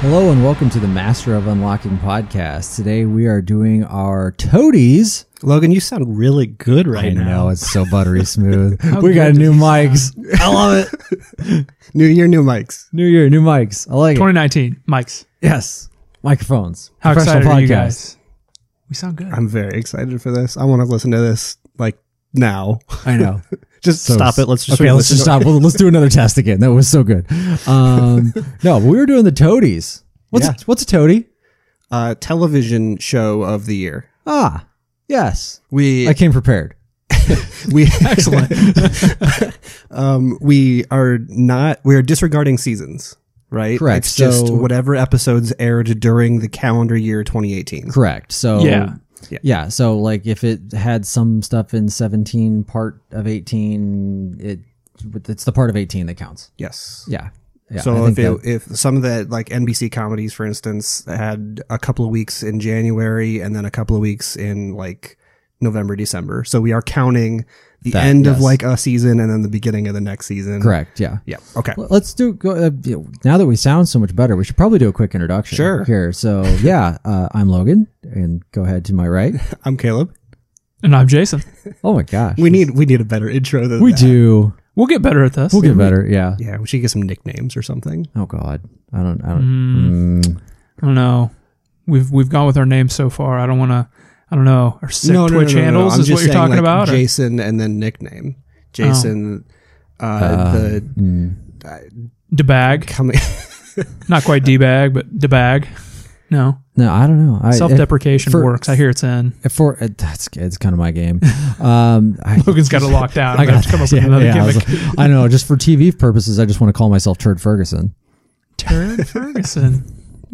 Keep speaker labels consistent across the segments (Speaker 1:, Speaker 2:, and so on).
Speaker 1: Hello and welcome to the Master of Unlocking podcast. Today we are doing our toadies.
Speaker 2: Logan, you sound really good right
Speaker 1: I
Speaker 2: now.
Speaker 1: know it's so buttery smooth. we
Speaker 2: good
Speaker 1: got
Speaker 2: does
Speaker 1: new
Speaker 2: it
Speaker 1: mics.
Speaker 2: I love it. new year, new mics.
Speaker 1: New year, new mics. I like it.
Speaker 3: 2019, Mike's.
Speaker 1: Yes, microphones.
Speaker 3: How
Speaker 1: Professional
Speaker 3: excited are you
Speaker 1: podcast.
Speaker 3: guys? We sound good.
Speaker 2: I'm very excited for this. I want to listen to this like now.
Speaker 1: I know.
Speaker 2: Just
Speaker 1: So-
Speaker 2: stop it. Let's just
Speaker 1: okay. Let's
Speaker 2: listen
Speaker 1: just
Speaker 2: to
Speaker 1: stop. Well, let's do another test again. That was so good. Um, no, we were doing the toadies. What's
Speaker 2: Yeah.
Speaker 1: a, what's a toady?
Speaker 2: it. Uh, television show of the year.
Speaker 1: Ah, yes.
Speaker 2: We
Speaker 1: I came prepared.
Speaker 2: we excellent. um, we are not. We are disregarding seasons. Right.
Speaker 1: Correct.
Speaker 2: It's just
Speaker 1: So-
Speaker 2: whatever episodes aired during the calendar year 2018.
Speaker 1: Correct. So
Speaker 3: Yeah.
Speaker 1: yeah.
Speaker 2: Yeah.
Speaker 1: So like if it had some stuff in 17 part of 18, it it's the part of 18 that counts.
Speaker 2: Yes.
Speaker 1: Yeah. Yeah.
Speaker 2: so
Speaker 1: I think
Speaker 2: if it,
Speaker 1: that-
Speaker 2: if some of the like NBC comedies, for instance, had a couple of weeks in January and then a couple of weeks in like November, December. So we are counting the
Speaker 1: That,
Speaker 2: end
Speaker 1: yes.
Speaker 2: of like a season and then the beginning of the next season.
Speaker 1: correct. Yeah.
Speaker 2: Yeah. Okay.
Speaker 1: Well, Let's do go. Uh, you know, now that we sound so much better, we should probably do a quick introduction.
Speaker 2: Sure.
Speaker 1: Here. So yeah, uh, I'm Logan, and go ahead to my right.
Speaker 2: I'm Caleb.
Speaker 3: And I'm Jason.
Speaker 1: Oh my gosh,
Speaker 2: We need we need a better intro than
Speaker 1: we
Speaker 2: that.
Speaker 1: do.
Speaker 3: We'll get better at this.
Speaker 1: We'll get better. Yeah.
Speaker 2: Yeah, we should get some nicknames or something.
Speaker 1: Oh God, I don't. I don't. Mm.
Speaker 3: I don't know. We've we've gone with our names so far. I don't want to. I don't know. Our sick Twitch handles
Speaker 2: I'm
Speaker 3: is what
Speaker 2: just saying,
Speaker 3: you're talking
Speaker 2: like,
Speaker 3: about. or-
Speaker 2: Jason and then nickname. Jason
Speaker 1: Oh.
Speaker 2: uh, the
Speaker 1: Mm.
Speaker 3: Debag,
Speaker 2: coming
Speaker 3: not quite debag, but debag. No,
Speaker 1: No, I don't know. I,
Speaker 3: self-deprecation
Speaker 1: if- for-
Speaker 3: works. I hear it's in.
Speaker 1: if for uh, that's it's kind of my game. Um, I,
Speaker 3: Logan's got it locked down.
Speaker 1: I
Speaker 3: I
Speaker 1: got
Speaker 3: got to come up
Speaker 1: yeah,
Speaker 3: with another
Speaker 1: yeah, I, was
Speaker 3: gimmick.
Speaker 1: like- I know. Just for TV purposes, I just want to call myself Turd Ferguson.
Speaker 3: Terry Ferguson.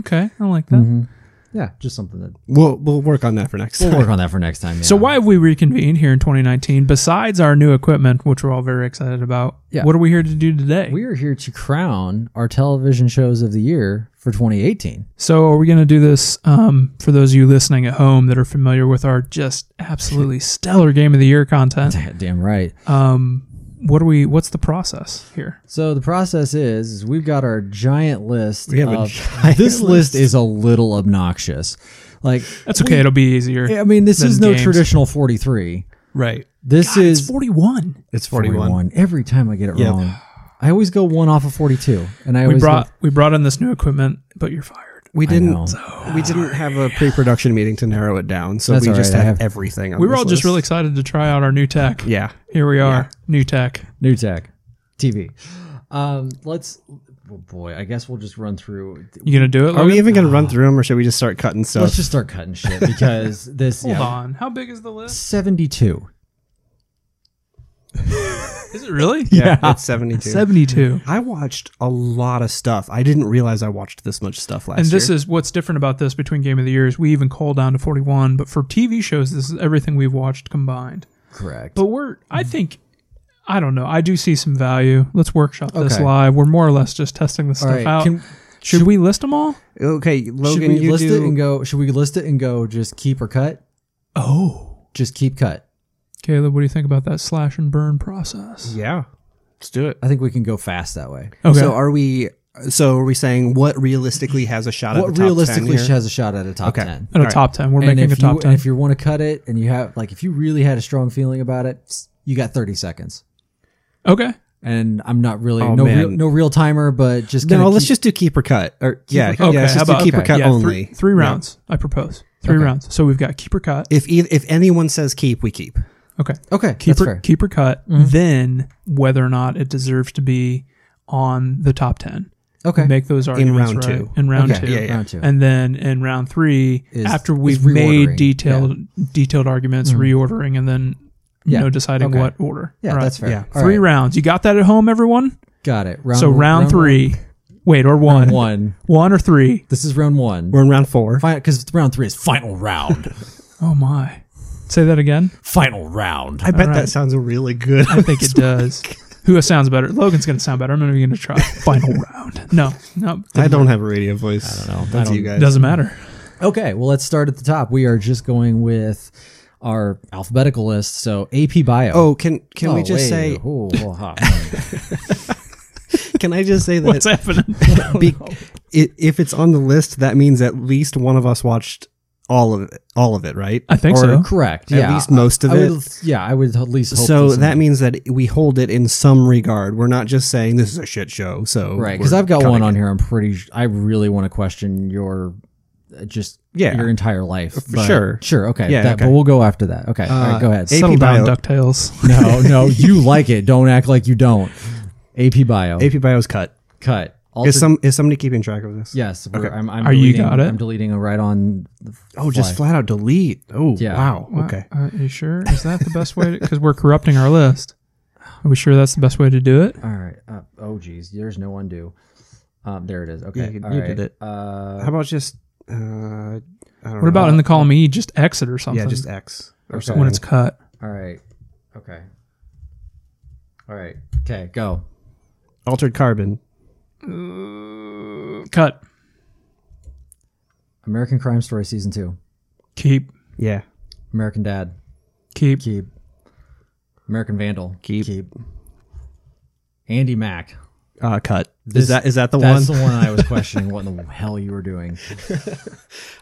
Speaker 3: Okay, I like
Speaker 1: Mm-hmm.
Speaker 3: that.
Speaker 1: Yeah, just something that
Speaker 2: we'll we'll work on that for next
Speaker 1: we'll
Speaker 2: time.
Speaker 1: work on that for next time.
Speaker 3: So why have we reconvened here in 2019? Besides our new equipment, which we're all very excited about,
Speaker 1: Yeah.
Speaker 3: what are we here to do today?
Speaker 1: we are here to crown our television shows of the year for 2018.
Speaker 3: So are we going to do this um, for those of you listening at home that are familiar with our just absolutely stellar game of the year content?
Speaker 1: Damn right.
Speaker 3: Um, what are we? What's the process here?
Speaker 1: So the process is, is we've got our giant list.
Speaker 2: We have a
Speaker 1: of- this list is a little obnoxious. Like
Speaker 3: That's okay. it'll be easier.
Speaker 1: I mean, this
Speaker 3: Then
Speaker 1: is no
Speaker 3: games.
Speaker 1: traditional 43.
Speaker 3: Right.
Speaker 1: This
Speaker 3: God, it's
Speaker 1: is
Speaker 3: 41.
Speaker 2: It's
Speaker 1: 41. Every time I get it
Speaker 2: Yep.
Speaker 1: wrong, I always go one off of 42, and I
Speaker 3: We
Speaker 1: always go-
Speaker 3: brought we brought in this new equipment, but you're fired.
Speaker 2: We
Speaker 1: know. Ah,
Speaker 2: didn't. We didn't have a pre-production meeting to narrow it down, so
Speaker 1: That's
Speaker 2: we
Speaker 1: all
Speaker 2: just
Speaker 1: right, I
Speaker 2: have
Speaker 1: have-
Speaker 2: everything. On
Speaker 3: We were
Speaker 2: this
Speaker 3: all just really
Speaker 2: list.
Speaker 3: excited to try out our new tech.
Speaker 2: yeah.
Speaker 3: Here we are, new tech.
Speaker 1: New tech, TV. Um, let's. Oh boy, I guess we'll just run through.
Speaker 2: Uh,
Speaker 3: You gonna do it?
Speaker 2: Are we
Speaker 3: Logan?
Speaker 2: even going to run through them, or should we just start cutting stuff?
Speaker 1: Ah. Let's just start cutting shit because this.
Speaker 3: Hold
Speaker 1: yeah.
Speaker 3: on. How big is the list?
Speaker 1: Seventy-two.
Speaker 3: Is it really?
Speaker 2: yeah, it's seventy-two.
Speaker 3: 72.
Speaker 2: I watched a lot of stuff. I didn't realize I watched this much stuff last
Speaker 3: And this
Speaker 2: year.
Speaker 3: is what's different about this between Game of the Year is we even call down to 41, but for TV shows, this is everything we've watched combined.
Speaker 1: Correct.
Speaker 3: But we're, I think, I don't know. I do see some value. Let's workshop this
Speaker 1: Okay.
Speaker 3: live. We're more or less just testing this
Speaker 1: All
Speaker 3: stuff
Speaker 1: right.
Speaker 3: out.
Speaker 1: Can,
Speaker 3: should, we list them all?
Speaker 2: okay,
Speaker 1: should
Speaker 2: Logan.
Speaker 1: we
Speaker 2: You
Speaker 1: list it and
Speaker 2: do.
Speaker 1: go? Should we list it and go? Just keep or cut?
Speaker 3: Oh.
Speaker 1: Just keep cut.
Speaker 3: Caleb, what do you think about that slash and burn process?
Speaker 2: yeah, let's do it.
Speaker 1: I think we can go fast that way.
Speaker 3: Okay.
Speaker 2: So are we? So are we saying what realistically has a shot at
Speaker 1: what
Speaker 2: the top
Speaker 1: realistically
Speaker 2: 10 here?
Speaker 1: has a shot at a top
Speaker 2: Okay.
Speaker 1: ten?
Speaker 3: at a
Speaker 2: All right.
Speaker 3: top 10. We're
Speaker 1: And
Speaker 3: making
Speaker 1: if,
Speaker 3: a top
Speaker 1: you,
Speaker 3: 10.
Speaker 1: and if you want to cut it, and you have like, if you really had a strong feeling about it, you got thirty seconds.
Speaker 3: okay.
Speaker 1: And I'm not really
Speaker 2: Oh,
Speaker 1: no real,
Speaker 2: man.
Speaker 1: no real timer, but just
Speaker 2: No,
Speaker 1: kinda
Speaker 2: let's
Speaker 1: keep-
Speaker 2: just do keep or cut. Or yeah,
Speaker 1: or cut.
Speaker 3: Okay,
Speaker 2: yeah, let's
Speaker 3: how
Speaker 2: just do
Speaker 3: about-
Speaker 2: keep or
Speaker 1: okay.
Speaker 2: cut
Speaker 3: yeah, three-
Speaker 2: only.
Speaker 3: Three, rounds, I propose. Three
Speaker 1: Okay.
Speaker 3: rounds. So we've got keeper cut.
Speaker 2: If e- if anyone says keep, we keep.
Speaker 3: Okay.
Speaker 1: okay. that's
Speaker 3: keeper
Speaker 1: fair. Mm-hmm.
Speaker 3: keeper cut, then whether or not it deserves to be on the top ten.
Speaker 1: Okay.
Speaker 3: Make those arguments
Speaker 2: round
Speaker 3: right
Speaker 2: two.
Speaker 3: in round
Speaker 1: Okay,
Speaker 3: two,
Speaker 2: yeah, yeah.
Speaker 1: Round two.
Speaker 3: and then in round three,
Speaker 1: Is-
Speaker 3: after
Speaker 1: is
Speaker 3: we've made
Speaker 1: reordering, Mm-hmm.
Speaker 3: detailed detailed arguments, reordering, and then
Speaker 1: Yeah,
Speaker 3: you know deciding
Speaker 1: okay.
Speaker 3: what order.
Speaker 1: yeah,
Speaker 3: All right.
Speaker 1: that's fair.
Speaker 2: yeah.
Speaker 1: All
Speaker 3: Three
Speaker 1: right.
Speaker 3: rounds. You got that at home, everyone.
Speaker 1: Got it. Round,
Speaker 3: so round, three, wait or one,
Speaker 1: round one.
Speaker 3: one or three.
Speaker 1: This is round one.
Speaker 2: We're in round four.
Speaker 1: Because round three is final round.
Speaker 3: Oh my! Say that again.
Speaker 1: final round.
Speaker 2: I bet
Speaker 3: Alright.
Speaker 2: that sounds really good.
Speaker 3: I think it does. Who sounds better? Logan's gonna sound better. I'm not even gonna try. Final round. No, no,
Speaker 2: I don't have a radio voice. I don't know. That's
Speaker 1: Mm-hmm. I
Speaker 2: you guys.
Speaker 3: doesn't matter.
Speaker 1: Okay, well, let's start at the top. We are just going with our alphabetical list. So AP Bio.
Speaker 2: oh, can can we
Speaker 1: Oh,
Speaker 2: just
Speaker 1: wait.
Speaker 2: say?
Speaker 1: Oh, well, huh.
Speaker 2: Can I just say that
Speaker 3: What's happening?
Speaker 2: be, it, if it's on the list, that means at least one of us watched all of it, all of it, right?
Speaker 3: I think so.
Speaker 1: Correct.
Speaker 2: At
Speaker 1: yeah.
Speaker 2: least most of
Speaker 1: I
Speaker 2: it.
Speaker 1: Would, yeah, I would at least hope
Speaker 2: so
Speaker 1: for some-
Speaker 2: that means that we hold it in some regard. We're not just saying this is a shit show. So
Speaker 1: right
Speaker 2: we're
Speaker 1: because I've got
Speaker 2: cutting
Speaker 1: one on
Speaker 2: it.
Speaker 1: here. I'm pretty. sh- I really want to question your uh, just
Speaker 2: Yeah.
Speaker 1: your entire life. but-
Speaker 2: sure.
Speaker 1: sure, okay.
Speaker 2: Yeah,
Speaker 1: that,
Speaker 2: okay.
Speaker 1: But we'll go after that. Okay, all
Speaker 2: Uh,
Speaker 1: right, go ahead.
Speaker 2: AP
Speaker 3: Settle down,
Speaker 2: Bio.
Speaker 3: Ducktales.
Speaker 1: no, no, you like it. Don't act like you don't. AP Bio
Speaker 2: AP Bio's cut.
Speaker 1: cut. Alter-
Speaker 2: Is some is somebody keeping track of this?
Speaker 1: yes, we're- I'm, I'm
Speaker 3: Are you
Speaker 1: deleting-
Speaker 3: got it?
Speaker 1: I'm deleting a right on. The f-
Speaker 2: Oh, just
Speaker 1: fly.
Speaker 2: flat out delete. Oh,
Speaker 1: Yeah.
Speaker 2: wow.
Speaker 3: Wow.
Speaker 2: Okay.
Speaker 3: Uh, you sure? Is that the best way? Because we're corrupting our list. Are we sure that's the best way to do it?
Speaker 1: all right. Uh, oh, geez, there's no undo. Um, there it is. Okay,
Speaker 2: you-
Speaker 1: all
Speaker 2: you
Speaker 1: right.
Speaker 2: did it. How
Speaker 1: Uh,
Speaker 2: about just uh, I don't
Speaker 3: What about in the column E, just exit or something?
Speaker 2: yeah, just X or
Speaker 1: Okay.
Speaker 2: something.
Speaker 3: when it's cut.
Speaker 1: all right. Okay. All right. Okay. Go.
Speaker 2: altered carbon.
Speaker 3: Cut.
Speaker 1: American Crime Story season two.
Speaker 3: Keep.
Speaker 2: Yeah,
Speaker 1: American Dad.
Speaker 3: Keep.
Speaker 1: Keep. American Vandal.
Speaker 2: Keep.
Speaker 1: Andy Mack.
Speaker 2: uh, cut.
Speaker 1: This-
Speaker 2: is that is that the one?
Speaker 1: That's the one I was questioning what in the hell you were doing.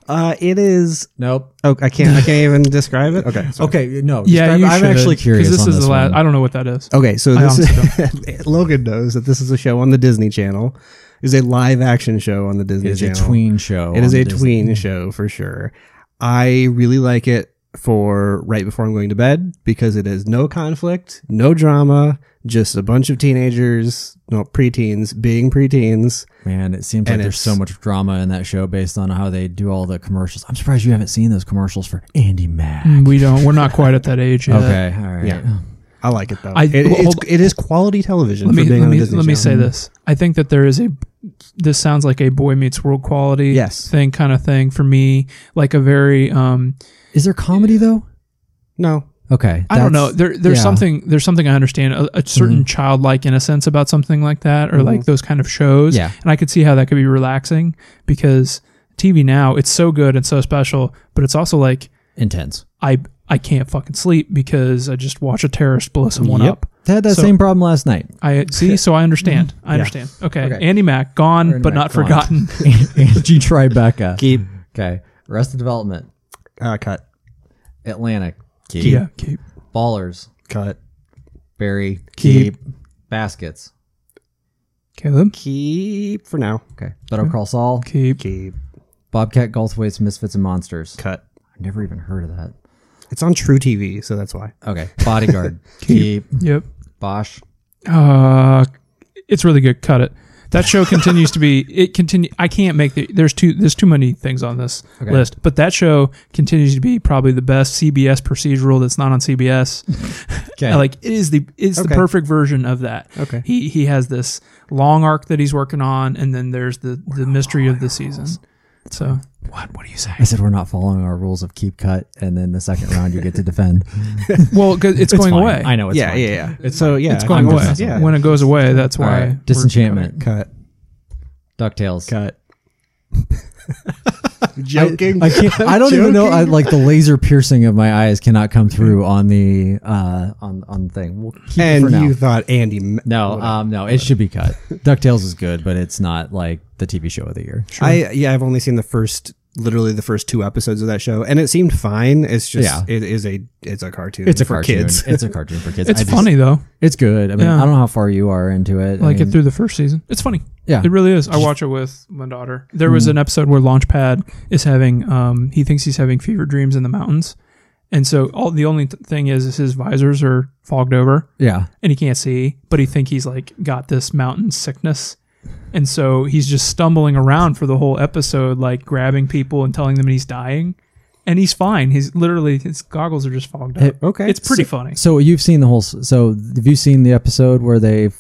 Speaker 2: uh, it is.
Speaker 1: Nope.
Speaker 2: Oh, I can't. I can't even describe it. Okay. sorry.
Speaker 1: Okay. No.
Speaker 3: Yeah,
Speaker 1: describe-
Speaker 3: you
Speaker 1: I'm
Speaker 3: should,
Speaker 1: actually
Speaker 3: 'cause
Speaker 1: curious.
Speaker 3: This
Speaker 1: on
Speaker 3: is the last.
Speaker 1: one.
Speaker 3: I don't know what that is.
Speaker 2: Okay. So this
Speaker 3: honestly
Speaker 2: is, Logan knows that this is a show on the Disney Channel. It's a live action show on the Disney
Speaker 1: It is a
Speaker 2: Channel.
Speaker 1: tween show.
Speaker 2: It is
Speaker 1: on
Speaker 2: a
Speaker 1: Disney.
Speaker 2: tween show for sure. I really like it for right before I'm going to bed because it has no conflict, no drama, just a bunch of teenagers, no preteens being preteens.
Speaker 1: Man, it seems like
Speaker 2: And
Speaker 1: there's so
Speaker 2: it's-
Speaker 1: much drama in that show based on how they do all the commercials. I'm surprised you haven't seen those commercials for Andy Mack.
Speaker 3: Mm, We don't. We're not quite at that age yet.
Speaker 1: Okay. All right.
Speaker 2: Yeah. I like it though.
Speaker 3: I-
Speaker 2: it,
Speaker 3: well,
Speaker 2: it's-
Speaker 3: hold-
Speaker 2: it is quality television
Speaker 3: Let
Speaker 2: for
Speaker 3: me
Speaker 2: being
Speaker 3: let
Speaker 2: on the
Speaker 3: me,
Speaker 2: Disney
Speaker 3: let me say
Speaker 2: Channel.
Speaker 3: this. I think that there is a. This sounds like a boy meets world quality
Speaker 2: Yes.
Speaker 3: thing kind of thing for me. Like a very um.
Speaker 1: Is there comedy though?
Speaker 2: No.
Speaker 1: Okay.
Speaker 3: I
Speaker 1: that's-
Speaker 3: don't know. There, there's
Speaker 1: yeah. Mm-hmm.
Speaker 3: something. There's something I understand. A, a certain childlike innocence about something like that, or like those kind of shows.
Speaker 1: Yeah.
Speaker 3: And I could see how that could be relaxing because TV now it's so good and so special, but it's also like
Speaker 1: Intense.
Speaker 3: I I can't fucking sleep because I just watch a terrorist blow someone
Speaker 2: Yep.
Speaker 3: up.
Speaker 1: I had that
Speaker 3: So-
Speaker 1: same problem last night.
Speaker 3: I see. So I understand. I understand. Okay.
Speaker 1: Okay.
Speaker 3: Andy Mack gone,
Speaker 1: Andy
Speaker 3: but
Speaker 1: Mack
Speaker 3: not
Speaker 1: gone.
Speaker 3: forgotten.
Speaker 1: Angie Tribeca.
Speaker 2: Keep
Speaker 1: Okay. Arrested Development.
Speaker 2: uh, cut.
Speaker 1: Atlantic. Keep.
Speaker 3: yeah. Keep.
Speaker 1: Ballers.
Speaker 2: Cut.
Speaker 1: Barry.
Speaker 3: Keep.
Speaker 1: Baskets.
Speaker 3: Caleb.
Speaker 2: Keep for now.
Speaker 1: Okay. Better Call Saul.
Speaker 3: Keep.
Speaker 2: Keep
Speaker 1: Bobcat Goldthwait's Misfits and Monsters.
Speaker 2: cut.
Speaker 1: I've never even heard of that.
Speaker 2: It's on True TV, so that's why.
Speaker 1: Okay. Bodyguard.
Speaker 3: Keep.
Speaker 1: Keep.
Speaker 3: Yep.
Speaker 1: Bosch.
Speaker 3: Uh, it's really good. Cut it. That show continues to be. It continue. I can't make the. There's too. There's too many things on this
Speaker 1: Okay.
Speaker 3: list. But that show continues to be probably the best CBS procedural that's not on CBS.
Speaker 1: Okay.
Speaker 3: Like it is the it's the
Speaker 2: Okay.
Speaker 3: perfect version of that.
Speaker 2: Okay.
Speaker 3: He he has this long arc that he's working on, and then there's the the mystery of the season. So what what do you say?
Speaker 1: I said we're not following our rules of keep cut, and then the second round you get to defend.
Speaker 3: Well, 'cause it's, going
Speaker 1: fine.
Speaker 3: away.
Speaker 1: I know it's uh,
Speaker 2: yeah,
Speaker 1: fine.
Speaker 2: yeah, yeah. so yeah,
Speaker 3: It's going
Speaker 2: I'm
Speaker 3: away.
Speaker 2: just- Yeah.
Speaker 3: When it goes away, that's
Speaker 1: All
Speaker 3: why.
Speaker 1: right.
Speaker 3: we're-
Speaker 1: Disenchantment.
Speaker 2: cut.
Speaker 1: Ducktales.
Speaker 2: Cut.
Speaker 1: I, can't, I don't even know. I, like the laser piercing of my eyes cannot come through on the uh, on on the thing. We'll keep it for
Speaker 2: and
Speaker 1: now.
Speaker 2: you thought Andy? M-
Speaker 1: No, um, no, it should be cut. Ducktales is good, but it's not like the TV show of the year.
Speaker 2: I yeah, I've only seen the first, literally the first two episodes of that show, and it seemed fine. It's just
Speaker 1: Yeah.
Speaker 2: it is a it's a cartoon.
Speaker 1: It's a
Speaker 2: for
Speaker 1: cartoon.
Speaker 2: kids.
Speaker 1: It's a cartoon for kids.
Speaker 3: It's
Speaker 1: I just-
Speaker 3: funny though.
Speaker 1: It's good. I mean,
Speaker 3: Yeah.
Speaker 1: I don't know how far you are into it. I
Speaker 3: Like
Speaker 1: mean,
Speaker 3: it through the first season. It's funny.
Speaker 1: Yeah.
Speaker 3: It really is. I watch it with my daughter. There was an episode where Launchpad is having um he thinks he's having fever dreams in the mountains. And so all the only th- thing is, is his visors are fogged over
Speaker 1: Yeah.
Speaker 3: and he can't see, but he think he's like got this mountain sickness. And so he's just stumbling around for the whole episode, like grabbing people and telling them he's dying. And he's fine. He's literally his goggles are just fogged up.
Speaker 2: okay.
Speaker 3: It's pretty funny.
Speaker 1: So you've seen the whole. s- So have you seen the episode where they, f-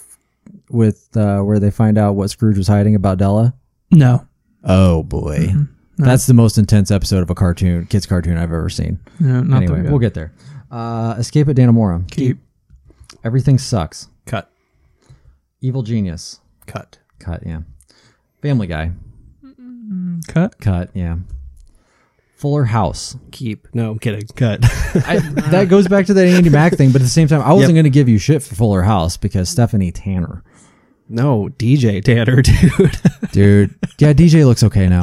Speaker 1: with uh, where they find out what Scrooge was hiding about Della?
Speaker 3: No.
Speaker 1: Oh boy, that's the most intense episode of a cartoon, kids cartoon I've ever seen.
Speaker 3: No, not
Speaker 1: anyway,
Speaker 3: there yet.
Speaker 1: we'll get there. Uh, Escape at Danamora.
Speaker 3: keep
Speaker 1: Everything sucks.
Speaker 2: cut.
Speaker 1: Evil genius.
Speaker 2: Cut.
Speaker 1: Cut. Yeah. Family Guy.
Speaker 3: cut.
Speaker 1: Cut. Yeah. Fuller House.
Speaker 2: Keep. No, I'm kidding. Cut.
Speaker 1: I, that goes back to that Andy Mack thing, but at the same time, I wasn't going to give you shit for Fuller House because Stephanie Tanner.
Speaker 2: No, DJ Tanner, dude.
Speaker 1: dude. Yeah, DJ looks okay now,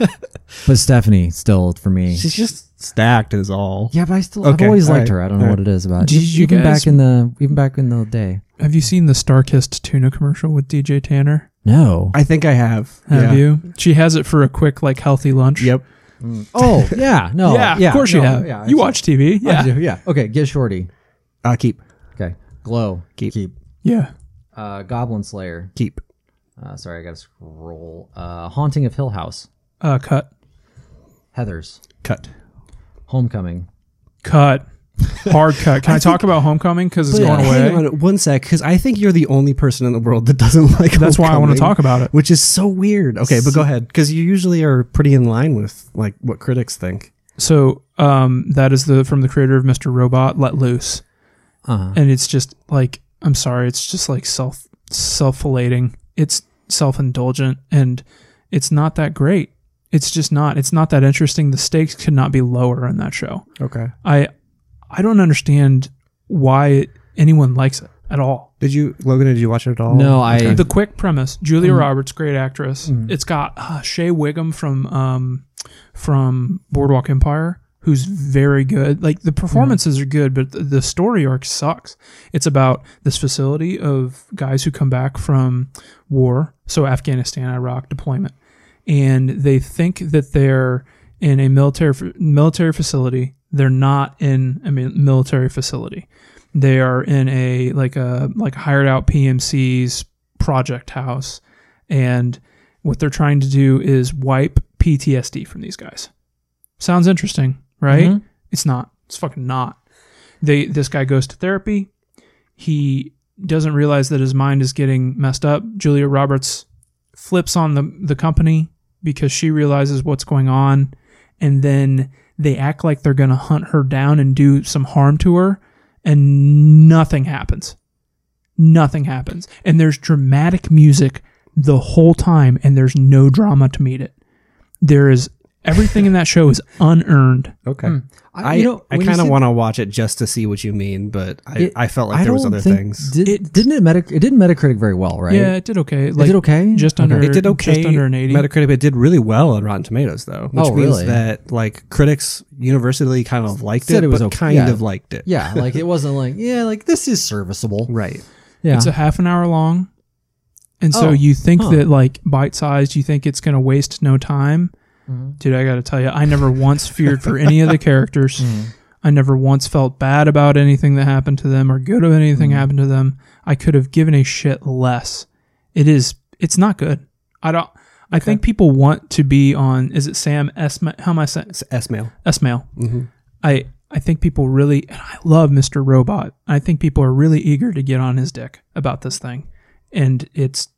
Speaker 1: but Stephanie still for me.
Speaker 2: She's just stacked is all.
Speaker 1: Yeah, but I still
Speaker 2: Okay,
Speaker 1: I've always
Speaker 2: all
Speaker 1: liked
Speaker 2: right,
Speaker 1: her. I don't know
Speaker 2: all
Speaker 1: what it is about.
Speaker 3: Did you
Speaker 1: even
Speaker 3: guys-
Speaker 1: back in the even back in the day?
Speaker 3: Have you seen the Starkist tuna commercial with DJ Tanner?
Speaker 1: No.
Speaker 2: I think I have.
Speaker 3: Have
Speaker 2: yeah.
Speaker 3: you? She has it for a quick, like, healthy lunch.
Speaker 2: Yep.
Speaker 1: oh yeah, no.
Speaker 3: yeah,
Speaker 2: yeah,
Speaker 3: of course you
Speaker 1: no,
Speaker 3: have.
Speaker 1: yeah, I
Speaker 3: you
Speaker 1: see.
Speaker 3: watch TV.
Speaker 1: I
Speaker 3: Yeah.
Speaker 1: do, yeah. Okay, get shorty.
Speaker 2: Uh, keep,
Speaker 1: Okay, glow.
Speaker 2: Keep.
Speaker 3: Yeah.
Speaker 1: Uh, Goblin Slayer.
Speaker 2: keep.
Speaker 1: Uh, sorry, I gotta scroll. Uh, Haunting of Hill House.
Speaker 3: Uh, cut.
Speaker 1: Heather's.
Speaker 2: Cut.
Speaker 1: Homecoming.
Speaker 3: Cut. Hard cut. Can I, talk about Homecoming? Because it's
Speaker 1: But
Speaker 3: going
Speaker 1: hang
Speaker 3: away.
Speaker 2: Hang on one sec, because I think you're the only person in the world that doesn't like.
Speaker 3: That's why I want to
Speaker 2: Homecoming,
Speaker 3: talk about it.
Speaker 2: Which is so weird. Okay, but go ahead, because you usually are pretty in line with like what critics think.
Speaker 3: So um, that is the from the creator of Mr. Robot, Let Loose,
Speaker 1: Uh-huh.
Speaker 3: and it's just like I'm sorry, it's just like self self filleting. It's self indulgent, and it's not that great. It's just not. It's not that interesting. The stakes could not be lower in that show.
Speaker 2: Okay.
Speaker 3: I I don't understand why anyone likes it at all.
Speaker 2: Did you, Logan? Did you watch it at all?
Speaker 1: No, I-
Speaker 2: Okay.
Speaker 3: The quick premise: Julia Roberts, great actress. It's got uh, Shea Wiggum from um, from Boardwalk Empire, who's very good. Like the performances are good, but the, the story arc sucks. It's about this facility of guys who come back from war, so Afghanistan, Iraq deployment, and they think that they're in a military military facility. They're not in a mi- military facility. They are in a like a like hired out PMC's project house, and what they're trying to do is wipe PTSD from these guys. Sounds interesting, right? It's not. It's fucking not. They this guy goes to therapy. He doesn't realize that his mind is getting messed up. Julia Roberts flips on the the company because she realizes what's going on and then they act like they're going to hunt her down and do some harm to her and nothing happens nothing happens and there's dramatic music the whole time and there's no drama to meet it there is everything in that show is unearned
Speaker 2: Okay.
Speaker 1: I,
Speaker 2: I
Speaker 1: you know,
Speaker 2: I
Speaker 1: when you
Speaker 2: kind of
Speaker 1: said-
Speaker 2: want to watch it just to see what you mean, but I,
Speaker 1: It-
Speaker 2: I felt like there was
Speaker 1: don't
Speaker 2: other
Speaker 1: think-
Speaker 2: things.
Speaker 1: Did,
Speaker 3: It-
Speaker 1: didn't it Metac- It didn't Metacritic very well, right?
Speaker 3: yeah it did okay like
Speaker 1: did okay?
Speaker 3: just
Speaker 1: Okay.
Speaker 3: under
Speaker 1: It
Speaker 2: it did okay.
Speaker 3: just under an 80
Speaker 2: Metacritic, it did really well on Rotten Tomatoes, though, which
Speaker 1: Oh,
Speaker 2: means
Speaker 1: really?
Speaker 2: that like critics universally kind of liked
Speaker 1: Said
Speaker 2: it,
Speaker 1: it was
Speaker 2: but
Speaker 1: okay.
Speaker 2: kind
Speaker 1: Yeah.
Speaker 2: of liked it.
Speaker 1: yeah, like it wasn't like yeah, like this is serviceable.
Speaker 2: Right.
Speaker 1: Yeah,
Speaker 3: It's a half an hour long. And so
Speaker 1: Oh,
Speaker 3: you think
Speaker 1: huh.
Speaker 3: that like bite sized, you think it's going to waste no time.
Speaker 1: Mm-hmm.
Speaker 3: Dude, I got to tell you, I never once feared for any of the characters.
Speaker 1: Mm-hmm.
Speaker 3: I never once felt bad about anything that happened to them or good of anything
Speaker 1: Mm-hmm.
Speaker 3: happened to them. I could have given a shit less. It is, it's not good. I don't, I think people want to be on, is it Sam Esma? How am I saying?
Speaker 2: It's S mail.
Speaker 3: Esmail.
Speaker 1: Mm-hmm.
Speaker 3: I I think people really and I love Mr. Robot. I think people are really eager to get on his dick about this thing, and it's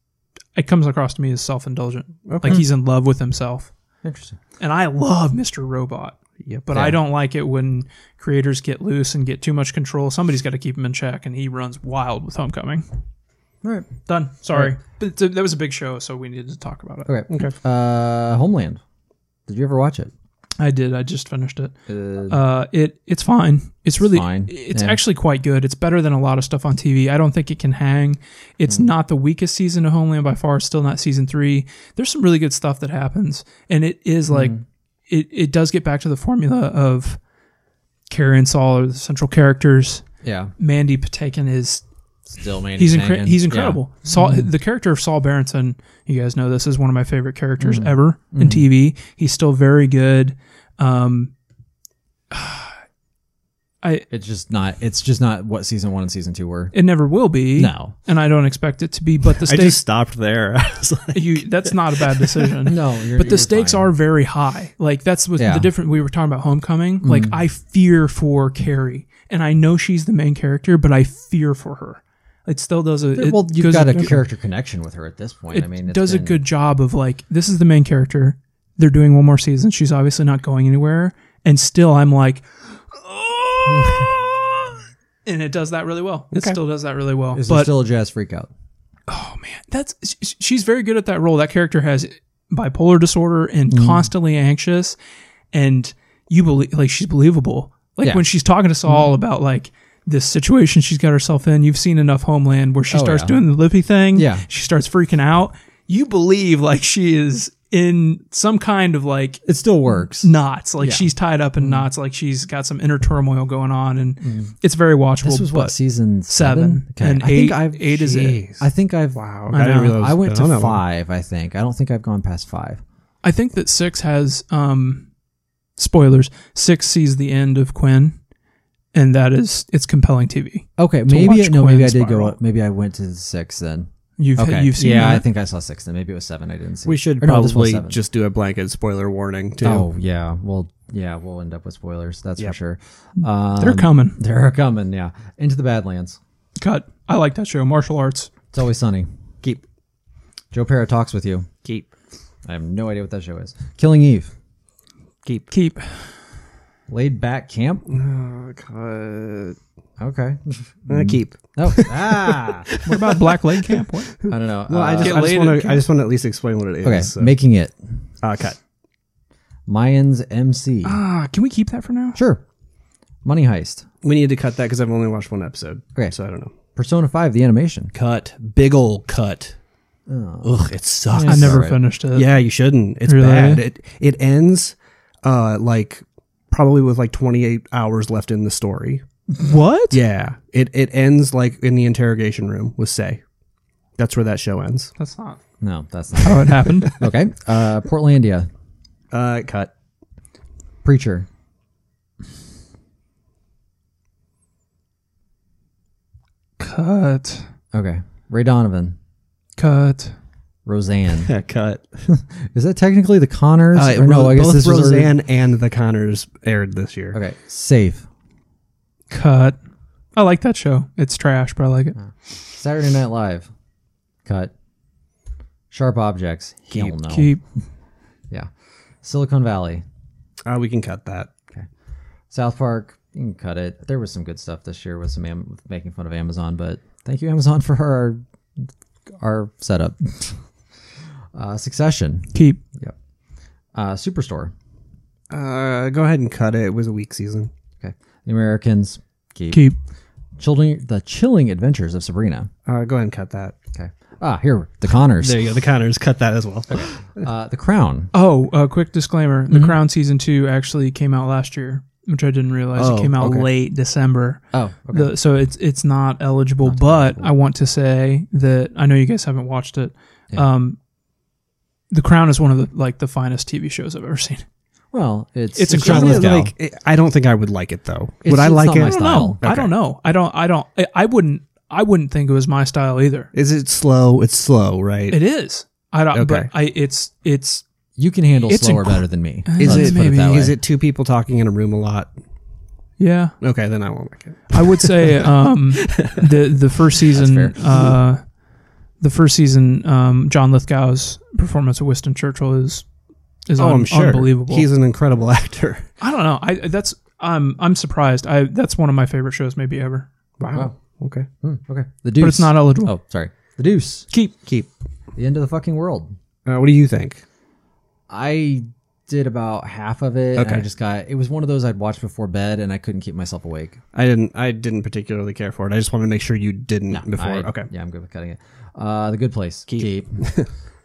Speaker 3: it comes across to me as self indulgent, like he's in love with himself.
Speaker 1: interesting.
Speaker 3: And I love Mr. Robot,
Speaker 2: Yep.
Speaker 3: but I don't like it when creators get loose and get too much control. Somebody's got to keep him in check, and he runs wild with Homecoming.
Speaker 1: Right.
Speaker 3: Done. Sorry, but it's a- that was a big show, so we needed to talk about it.
Speaker 1: Okay. Uh, Homeland. Did you ever watch it?
Speaker 3: I did. I just finished it.
Speaker 1: Uh,
Speaker 3: Uh, it it's fine. It's really
Speaker 1: fine.
Speaker 3: it's
Speaker 1: Yeah.
Speaker 3: actually quite good. It's better than a lot of stuff on TV. I don't think it can hang. It's
Speaker 1: Hmm.
Speaker 3: not the weakest season of Homeland by far. It's still not season three. There's some really good stuff that happens, and it
Speaker 1: Hmm.
Speaker 3: is like it it does get back to the formula of Carrie and Saul are the central characters.
Speaker 1: yeah.
Speaker 3: Mandy Patinkin is
Speaker 1: Still man.
Speaker 3: he's incre- he's incredible. Saul, the character of Saul Berenson, you guys know this is one of my favorite characters ever
Speaker 1: Mm-hmm.
Speaker 3: in TV. He's still very good. Um, I
Speaker 1: It's just not. It's just not what season one and season two were.
Speaker 3: it never will be.
Speaker 1: No.
Speaker 3: and I don't expect it to be. But the
Speaker 2: I
Speaker 3: stakes,
Speaker 2: just stopped there. I was like,
Speaker 3: you that's not a bad decision.
Speaker 1: No, you're,
Speaker 3: but the stakes are very high. Like that's what
Speaker 1: Yeah. Mm-hmm.
Speaker 3: the different we were talking about homecoming. Like I fear for Carrie, and I know she's the main character, but I fear for her. It still does a it
Speaker 1: well, you've
Speaker 3: goes
Speaker 1: got a
Speaker 3: different-
Speaker 1: character connection with her at this point.
Speaker 3: it
Speaker 1: I mean, it's
Speaker 3: does a
Speaker 1: been-
Speaker 3: good job of like this is the main character. They're doing one more season. She's obviously not going anywhere, and still I'm like, "Ah!" and it does that really well. It still does that really well.
Speaker 1: Is there
Speaker 3: but
Speaker 1: still a jazz freakout?
Speaker 3: that's sh- she's very good at that role. That character has bipolar disorder and
Speaker 1: Mm.
Speaker 3: constantly anxious, and you believe like she's believable. Like
Speaker 1: Yeah. Mm-hmm.
Speaker 3: when she's talking to Saul about like this situation she's got herself in. You've seen enough Homeland where she
Speaker 1: Oh,
Speaker 3: starts
Speaker 1: yeah.
Speaker 3: doing the lippy thing.
Speaker 1: Yeah.
Speaker 3: She starts freaking out. You believe like she is in some kind of like
Speaker 1: It still works.
Speaker 3: knots. Like
Speaker 1: Yeah. Mm.
Speaker 3: she's tied up in knots. Like she's got some inner turmoil going on, and it's very watchable.
Speaker 1: This was
Speaker 3: but
Speaker 1: what season
Speaker 3: seven
Speaker 1: seven,
Speaker 3: and
Speaker 1: I
Speaker 3: eight.
Speaker 1: think I've
Speaker 3: eight is it.
Speaker 2: Jeez.
Speaker 1: I think I've
Speaker 2: wow.
Speaker 3: I know.
Speaker 1: I went
Speaker 2: it's been
Speaker 1: to
Speaker 2: on that long.
Speaker 1: five. I think I don't think I've gone past five.
Speaker 3: I think that six has um, spoilers. Six sees the end of Quinn, and that is it's compelling TV.
Speaker 1: Okay,
Speaker 3: watch
Speaker 1: maybe I- no, maybe I
Speaker 3: Quinn's
Speaker 1: did
Speaker 3: spiral.
Speaker 1: go. Maybe I went to six then.
Speaker 3: You've
Speaker 1: Okay,
Speaker 3: you've seen
Speaker 1: yeah,
Speaker 3: that.
Speaker 1: I think I saw six then. Maybe it was seven. I didn't see.
Speaker 2: We should
Speaker 1: Or no, this was
Speaker 2: probably
Speaker 1: seven.
Speaker 2: just do a blanket spoiler warning too.
Speaker 1: Oh yeah, well yeah, we'll end up with spoilers. That's
Speaker 2: Yep.
Speaker 1: for sure. Um,
Speaker 3: they're coming.
Speaker 1: They're coming. Yeah, into the Badlands.
Speaker 3: God, I like that show. Martial arts.
Speaker 1: It's always sunny. Keep. Joe Para talks with you.
Speaker 2: Keep,
Speaker 1: I have no idea what that show is. Killing Eve.
Speaker 2: keep.
Speaker 3: Keep.
Speaker 1: Laid back camp.
Speaker 2: Oh, God.
Speaker 1: Okay.
Speaker 2: Uh, keep.
Speaker 1: No. Ah.
Speaker 3: What about Black Lake Camp? What?
Speaker 1: I don't know.
Speaker 2: Well, I
Speaker 1: Uh,
Speaker 2: just,
Speaker 3: Get
Speaker 2: I just
Speaker 3: laid
Speaker 2: want
Speaker 3: at
Speaker 2: to, I just want to at least explain what it is.
Speaker 1: okay.
Speaker 2: so.
Speaker 1: Making it
Speaker 2: uh, cut.
Speaker 1: Mayans MC.
Speaker 3: Ah, can we keep that for now?
Speaker 1: Sure. Money heist.
Speaker 2: We need to cut that because I've only watched one episode.
Speaker 1: Okay.
Speaker 2: So I don't know.
Speaker 1: Persona Five. The animation.
Speaker 2: Cut. Big ol' cut. Ugh, it sucks.
Speaker 3: I never
Speaker 1: Sorry.
Speaker 3: finished it.
Speaker 2: Yeah, you shouldn't. It's
Speaker 3: Really?
Speaker 2: bad. It it ends uh like probably with like 28 hours left in the story.
Speaker 3: What?
Speaker 2: Yeah. It it ends like in the interrogation room with Say. That's where that show ends.
Speaker 3: That's not
Speaker 1: No, that's not.
Speaker 3: how Oh, it happened.
Speaker 1: okay. Uh, Portlandia.
Speaker 2: Uh cut.
Speaker 1: Preacher.
Speaker 3: Cut.
Speaker 1: Okay. Ray Donovan.
Speaker 3: Cut.
Speaker 1: Roseanne.
Speaker 2: cut.
Speaker 1: is that technically the Connors?
Speaker 2: Uh,
Speaker 1: or no, I guess
Speaker 2: both
Speaker 1: this was already-
Speaker 2: Roseanne and the Connors aired this year.
Speaker 1: Okay. Safe.
Speaker 3: Cut. I like that show. It's trash, but I like it.
Speaker 1: Saturday Night Live. Cut. Sharp Objects. Hell no.
Speaker 3: Keep.
Speaker 1: Yeah. Silicon Valley.
Speaker 2: Uh, we can cut that.
Speaker 1: South Park. You can cut it. There was some good stuff this year with some am- with making fun of Amazon, but thank you Amazon for our our setup. uh, Succession.
Speaker 3: Keep.
Speaker 1: Yep. Uh, Superstore.
Speaker 2: Uh go ahead and cut it. It was a weak season.
Speaker 1: Okay. The Americans. Keep.
Speaker 3: Keep.
Speaker 1: Children. The Chilling Adventures of Sabrina.
Speaker 2: Uh go ahead and cut that.
Speaker 1: Okay. Ah, here the Connors.
Speaker 2: There you go. The Connors cut that as well.
Speaker 1: Uh, the Crown.
Speaker 3: Oh, uh, quick disclaimer: The Crown season two actually came out last year, which I didn't realize.
Speaker 2: Oh,
Speaker 3: it came out
Speaker 2: okay.
Speaker 3: late December,
Speaker 1: Oh. Okay.
Speaker 3: The- so it's it's not eligible. but I want to say that I know you guys haven't watched it. Um, the Crown is one of the like the finest TV shows I've ever seen.
Speaker 1: well, it's
Speaker 3: It's
Speaker 1: John
Speaker 3: incredible,
Speaker 1: Lithgow.
Speaker 2: like it- I don't think I would like it though.
Speaker 1: It's-
Speaker 2: would I
Speaker 1: it's
Speaker 2: like
Speaker 1: not
Speaker 2: it?
Speaker 1: my
Speaker 3: I don't know.
Speaker 1: Style.
Speaker 3: I don't know. I don't. I don't. I, I wouldn't. I wouldn't think it was my style either.
Speaker 2: Is it slow? It's slow, right?
Speaker 3: It is. I don't. But
Speaker 2: Okay.
Speaker 3: I. It's. It's.
Speaker 1: you can handle
Speaker 3: It's
Speaker 1: slower
Speaker 3: inc-
Speaker 1: better than me.
Speaker 2: Is
Speaker 1: Let's
Speaker 2: it,
Speaker 1: put it that way.
Speaker 2: is it two people talking in a room a lot?
Speaker 3: Yeah.
Speaker 2: Okay, then I won't like it.
Speaker 3: I would say um, the the first season,
Speaker 1: That's
Speaker 3: uh, the first season, um, John Lithgow's performance of Winston Churchill is is
Speaker 2: Oh,
Speaker 3: un-
Speaker 2: I'm sure.
Speaker 3: unbelievable.
Speaker 2: He's an incredible actor.
Speaker 3: I don't know. I that's I'm I'm surprised. I that's one of my favorite shows maybe ever.
Speaker 2: Wow. Okay.
Speaker 1: Hmm, okay. The Deuce.
Speaker 3: But it's not eligible.
Speaker 1: Oh, sorry. The Deuce.
Speaker 3: Keep
Speaker 2: Keep.
Speaker 1: The end of the fucking world.
Speaker 2: Uh, what do you think?
Speaker 1: I did about half of it. and
Speaker 2: Okay.
Speaker 1: I just got it was one of those I'd watch before bed and I couldn't keep myself awake.
Speaker 2: I didn't. I didn't particularly care for it. I just wanted to make sure you didn't before.
Speaker 1: I-
Speaker 2: okay.
Speaker 1: Yeah, I'm good with cutting it. Uh The Good Place. Keep.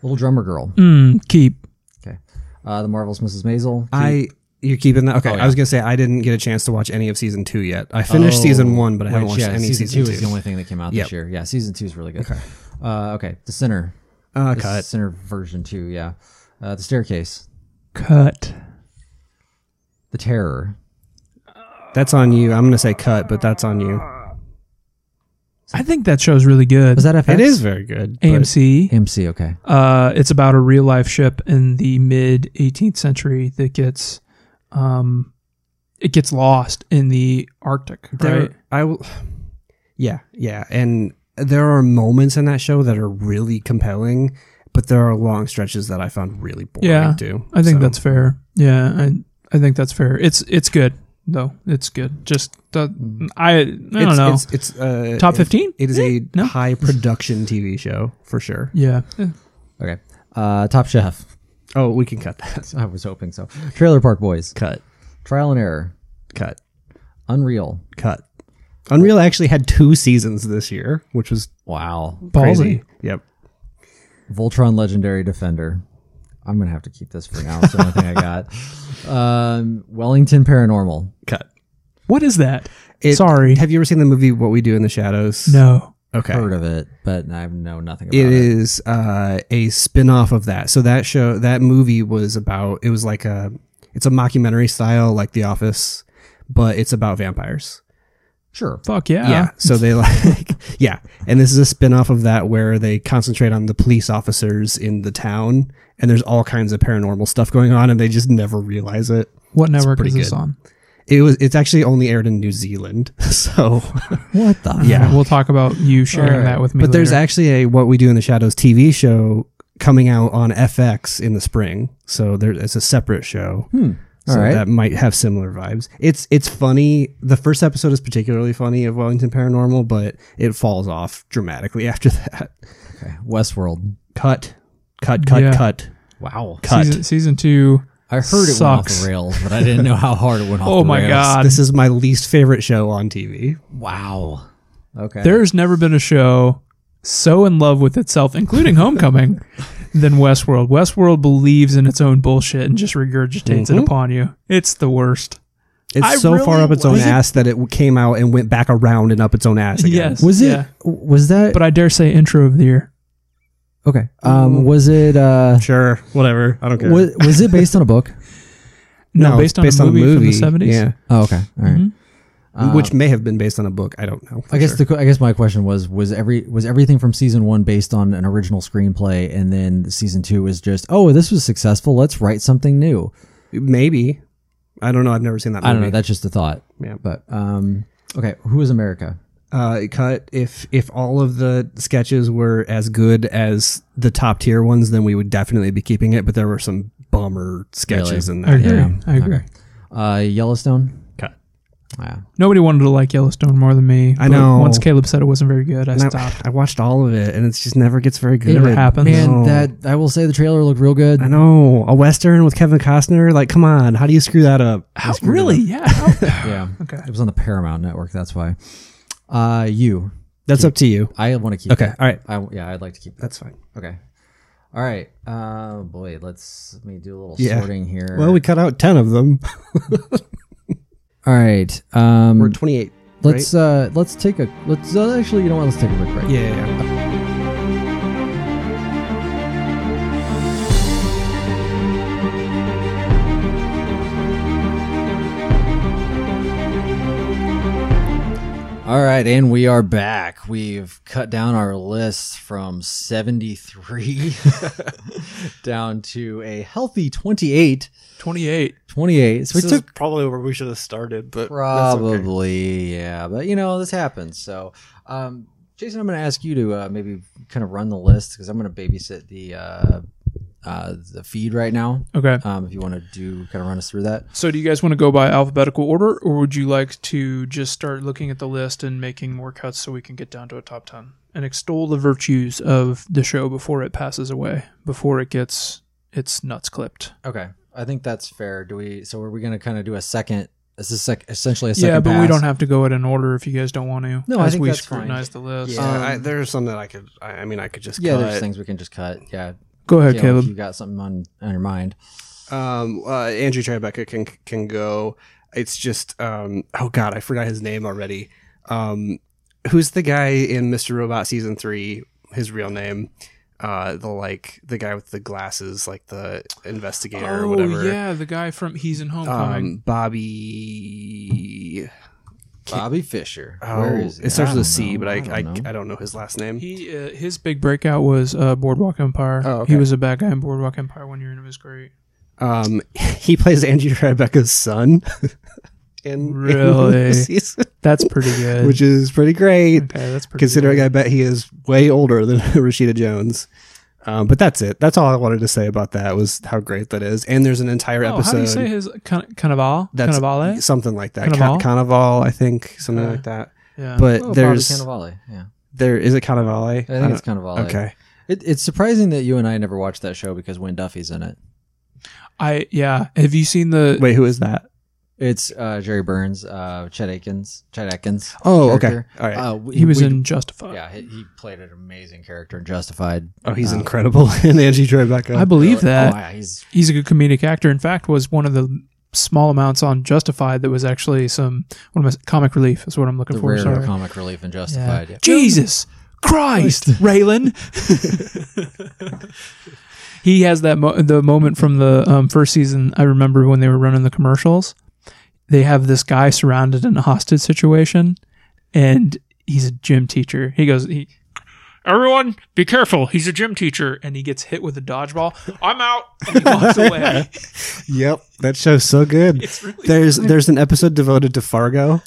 Speaker 1: Little Drummer Girl.
Speaker 3: mm, keep.
Speaker 1: Okay. Uh The Marvelous Mrs. Maisel.
Speaker 2: I. You're keeping that. Okay.
Speaker 1: Oh, yeah.
Speaker 2: I was gonna say I didn't get a chance to watch any of season two yet. I finished season one, but I haven't
Speaker 1: Which,
Speaker 2: watched
Speaker 1: Oh, yeah,
Speaker 2: any
Speaker 1: season,
Speaker 2: season,
Speaker 1: two, is the only thing that came out
Speaker 2: Yep.
Speaker 1: this year. Yeah, season two is really good. Okay. Uh okay. The Sinner.
Speaker 2: uh,
Speaker 1: The
Speaker 2: cut.
Speaker 1: Sinner version two, yeah. Uh The Staircase.
Speaker 3: Cut.
Speaker 1: The Terror.
Speaker 2: That's on you. I'm gonna say cut, but that's on you.
Speaker 3: I think that show's really good.
Speaker 1: Was that FX?
Speaker 2: It is very good. but-
Speaker 3: AMC?
Speaker 1: MC, okay.
Speaker 3: Uh, it's about a real life ship in the mid 18th century that gets um, it gets lost in the Arctic.
Speaker 2: there
Speaker 3: Right.
Speaker 2: I will Yeah, yeah. And there are moments in that show that are really compelling, but there are long stretches that I found really boring
Speaker 3: Yeah,
Speaker 2: too.
Speaker 3: I think
Speaker 2: So,
Speaker 3: that's fair. Yeah, I I think that's fair. It's it's good though. It's good. Just uh, I I don't
Speaker 2: Mm. it's,
Speaker 3: know.
Speaker 2: It's, it's uh,
Speaker 3: Top
Speaker 2: it-
Speaker 3: 15?
Speaker 2: It is a
Speaker 3: no.
Speaker 2: high production TV show for sure.
Speaker 3: yeah.
Speaker 1: Okay. Uh Top Chef.
Speaker 2: Oh, we can cut that.
Speaker 1: I was hoping so. Trailer Park Boys.
Speaker 2: Cut.
Speaker 1: Trial and Error.
Speaker 2: Cut.
Speaker 1: Unreal.
Speaker 2: Cut. Unreal actually had two seasons this year, which was
Speaker 1: Wow.
Speaker 2: crazy.
Speaker 3: Ballsy.
Speaker 2: Yep.
Speaker 1: Voltron Legendary Defender. I'm gonna have to keep this for now. It's the only thing I got. Um, Wellington Paranormal.
Speaker 2: Cut.
Speaker 3: What is that?
Speaker 2: It-
Speaker 3: Sorry.
Speaker 2: Have you ever seen the movie What We Do in the Shadows?
Speaker 3: No.
Speaker 2: Okay.
Speaker 1: Heard of it, but I know nothing about
Speaker 2: It
Speaker 1: it.
Speaker 2: is uh, a spin-off of that. So that show, that movie was about. It was like a, it's a mockumentary style, like The Office, but it's about vampires.
Speaker 1: Sure.
Speaker 3: Fuck yeah.
Speaker 2: yeah. Uh, So they like, yeah. And this is a spin-off of that where they concentrate on the police officers in the town, and there's all kinds of paranormal stuff going on, and they just never realize it.
Speaker 3: What network
Speaker 2: pretty
Speaker 3: is this
Speaker 2: good.
Speaker 3: on?
Speaker 2: It was. It's actually only aired in New Zealand. So
Speaker 1: What the?
Speaker 2: Yeah.
Speaker 3: We'll talk about you sharing
Speaker 1: Alright.
Speaker 3: that with me.
Speaker 2: But there's
Speaker 3: later.
Speaker 2: actually a What We Do in the Shadows TV show coming out on FX in the spring. So there, it's a separate show. So
Speaker 1: Hmm. All right.
Speaker 2: that might have similar vibes. It's it's funny. The first episode is particularly funny of Wellington Paranormal, but it falls off dramatically after that.
Speaker 1: Okay. Westworld.
Speaker 2: Cut, cut, cut,
Speaker 3: Yeah.
Speaker 2: cut,
Speaker 1: Wow.
Speaker 2: cut.
Speaker 3: season, season two.
Speaker 1: I heard it went off
Speaker 3: Sucks.
Speaker 1: the rails, but I didn't know how hard it went off.
Speaker 3: Oh
Speaker 1: the
Speaker 3: my
Speaker 1: rails.
Speaker 3: god.
Speaker 2: This is my least favorite show on TV.
Speaker 1: Wow. Okay.
Speaker 3: There's never been a show so in love with itself, including Homecoming, than Westworld. Westworld believes in its own bullshit and just regurgitates
Speaker 2: Mm-hmm.
Speaker 3: it upon you. It's the worst.
Speaker 2: It's
Speaker 3: I
Speaker 2: so far
Speaker 3: really
Speaker 2: up its own
Speaker 3: was-
Speaker 2: ass that it came out and went back around and up its own ass again.
Speaker 3: Yes.
Speaker 1: was it?
Speaker 3: yeah.
Speaker 1: Was that?
Speaker 3: But I dare say intro of the year.
Speaker 1: okay. Um, was it? Uh,
Speaker 2: Sure, whatever. I don't care.
Speaker 1: was, was it based on a book?
Speaker 3: No, based on a movie, from the 70s.
Speaker 2: Yeah.
Speaker 1: Oh, okay. All right. Uh,
Speaker 2: which may have been based on a book. I don't know. for
Speaker 1: I guess
Speaker 2: sure.
Speaker 1: the I guess my question was was every was everything from season one based on an original screenplay, and then season two was just oh this was successful, let's write something new.
Speaker 2: maybe I don't know. I've never seen that. Movie.
Speaker 1: I don't know. That's just a thought.
Speaker 2: Yeah.
Speaker 1: But um, okay, who is America?
Speaker 2: uh, it cut if if all of the sketches were as good as the top tier ones, then we would definitely be keeping it. But there were some bummer sketches
Speaker 1: Really?
Speaker 2: in
Speaker 3: I
Speaker 2: there.
Speaker 3: agree. I agree.
Speaker 1: Uh, Yellowstone.
Speaker 2: Cut.
Speaker 1: Yeah.
Speaker 3: Nobody wanted to like Yellowstone more than me.
Speaker 2: I
Speaker 3: but
Speaker 2: know.
Speaker 3: Once Caleb said it wasn't very good, I
Speaker 2: And
Speaker 3: stopped.
Speaker 2: I, I watched all of it, and it just never gets very good.
Speaker 3: never happens.
Speaker 1: Man,
Speaker 2: No.
Speaker 1: that I will say the trailer looked real good.
Speaker 2: I know a western with Kevin Costner. Like, come on, how do you screw that up?
Speaker 3: How- really? Yeah. how-
Speaker 1: Yeah.
Speaker 3: Okay.
Speaker 1: It was on the Paramount Network. That's why. Uh, you.
Speaker 2: That's up to you.
Speaker 1: I want to keep.
Speaker 2: Okay,
Speaker 1: it.
Speaker 2: all right,
Speaker 1: I yeah, I'd like to keep. That.
Speaker 2: that's fine.
Speaker 1: Okay. All right. Uh, boy, let's let me do a little
Speaker 2: Yeah.
Speaker 1: sorting here.
Speaker 2: Well, we cut out ten of them.
Speaker 1: All right. Um,
Speaker 2: We're twenty-eight.
Speaker 1: Let's uh let's take a let's uh, actually you know what let's take a quick break.
Speaker 2: Yeah. yeah, yeah.
Speaker 1: All right, and we are back. We've cut down our list from 73 down to a healthy 28.
Speaker 3: 28.
Speaker 1: 28. So we
Speaker 4: this
Speaker 1: took
Speaker 4: is probably where we should have started, but that's okay.
Speaker 1: Probably, yeah. But you know, this happens. So, um, Jason, I'm going to ask you to uh, maybe kind of run the list because I'm going to babysit the uh, uh, the feed right now.
Speaker 3: Okay.
Speaker 1: Um, if you want to do kind of run us through that,
Speaker 3: So, do you guys want to go by alphabetical order, or would you like to just start looking at the list and making more cuts so we can get down to a top 10 and extol the virtues of the show before it passes away, before it gets its nuts clipped?
Speaker 1: okay. I think that's fair. Do we? So, are we going to kind of do a second? This is sec- essentially a second.
Speaker 3: yeah, but we
Speaker 1: pass?
Speaker 3: don't have to go it in order if you guys don't want to.
Speaker 1: No, I
Speaker 3: as
Speaker 1: think
Speaker 3: we
Speaker 1: that's fine.
Speaker 3: scrutinize the list.
Speaker 1: Yeah. Um,
Speaker 2: I, there's some that I could. I, I mean, I could just
Speaker 1: Yeah,
Speaker 2: cut.
Speaker 1: there's things we can just cut. Yeah,
Speaker 3: Go ahead,
Speaker 1: Caleb, if
Speaker 3: Caleb.
Speaker 1: you got something on on your mind.
Speaker 2: Um, uh, Andrew Tribeca can can go. It's just um, oh god, I forgot his name already. Um, who's the guy in Mr. Robot season three? His real name, uh, the like the guy with the glasses, like the investigator or whatever.
Speaker 3: Oh, yeah, the guy from He's in Homecoming.
Speaker 2: Um, Bobby.
Speaker 1: Bobby Fisher.
Speaker 2: Oh,
Speaker 1: Where is he?
Speaker 2: it starts
Speaker 1: I
Speaker 2: with a
Speaker 1: don't
Speaker 2: C,
Speaker 1: know.
Speaker 2: but I I
Speaker 1: don't
Speaker 2: I
Speaker 1: know.
Speaker 2: don't, know his last name.
Speaker 3: he uh, his big breakout was uh, Boardwalk Empire.
Speaker 2: Oh, okay.
Speaker 3: He was a bad guy in Boardwalk Empire. One year and it was great.
Speaker 2: um, he plays Andrew Tribeca's son. in
Speaker 3: Really?
Speaker 2: in season,
Speaker 3: That's pretty good.
Speaker 2: which is pretty great.
Speaker 3: okay, that's pretty
Speaker 2: considering
Speaker 3: good.
Speaker 2: I bet he is way older than Rashida Jones. Um, but that's it. That's all I wanted to say about that was how great that is. And there's an entire
Speaker 3: Oh,
Speaker 2: episode
Speaker 3: How do you say his kind Cannavale?
Speaker 2: that's
Speaker 3: Cannavale?
Speaker 2: something like that. Ca-
Speaker 3: Carnival? Uh,
Speaker 2: Carnival, I think, something
Speaker 3: Okay.
Speaker 2: like that.
Speaker 3: Yeah.
Speaker 2: But
Speaker 1: Oh,
Speaker 2: there's
Speaker 1: Bobby Cannavale. Yeah,
Speaker 2: there is it Carnival? I,
Speaker 1: I think it's Cannavale.
Speaker 2: don't- okay.
Speaker 1: It, it's surprising that you and I never watched that show because Wayne Duffy's in it.
Speaker 3: I yeah. Have you seen the
Speaker 2: Wait, who is that?
Speaker 1: It's uh, Jerry Burns, uh, Chet Atkins, Chet Atkins.
Speaker 2: Oh, okay.
Speaker 1: character.
Speaker 2: All right.
Speaker 1: Uh, we-
Speaker 3: He was
Speaker 1: we-
Speaker 3: in Justified.
Speaker 1: Yeah, he, he played an amazing character in Justified.
Speaker 2: oh, he's incredible in Angie Tribeca.
Speaker 3: Uh, I believe
Speaker 1: Oh,
Speaker 3: that.
Speaker 1: yeah, he's
Speaker 3: He's a good comedic actor. In fact, was one of the small amounts on Justified that was actually some one of my comic relief is what I'm looking
Speaker 1: the
Speaker 3: for.
Speaker 1: rare
Speaker 3: Sorry.
Speaker 1: comic relief in
Speaker 3: Yeah.
Speaker 1: Justified. Yeah.
Speaker 3: Jesus Christ, Raylan. he has that mo- the moment from the um, first season. I remember when they were running the commercials. They have this guy surrounded in a hostage situation, and he's a gym teacher. He goes, he, "Everyone, be careful! He's a gym teacher," and he gets hit with a dodgeball. I'm out. And he walks away.
Speaker 2: Yep, that show's so good.
Speaker 3: It's really
Speaker 2: there's there's an episode devoted to Fargo,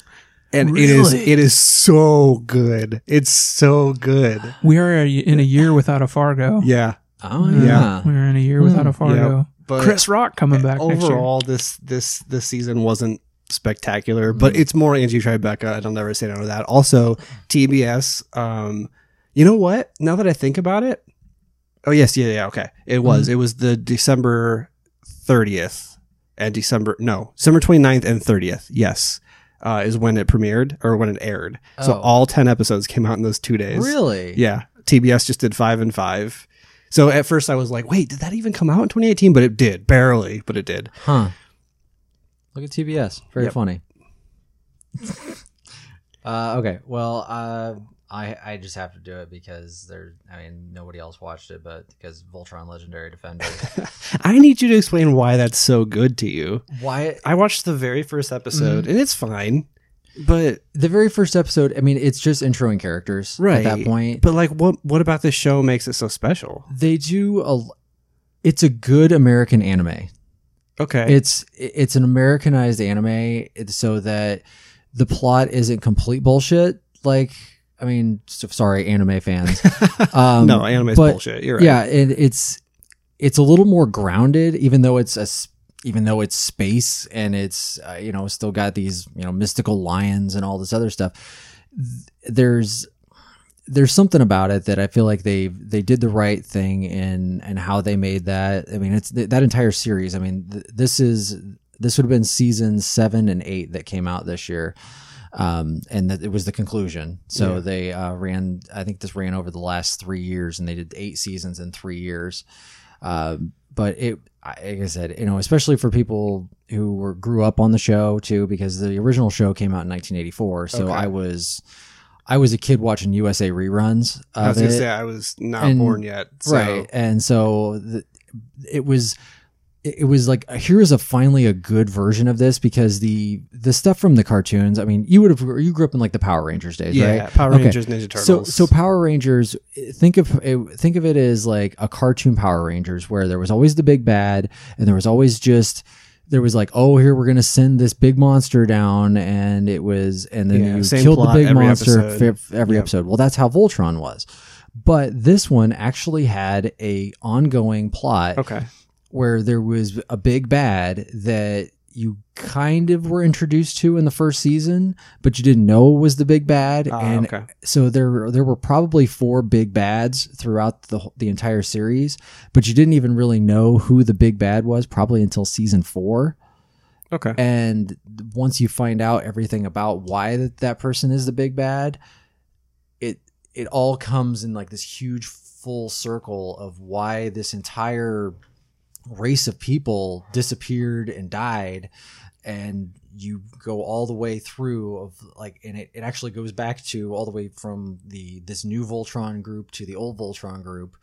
Speaker 2: and it is
Speaker 3: Really?
Speaker 2: it is so good. It's so good.
Speaker 3: we are a- in a year without a Fargo.
Speaker 2: Yeah, Mm.
Speaker 1: Oh
Speaker 3: Yeah.
Speaker 1: yeah.
Speaker 3: We are in a year without a Fargo.
Speaker 2: but
Speaker 3: Chris Rock coming back next year.
Speaker 2: Uh, overall, this this this season wasn't spectacular,
Speaker 3: Mm-hmm.
Speaker 2: but it's more Angie Tribeca, and I'll never say no to that. Also, TBS. Um, you know what? Now that I think about it, oh yes, yeah, yeah, okay. It
Speaker 3: Mm-hmm.
Speaker 2: was it was the December thirtieth and December no December 29th and thirtieth. Yes. Uh, is when it premiered or when it aired. So
Speaker 1: Oh.
Speaker 2: all ten episodes came out in those two days.
Speaker 1: Really?
Speaker 2: Yeah. TBS just did five and five. So at first I was like, wait, did that even come out in 2018? But it did, barely, but it did.
Speaker 1: Huh. Look at TBS. Very
Speaker 2: Yep.
Speaker 1: funny. uh, okay. Well, uh, I I just have to do it because there. I mean, nobody else watched it, but because Voltron Legendary Defender.
Speaker 2: I need you to explain why that's so good to you. Mm-hmm.
Speaker 1: Why
Speaker 2: I watched the very first episode and it's fine, but
Speaker 1: the very first episode? I mean, it's just introing characters
Speaker 2: right
Speaker 1: at that point.
Speaker 2: But like, what what about this show makes it so special?
Speaker 1: they do a. l- It's a good American anime.
Speaker 2: Okay,
Speaker 1: It's it's an Americanized anime it's so that the plot isn't complete bullshit. Like, I mean, so- sorry, anime fans. Um,
Speaker 2: no, anime's
Speaker 1: but-
Speaker 2: bullshit. You're right.
Speaker 1: Yeah, and it's it's a little more grounded, even though it's a s- even though it's space and it's uh, you know still got these you know mystical lions and all this other stuff. Th- There's there's something about it that I feel like they they did the right thing in and how they made that. I mean, it's th- that entire series. I mean, th- this is this would have been season seven and eight that came out this year. Um, and that it was the conclusion. So
Speaker 2: Yeah.
Speaker 1: they uh, ran. I think this ran over the last three years, and they did eight seasons in three years. Um, but it, I- like I said, you know, especially for people who were grew up on the show too, because the original show came out in 1984. So
Speaker 2: Okay.
Speaker 1: I was, I was a kid watching USA reruns. Of
Speaker 2: I was gonna
Speaker 1: it
Speaker 2: say I was not
Speaker 1: And-
Speaker 2: born yet. So.
Speaker 1: right and so the, it was it it was like here is a finally a good version of this because the the stuff from the cartoons i mean you would have you grew up in like the power rangers days
Speaker 2: Yeah,
Speaker 1: right
Speaker 2: Power
Speaker 1: Okay.
Speaker 2: Rangers, Ninja Turtles.
Speaker 1: so so power rangers think of it- think of it as like a cartoon power rangers where there was always the big bad and there was always just there was like, oh, here we're gonna send this big monster down, and it was, and then
Speaker 2: Yeah,
Speaker 1: you
Speaker 2: same
Speaker 1: killed the
Speaker 2: plot
Speaker 1: big
Speaker 2: every
Speaker 1: monster
Speaker 2: episode.
Speaker 1: fi- f- every episode. Well, that's how Voltron was, but this one actually had a ongoing plot
Speaker 2: okay,
Speaker 1: where there was a big bad that you kind of were introduced to in the first season, but you didn't know was the big bad,
Speaker 2: Ah,
Speaker 1: and
Speaker 2: okay,
Speaker 1: so there there were probably four big bads throughout the wh- the entire series, but you didn't even really know who the big bad was probably until season 4.
Speaker 2: okay.
Speaker 1: And once you find out everything about why that, that person is the big bad, it it all comes in like this huge full circle of why this entire race of people disappeared and died and you go all the way through of like and it, it actually goes back to all the way from the this new voltron group to the old voltron group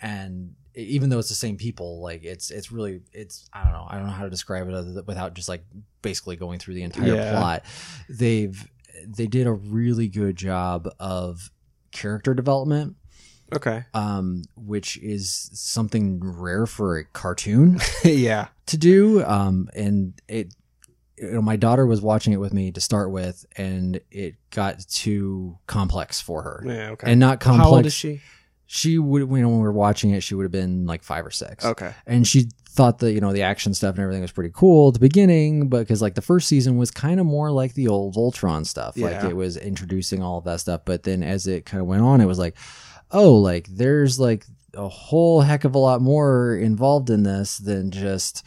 Speaker 1: and e- even though it's the same people like it's it's really it's i don't know i don't know how to describe it other than, without just like basically going through the entire
Speaker 2: Yeah.
Speaker 1: plot they've they did a really good job of character development
Speaker 2: Okay.
Speaker 1: um, which is something rare for a cartoon
Speaker 2: yeah.
Speaker 1: to do. Um, and it, you know, my daughter was watching it with me to start with, and it got too complex for her,
Speaker 2: Yeah. Okay.
Speaker 1: and not complex.
Speaker 2: How old is she?
Speaker 1: She would, you know, when we were watching it, she would have been like five or six
Speaker 2: Okay.
Speaker 1: and she thought that you know the action stuff and everything was pretty cool at the beginning but because like the first season was kind of more like the old voltron stuff like
Speaker 2: Yeah.
Speaker 1: it was introducing all of that stuff but then as it kind of went on it was like oh like there's like a whole heck of a lot more involved in this than just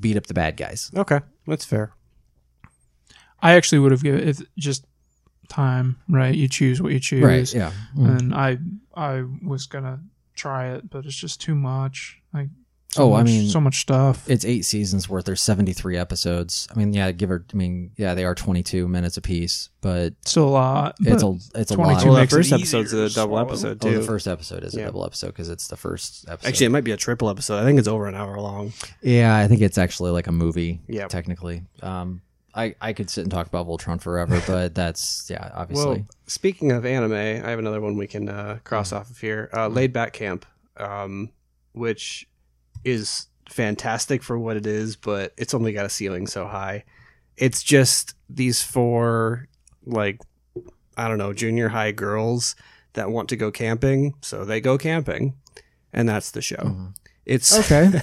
Speaker 1: beat up the bad guys
Speaker 2: Okay. That's fair.
Speaker 3: I actually would have given if just time, right? You choose what you choose.
Speaker 1: right. Yeah. Mm.
Speaker 3: And I I was gonna try it, but it's just too much. Like so
Speaker 1: Oh, I
Speaker 3: much-
Speaker 1: mean-
Speaker 3: so much stuff.
Speaker 1: It's eight seasons worth. There's 73 episodes. I mean, yeah, give or. I mean, yeah, they are 22 minutes apiece, but
Speaker 3: Still a lot.
Speaker 1: it's
Speaker 3: but-
Speaker 1: a it's a
Speaker 3: 22
Speaker 1: lot.
Speaker 3: It
Speaker 4: Well, that
Speaker 3: makes it
Speaker 4: first
Speaker 3: easier
Speaker 4: episode's
Speaker 3: to
Speaker 4: a double
Speaker 3: swallow.
Speaker 4: episode
Speaker 1: Oh,
Speaker 4: too.
Speaker 1: the first episode is a
Speaker 4: Yeah.
Speaker 1: double episode because it's the first episode.
Speaker 4: Actually, it might be a triple episode. I think it's over an hour long.
Speaker 1: yeah, I think it's actually like a movie.
Speaker 4: Yeah.
Speaker 1: technically. Um, I I could sit and talk about Voltron forever, but that's yeah, obviously. Mm.
Speaker 2: Well, speaking of anime, I have another one we can uh, cross off of here. Uh, Laid Back Camp, um, which is fantastic for what it is, but it's only got a ceiling so high. It's just these four, like, I don't know, junior high girls that want to go camping, so they go camping, and that's the show.
Speaker 1: Mhm.
Speaker 2: It's
Speaker 1: Okay.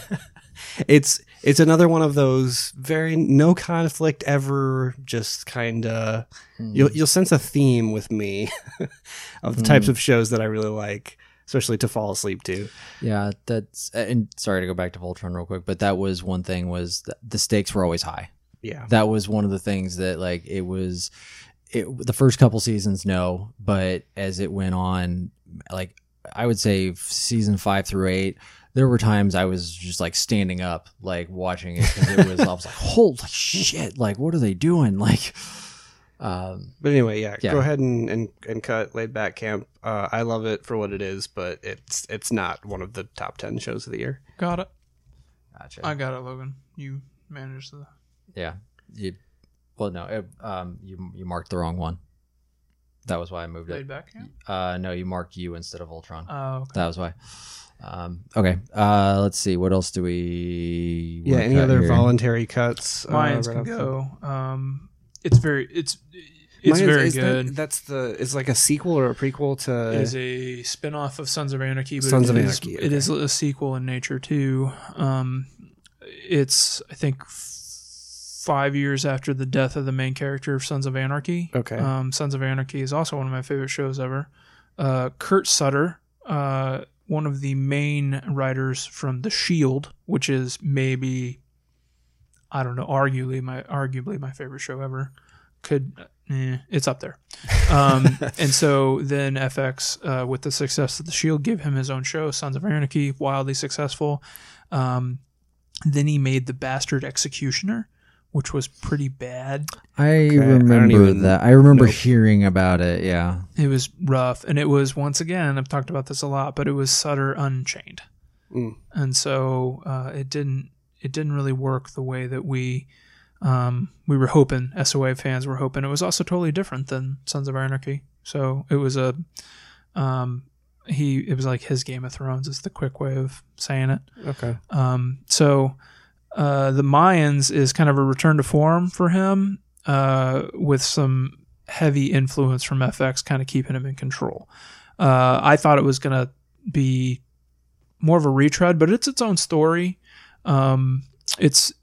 Speaker 2: it's it's another one of those very no conflict ever, just kind of
Speaker 1: Mm.
Speaker 2: You'll you'll sense a theme with me of the types
Speaker 1: Mm.
Speaker 2: of shows that I really like, especially to fall asleep to.
Speaker 1: Yeah, that's and sorry to go back to Voltron real quick, but that was one thing was th- the stakes were always high.
Speaker 2: Yeah.
Speaker 1: That was one of the things that like it was it the first couple seasons no, but as it went on like I would say season 5 through 8 there were times I was just like standing up, like watching it because it was. I was like, "Holy shit! Like, what are they doing?" Like, um,
Speaker 2: But anyway, yeah,
Speaker 1: Yeah.
Speaker 2: go ahead and, and, and cut laid back camp. Uh, I love it for what it is, but it's it's not one of the top ten shows of the year.
Speaker 3: got it.
Speaker 1: gotcha.
Speaker 3: I got it, Logan. You managed the
Speaker 1: Yeah. You, well, no, it, um, you you marked the wrong one. That was why I moved
Speaker 3: laid
Speaker 1: it.
Speaker 3: back camp.
Speaker 1: Uh, no, you marked you instead of Ultron.
Speaker 3: Oh, okay.
Speaker 1: that was why. Um, okay. Uh, let's see. What else do we?
Speaker 2: Yeah,
Speaker 1: wanna
Speaker 2: any
Speaker 1: cut
Speaker 2: other
Speaker 1: here?
Speaker 2: voluntary cuts? uh,
Speaker 3: Lions
Speaker 2: right
Speaker 3: can
Speaker 2: off the-
Speaker 3: go. Um, it's very it's it's
Speaker 2: Mine is-
Speaker 3: very
Speaker 2: is that-
Speaker 3: good.
Speaker 2: that's the is like a sequel or a prequel to
Speaker 3: It is a spin-off of Sons of Anarchy. But
Speaker 2: Sons
Speaker 3: it
Speaker 2: of
Speaker 3: is-
Speaker 2: Anarchy,
Speaker 3: It is a sequel in nature too. Um, it's I think f- five years after the death of the main character of Sons of Anarchy.
Speaker 2: Okay.
Speaker 3: Um, Sons of Anarchy is also one of my favorite shows ever. Uh, Kurt Sutter, uh, one of the main writers from The Shield, which is maybe I don't know, arguably my arguably my favorite show ever. Could eh, it's up there. Um, and so then FX, uh, with the success of The Shield, gave him his own show, Sons of Anarchy, wildly successful. Um, then he made The Bastard Executioner, which was pretty bad.
Speaker 1: I
Speaker 2: I don't
Speaker 1: remember
Speaker 2: even
Speaker 1: that. I remember
Speaker 2: know.
Speaker 1: hearing about it. Yeah.
Speaker 3: It was rough, and it was once again I've talked about this a lot, but it was Sutter Unchained,
Speaker 2: Mm.
Speaker 3: and so uh, it didn't it didn't really work the way that we um, we were hoping. SOA fans were hoping. It was also totally different than Sons of Anarchy, so it was a um, he it was like his Game of Thrones is the quick way of saying it.
Speaker 2: okay.
Speaker 3: Um, so uh, the Mayans is kind of a return to form for him, uh, with some heavy influence from FX, kind of keeping him in control. Uh, I thought it was gonna be more of a retread, but it's its own story. Um, it's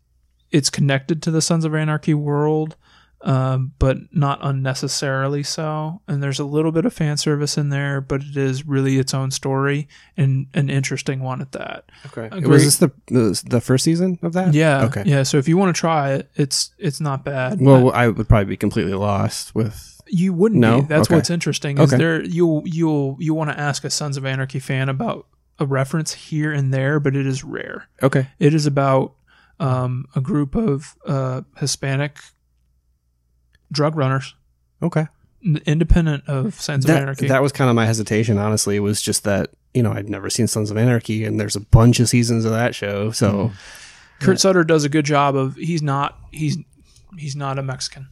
Speaker 3: it's connected to the Sons of Anarchy world, um, but not unnecessarily so. And there's a little bit of fan service in there, but it is really its own story and an interesting one at that.
Speaker 2: Okay.
Speaker 3: Agree.
Speaker 2: Was this the, the the first season of that?
Speaker 3: Yeah.
Speaker 2: Okay.
Speaker 3: Yeah. So if you want to try it, it's it's not bad.
Speaker 2: Well, I would probably be completely lost with.
Speaker 3: you wouldn't.
Speaker 2: No?
Speaker 3: Be. That's
Speaker 2: Okay.
Speaker 3: what's interesting. Is
Speaker 2: Okay.
Speaker 3: there you you'll you want to ask a Sons of Anarchy fan about a reference here and there, but it is rare.
Speaker 2: Okay.
Speaker 3: It is about um, a group of uh, Hispanic drug runners,
Speaker 2: Okay.
Speaker 3: n- independent of Sons of
Speaker 2: that,
Speaker 3: Anarchy.
Speaker 2: that was kind of my hesitation, honestly, was just that, you know, I'd never seen Sons of Anarchy and there's a bunch of seasons of that show. So
Speaker 3: Kurt Sutter does a good job of he's not he's he's not a Mexican,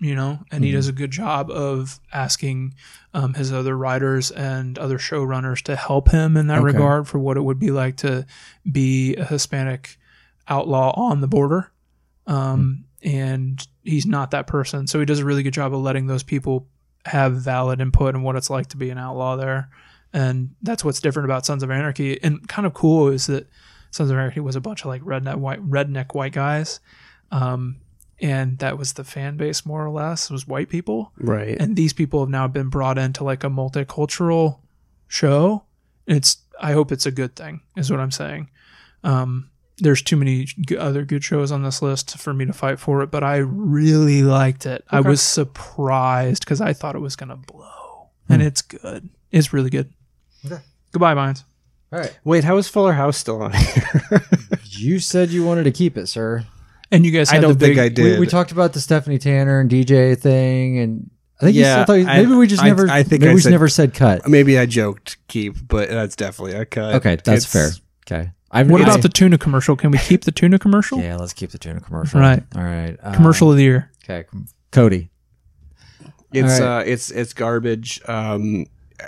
Speaker 3: you know, and he does a good job of asking um, his other writers and other showrunners to help him in that
Speaker 2: Okay.
Speaker 3: regard for what it would be like to be a Hispanic outlaw on the border, um, and he's not that person, so he does a really good job of letting those people have valid input on what it's like to be an outlaw there. And that's what's different about Sons of Anarchy. And kind of cool is that Sons of Anarchy was a bunch of like redneck white redneck white guys, um, and that was the fan base more or less was white people.
Speaker 2: Right.
Speaker 3: And these people have now been brought into like a multicultural show. It's I hope it's a good thing is what I'm saying. Um, there's too many g- other good shows on this list for me to fight for it, but I really liked it. I Okay. was surprised because I thought it was gonna blow, and it's good. It's really good.
Speaker 1: Okay.
Speaker 3: Goodbye, Mines.
Speaker 1: All right.
Speaker 2: Wait, how is Fuller House still on here?
Speaker 1: You said you wanted to keep it, sir.
Speaker 3: And you guys,
Speaker 2: I
Speaker 3: had
Speaker 2: don't
Speaker 3: the
Speaker 2: think
Speaker 3: big,
Speaker 2: I
Speaker 1: We,
Speaker 2: did.
Speaker 1: we talked about the Stephanie Tanner and DJ thing, and I think
Speaker 2: Yeah,
Speaker 1: you still thought
Speaker 2: I-
Speaker 1: maybe we just
Speaker 2: I-
Speaker 1: never.
Speaker 2: I think
Speaker 1: maybe
Speaker 2: I
Speaker 1: we just
Speaker 2: said-
Speaker 1: never said cut.
Speaker 2: Maybe I joked keep, but that's definitely a cut.
Speaker 1: Okay, that's
Speaker 2: It's-
Speaker 1: fair. Okay. I've,
Speaker 3: What
Speaker 1: I-
Speaker 3: about the tuna commercial? Can we keep the tuna commercial?
Speaker 1: Yeah, let's keep the tuna commercial.
Speaker 3: Right.
Speaker 1: All right. Uh,
Speaker 3: Commercial of the year.
Speaker 1: Okay. com- Cody.
Speaker 2: It's
Speaker 1: All right.
Speaker 2: uh, it's it's garbage. Um,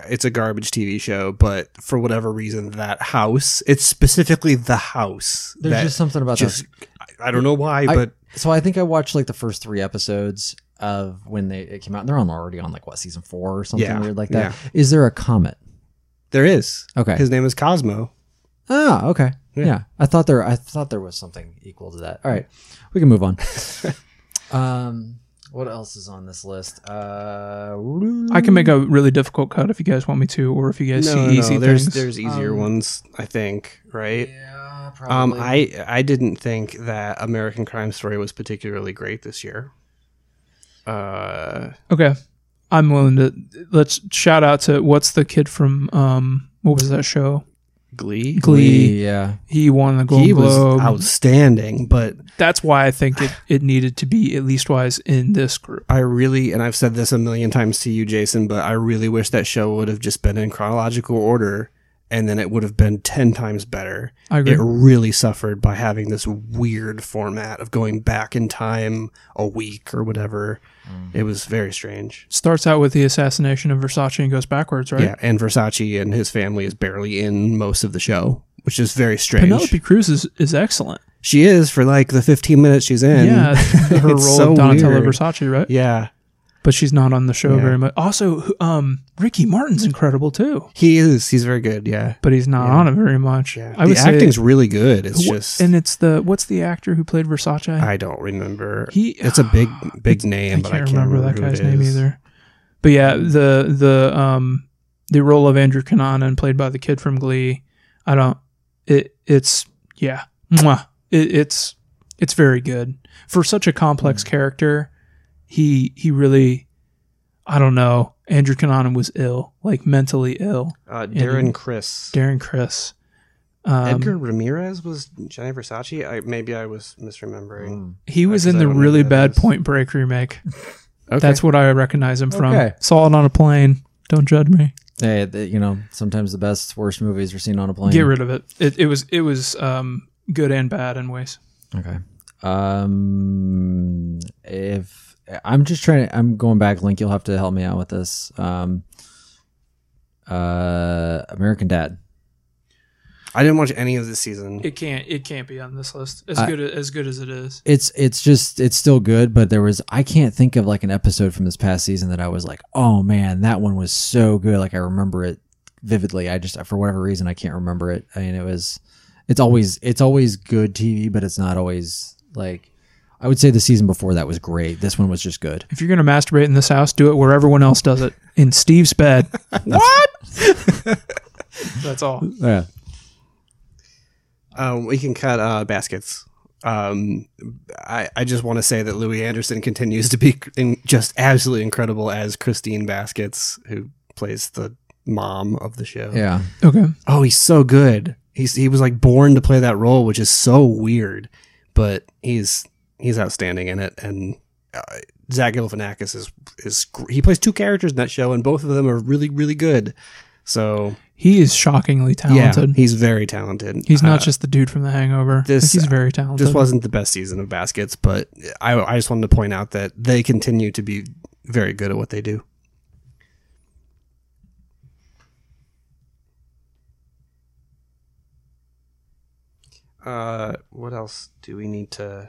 Speaker 2: it's a garbage TV show, but for whatever reason, that house. It's specifically the house.
Speaker 1: There's
Speaker 2: that
Speaker 1: just something about that.
Speaker 2: just I, I don't know why,
Speaker 1: I-
Speaker 2: but
Speaker 1: So I think I watched like the first three episodes of when they it came out. They're on already on like what season four or something
Speaker 2: Yeah,
Speaker 1: weird like that. Is there a comet?
Speaker 2: there is.
Speaker 1: Okay.
Speaker 2: His name is Cosmo.
Speaker 1: Ah, okay. Yeah.
Speaker 2: Yeah.
Speaker 1: I thought there I thought there was something equal to that. All right. We can move on. um what else is on this list? Uh
Speaker 3: I can make a really difficult cut if you guys want me to, or if you guys see easy
Speaker 2: there's
Speaker 3: things.
Speaker 2: there's easier
Speaker 1: Um,
Speaker 2: ones, I think. Right.
Speaker 1: Yeah,
Speaker 2: Um,
Speaker 1: probably.
Speaker 2: I I didn't think that American Crime Story was particularly great this year. Uh,
Speaker 3: okay, I'm willing to let's shout out to what's the kid from um what was that show
Speaker 2: Glee.
Speaker 3: Glee.
Speaker 1: yeah.
Speaker 3: He won the Golden
Speaker 2: He was
Speaker 3: Globe.
Speaker 2: outstanding, but
Speaker 3: That's why I think it, it needed to be at least wise in this group.
Speaker 2: I really, and I've said this a million times to you, Jason, but I really wish that show would have just been in chronological order and then it would have been 10 times better.
Speaker 3: I agree.
Speaker 2: It really suffered by having this weird format of going back in time a week or whatever. It was very strange.
Speaker 3: Starts out with the assassination of Versace and goes backwards, right?
Speaker 2: Yeah, and Versace and his family is barely in most of the show, which is very strange.
Speaker 3: Penelope Cruz is, is excellent.
Speaker 2: She is for like the 15 minutes she's in.
Speaker 3: yeah, her role
Speaker 2: It's
Speaker 3: of
Speaker 2: so
Speaker 3: Donatella
Speaker 2: weird.
Speaker 3: Versace, right?
Speaker 2: Yeah.
Speaker 3: But she's not on the show
Speaker 2: Yeah.
Speaker 3: very much. Also, who- um, Ricky Martin's incredible too,
Speaker 2: He is. He's very good. Yeah.
Speaker 3: but he's not
Speaker 2: Yeah.
Speaker 3: on it very much.
Speaker 2: Yeah.
Speaker 3: I
Speaker 2: the
Speaker 3: would say-
Speaker 2: acting's really good. It's
Speaker 3: Wha-
Speaker 2: just.
Speaker 3: and it's the what's the actor who played Versace?
Speaker 2: I don't remember.
Speaker 3: He-
Speaker 2: it's a big big
Speaker 3: I
Speaker 2: name,
Speaker 3: can't,
Speaker 2: but I can't
Speaker 3: remember, that
Speaker 2: who it
Speaker 3: guy's name
Speaker 2: is.
Speaker 3: either. But yeah, the the um the role of Andrew Cunanan played by the kid from Glee. I don't. It it's yeah. Mwah. It, it's it's very good for such a
Speaker 2: Hmm.
Speaker 3: complex character. He he really. I don't know. Andrew Cunanan was ill, like mentally ill.
Speaker 2: Uh,
Speaker 3: Darren
Speaker 2: Darren Chris.
Speaker 3: Darren Chris. Um,
Speaker 2: Edgar Ramirez was Johnny Versace. I, maybe I was misremembering.
Speaker 1: Mm.
Speaker 3: He was
Speaker 2: Because
Speaker 3: in
Speaker 2: I
Speaker 3: the
Speaker 2: don't know who
Speaker 3: really
Speaker 2: that
Speaker 3: bad
Speaker 2: is.
Speaker 3: Point Break remake.
Speaker 2: Okay.
Speaker 3: That's what I recognize him from.
Speaker 1: Okay.
Speaker 3: Saw it on a plane. Don't judge me.
Speaker 1: Hey, the, you know, sometimes the best worst movies are seen on a plane.
Speaker 3: Get rid of it. It, it was it was um, good and bad in ways.
Speaker 1: Okay. Um, if I'm just trying to, I'm going back. Link, you'll have to help me out with this. Um, uh, American Dad.
Speaker 2: I didn't watch any of this season.
Speaker 3: It can't it can't be on this list as
Speaker 1: I-
Speaker 3: good as good as it is.
Speaker 1: It's it's just it's still good, but there was I can't think of like an episode from this past season that I was like, oh man, that one was so good. Like I remember it vividly. I just for whatever reason I can't remember it. I mean, it was it's always it's always good TV, but it's not always like I would say the season before that was great. This one was just good.
Speaker 3: If you're gonna masturbate in this house, do it where everyone else does it in Steve's bed. what? That's all.
Speaker 1: Yeah.
Speaker 2: Um, we can cut uh, baskets. Um, I, I just want to say that Louis Anderson continues to be in, just absolutely incredible as Christine Baskets, who plays the mom of the show.
Speaker 1: Yeah.
Speaker 3: Okay.
Speaker 2: Oh, he's so good. He's he was like born to play that role, which is so weird, but he's he's outstanding in it. And uh, Zach Galifianakis is is gr- he plays two characters in that show, and both of them are really really good. So
Speaker 3: He is shockingly talented.
Speaker 2: yeah, he's very talented.
Speaker 3: he's not
Speaker 2: Uh,
Speaker 3: just the dude from The Hangover.
Speaker 2: this-
Speaker 3: he's very talented.
Speaker 2: this wasn't the best season of baskets, but I I just wanted to point out that they continue to be very good at what they do. Uh, what else do we need to?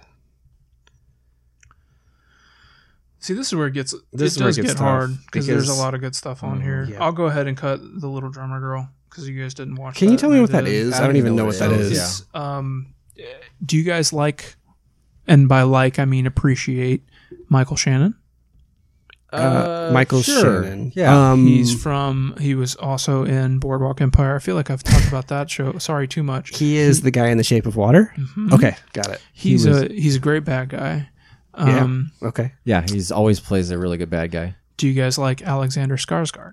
Speaker 3: See, this is where it gets
Speaker 2: This
Speaker 3: it
Speaker 2: is where it
Speaker 3: does
Speaker 2: gets
Speaker 3: get
Speaker 2: tough,
Speaker 3: hard because there's a
Speaker 2: because-
Speaker 3: lot of good stuff on
Speaker 1: Mm,
Speaker 3: here.
Speaker 2: yeah.
Speaker 3: I'll go ahead and cut the little drummer girl because you guys didn't watch.
Speaker 2: Can you tell me
Speaker 3: and
Speaker 2: what
Speaker 3: Uh, I
Speaker 2: that
Speaker 3: did.
Speaker 2: is? I don't even know what that
Speaker 1: it
Speaker 3: So
Speaker 2: is.
Speaker 1: Yeah.
Speaker 3: it's, Um, eh, do you guys like? And by like, I mean appreciate Michael Shannon.
Speaker 2: Uh, Michael Shannon.
Speaker 1: Yeah.
Speaker 2: Um,
Speaker 3: He's from. He was also in Boardwalk Empire. I feel like I've talked about that show. Sorry, too much.
Speaker 2: he is the guy in the Shape of Water.
Speaker 3: Mhm.
Speaker 2: Okay, got it.
Speaker 3: he's
Speaker 2: he was-
Speaker 3: a he's a great bad guy.
Speaker 2: Yeah.
Speaker 3: Um,
Speaker 2: Okay,
Speaker 1: yeah, he's always plays a really good bad guy.
Speaker 3: Do you guys like Alexander Skarsgård?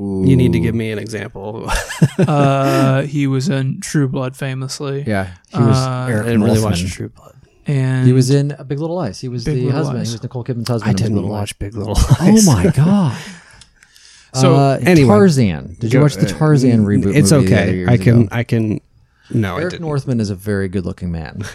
Speaker 1: Ooh.
Speaker 2: you need to give me.
Speaker 4: me an example.
Speaker 3: uh, he was in True Blood famously,
Speaker 1: Yeah, he was
Speaker 3: Uh,
Speaker 1: Eric
Speaker 4: I didn't really watch
Speaker 1: Olsen.
Speaker 4: True Blood.
Speaker 3: and
Speaker 1: He was in A Big Little Lies. He was
Speaker 3: Big
Speaker 1: the
Speaker 3: Little
Speaker 1: husband.
Speaker 3: Lies.
Speaker 1: He was Nicole Kidman's husband.
Speaker 2: I
Speaker 1: in Big
Speaker 2: didn't
Speaker 1: Little Lies.
Speaker 2: watch Big Little
Speaker 1: Oh
Speaker 2: Lies.
Speaker 1: my god!
Speaker 3: So,
Speaker 1: uh,
Speaker 2: anyway. Mm,
Speaker 1: Tarzan. Did you watch the Tarzan reboot?
Speaker 2: It's
Speaker 1: movie the other
Speaker 2: okay.
Speaker 1: years
Speaker 2: I can.
Speaker 1: ago?
Speaker 2: I can. No, I
Speaker 1: Eric
Speaker 2: didn't.
Speaker 1: Northman is a very good-looking man. Let's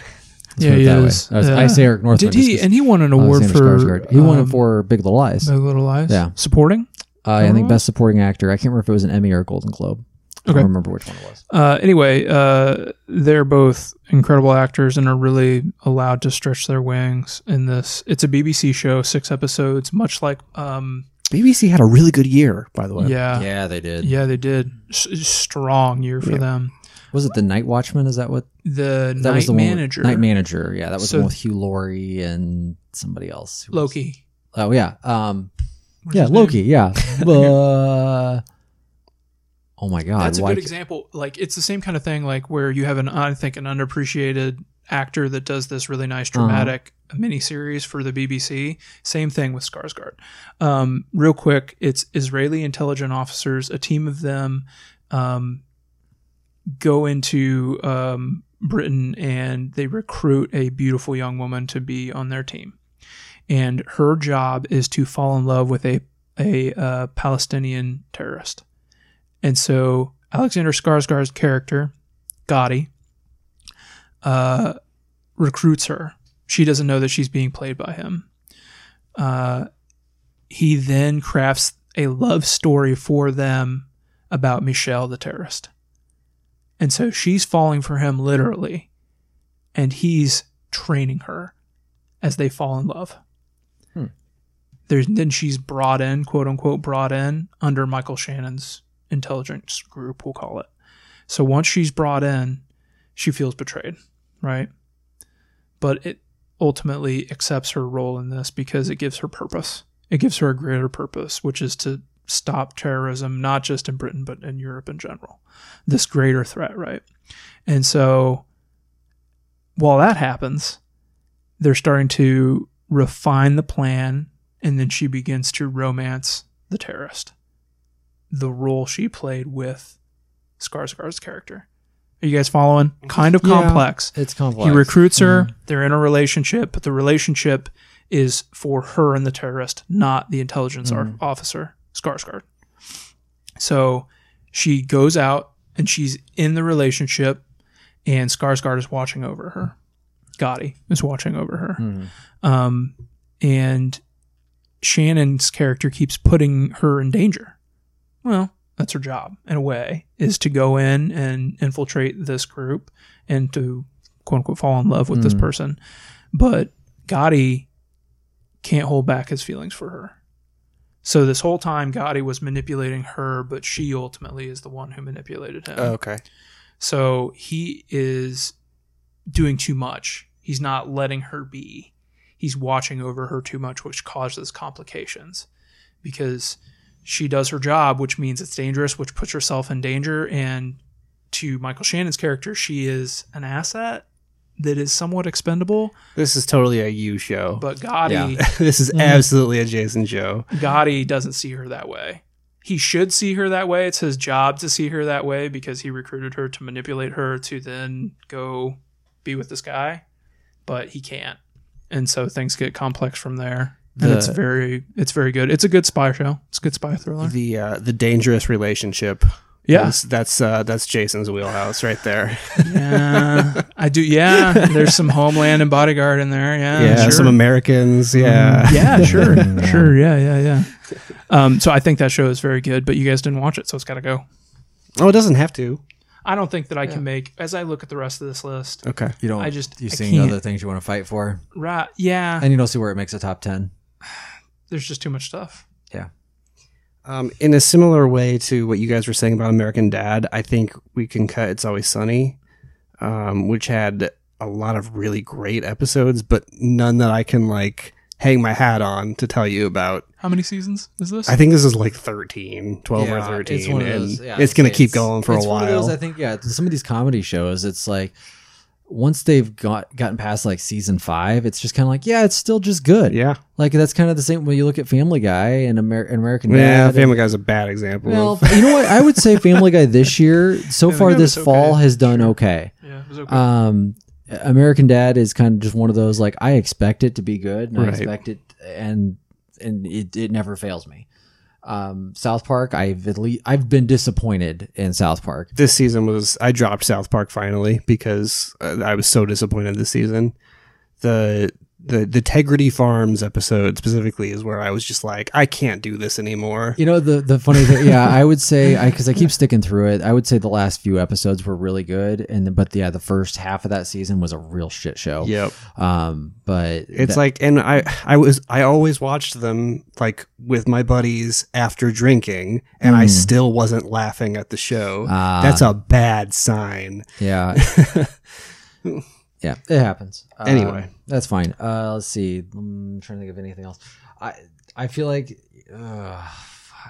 Speaker 3: yeah,
Speaker 1: put it
Speaker 3: he
Speaker 1: that way.
Speaker 3: is.
Speaker 1: I, was- I
Speaker 3: Uh,
Speaker 1: say Eric Northman.
Speaker 3: Did he?
Speaker 1: just 'cause
Speaker 3: And he won an award
Speaker 1: Alexander
Speaker 3: for
Speaker 1: Skarsgård. He won
Speaker 3: um,
Speaker 1: it for Big Little Lies.
Speaker 3: Big Little Lies.
Speaker 1: Yeah.
Speaker 3: supporting.
Speaker 1: Uh, I think Best Supporting Actor. I can't remember if it was an Emmy or a Golden Globe. I
Speaker 3: Okay.
Speaker 1: don't remember which one it was.
Speaker 3: Uh, anyway, uh, they're both incredible actors and are really allowed to stretch their wings in this. It's a BBC show, six episodes, much like um,
Speaker 2: BBC E had a really good year, by the way.
Speaker 3: yeah, yeah,
Speaker 1: yeah, they did.
Speaker 3: they did S- strong year for them.
Speaker 1: Was it The Night Watchman? Is that what?
Speaker 3: The
Speaker 1: That
Speaker 3: night
Speaker 1: was the one with-
Speaker 3: manager,
Speaker 1: Night Manager. Yeah, that was
Speaker 3: So-
Speaker 1: the one with Hugh Laurie and somebody else. who was-
Speaker 3: Loki.
Speaker 1: Oh yeah. Um,
Speaker 3: What is
Speaker 1: yeah,
Speaker 3: his name?
Speaker 1: Loki. Yeah. Uh, oh my god.
Speaker 3: That's a
Speaker 1: why
Speaker 3: good
Speaker 1: ca-
Speaker 3: example. Like it's the same kind of thing, like where you have an I think an underappreciated actor that does this really nice dramatic miniseries for the BBC. Same thing with Skarsgård. Um, real quick, it's Israeli intelligent officers. A team of them um, go into um, Britain and they recruit a beautiful young woman to be on their team, and her job is to fall in love with a a uh, Palestinian terrorist. And so Alexander Skarsgård's character, Gotti, uh, recruits her. She doesn't know that she's being played by him. Uh, he then crafts a love story for them about Michelle, the terrorist. And so she's falling for him literally, and he's training her as they fall in love.
Speaker 1: Hmm.
Speaker 3: There's then she's brought in, quote unquote, brought in under Michael Shannon's intelligence group, we'll call it. So once she's brought in, she feels betrayed, right? But it ultimately accepts her role in this because it gives her purpose. It gives her a greater purpose, which is to stop terrorism, not just in Britain, but in Europe in general. This greater threat, right? And so while that happens, they're starting to refine the plan, and then she begins to romance the terrorist the role she played with Skarsgård's character. Are you guys following? Kind of
Speaker 2: Yeah.
Speaker 3: complex.
Speaker 1: It's complex.
Speaker 3: He recruits her. Mm-hmm. They're in a relationship, but the relationship is for her and the terrorist, not the intelligence ar- officer Skarsgård. So she goes out and she's in the relationship, and Skarsgård is watching over her. Gotti is watching over her.
Speaker 1: Mhm.
Speaker 3: Um, and Shannon's character keeps putting her in danger. Well, that's her job in a way, is to go in and infiltrate this group and to quote unquote fall in love with this
Speaker 1: Mm.
Speaker 3: person. But Gotti can't hold back his feelings for her. So this whole time Gotti was manipulating her, but she ultimately is the one who manipulated him.
Speaker 4: Okay.
Speaker 3: So he is doing too much. He's not letting her be. He's watching over her too much, which causes complications because she does her job, which means it's dangerous, which puts herself in danger. And to Michael Shannon's character, she is an asset that is somewhat expendable.
Speaker 2: This is totally a you show.
Speaker 3: But Gotti,
Speaker 2: this is absolutely a Jason show.
Speaker 3: Gotti doesn't see her that way. He should see her that way. It's his job to see her that way because he recruited her to manipulate her to then go be with this guy, but he can't. And so things get complex from there. And it's
Speaker 2: The-
Speaker 3: very it's very good. It's a good spy show. It's a good spy thriller.
Speaker 2: The uh, the dangerous relationship.
Speaker 3: Yeah.
Speaker 2: That's that's, uh, that's Jason's wheelhouse right there.
Speaker 3: yeah. I do yeah. There's some homeland and bodyguard in there. Yeah.
Speaker 2: yeah,
Speaker 3: sure.
Speaker 2: some Americans. Yeah.
Speaker 3: yeah, sure.
Speaker 1: Mm.
Speaker 3: Sure. Yeah, yeah, yeah. Um, so I think that show is very good, but you guys didn't watch it, so it's gotta go.
Speaker 2: Oh, it doesn't have to.
Speaker 3: I don't think that I can make as I look at the rest of this list.
Speaker 2: Okay.
Speaker 1: You don't.
Speaker 3: I just-
Speaker 1: You
Speaker 3: I
Speaker 1: seeing
Speaker 3: can't.
Speaker 1: other things you want to fight for,
Speaker 3: Right? Yeah.
Speaker 1: and you don't see where it makes a top ten.
Speaker 3: There's just too much stuff.
Speaker 2: Um, in a similar way to what you guys were saying about American Dad, I think we can cut It's Always Sunny, um, which had a lot of really great episodes, but none that I can like hang my hat on to tell you about.
Speaker 3: How many seasons is this?
Speaker 2: I think this is like 13, 12 or 13.
Speaker 1: It's one of
Speaker 2: and
Speaker 1: those. yeah,
Speaker 2: it's
Speaker 1: I'd
Speaker 2: going
Speaker 1: say
Speaker 2: to keep
Speaker 1: it's-
Speaker 2: going for a
Speaker 1: it's
Speaker 2: while.
Speaker 1: One of those, I think. Yeah, some of these comedy shows, it's like once they've got gotten past like season five, it's just kind of like, yeah, it's still just good.
Speaker 2: yeah.
Speaker 1: Like that's kind of the same when you look at Family Guy and Amer- and American Dad.
Speaker 2: Yeah,
Speaker 1: and-
Speaker 2: Family Guy's a bad example.
Speaker 1: well,
Speaker 2: of,
Speaker 1: you know what? I would say Family Guy this year, so
Speaker 3: Family
Speaker 1: far
Speaker 3: Guy
Speaker 1: this
Speaker 3: was
Speaker 1: fall,
Speaker 3: okay.
Speaker 1: has done okay.
Speaker 3: yeah, it was okay.
Speaker 2: Uh,
Speaker 1: Um, American Dad is kind of just one of those like I expect it to be good, and I
Speaker 2: Right.
Speaker 1: expect it, and and it, it never fails me. Um, South Park, I've at least I've been disappointed in South Park.
Speaker 2: this season was I dropped South Park finally because uh, I was so disappointed this season. The the the Tegrity Farms episode specifically is where I was just like, I can't do this anymore.
Speaker 1: You know the the funny thing, yeah, I would say I because I keep sticking through it. I would say the last few episodes were really good, and then- but yeah, the first half of that season was a real shit show.
Speaker 2: Yep.
Speaker 1: Um, but
Speaker 2: It's
Speaker 1: that-
Speaker 2: like, and I, I was, I always watched them like with my buddies after drinking, and I
Speaker 1: Mm.
Speaker 2: still wasn't laughing at the show.
Speaker 1: Ah.
Speaker 2: That's a bad sign.
Speaker 1: yeah, yeah, it happens. Uh,
Speaker 2: Anyway.
Speaker 1: that's fine. Uh, let's see. I'm trying to think of anything else. I I feel like uh,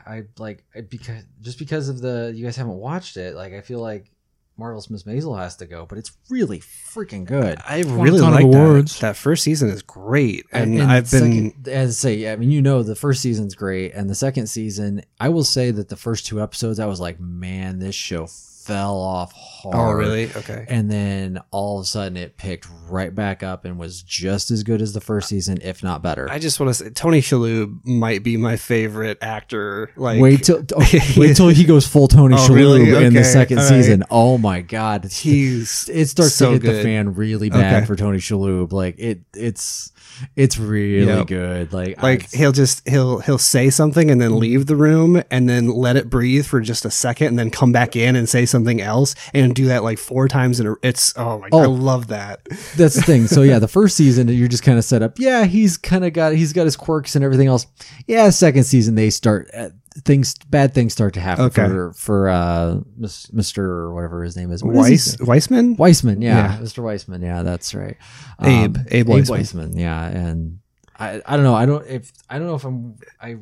Speaker 1: I like I, because just because of the you guys haven't watched it, like I feel like Marvelous Miss Maisel has to go, but it's really freaking good.
Speaker 2: I
Speaker 3: Won a
Speaker 2: really
Speaker 3: ton of
Speaker 2: like that.
Speaker 3: awards.
Speaker 2: That first season is great, and,
Speaker 1: And
Speaker 2: I've been
Speaker 1: second- as I say, I mean, you know, the first season's great, and the second season, I will say that the first two episodes, I was like, man, this show fell off hard.
Speaker 2: Oh, really? Okay.
Speaker 1: And then all of a sudden, it picked right back up and was just as good as the first season, if not better.
Speaker 2: I just want to say Tony Shalhoub might be my favorite actor. Like,
Speaker 1: wait till oh, wait till he goes full Tony
Speaker 2: Oh,
Speaker 1: Shalhoub
Speaker 2: really?
Speaker 1: in the
Speaker 2: Okay,
Speaker 1: second
Speaker 2: all right.
Speaker 1: season. Oh my god, it's-
Speaker 2: he's
Speaker 1: it starts
Speaker 2: so
Speaker 1: to hit the
Speaker 2: good.
Speaker 1: fan really bad
Speaker 2: Okay.
Speaker 1: for Tony Shalhoub. Like it, it's it's really
Speaker 2: Yep.
Speaker 1: good. Like I-
Speaker 2: like he'll just he'll he'll say something and then leave the room and then let it breathe for just a second and then come back in and say something else and do that like four times in a it's oh my god I
Speaker 1: Oh.
Speaker 2: love that
Speaker 1: that's the thing. So yeah, the first season you're just kind of set up. Yeah, he's kind of got he's got his quirks and everything else. Yeah, second season they start uh, things bad things start to happen
Speaker 2: Okay.
Speaker 1: for for uh Mis- Mr. or whatever his name is. What is his
Speaker 2: Weiss Weissman
Speaker 1: Weissman, yeah,
Speaker 2: Yeah.
Speaker 1: Mr. Weissman, yeah, that's right. Um,
Speaker 2: Abe. Abe Weissman.
Speaker 1: yeah, and I, I don't know, I don't if I don't know if I'm I.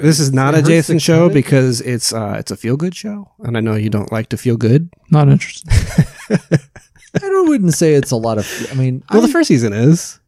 Speaker 2: this is not
Speaker 1: it
Speaker 2: a
Speaker 1: hurts to
Speaker 2: Jason show
Speaker 1: cut it.
Speaker 2: because it's uh it's a feel good show and I know you don't like to feel good
Speaker 3: Not interested.
Speaker 1: I don't, wouldn't say it's a lot of. I mean,
Speaker 2: well the
Speaker 1: I-
Speaker 2: first season is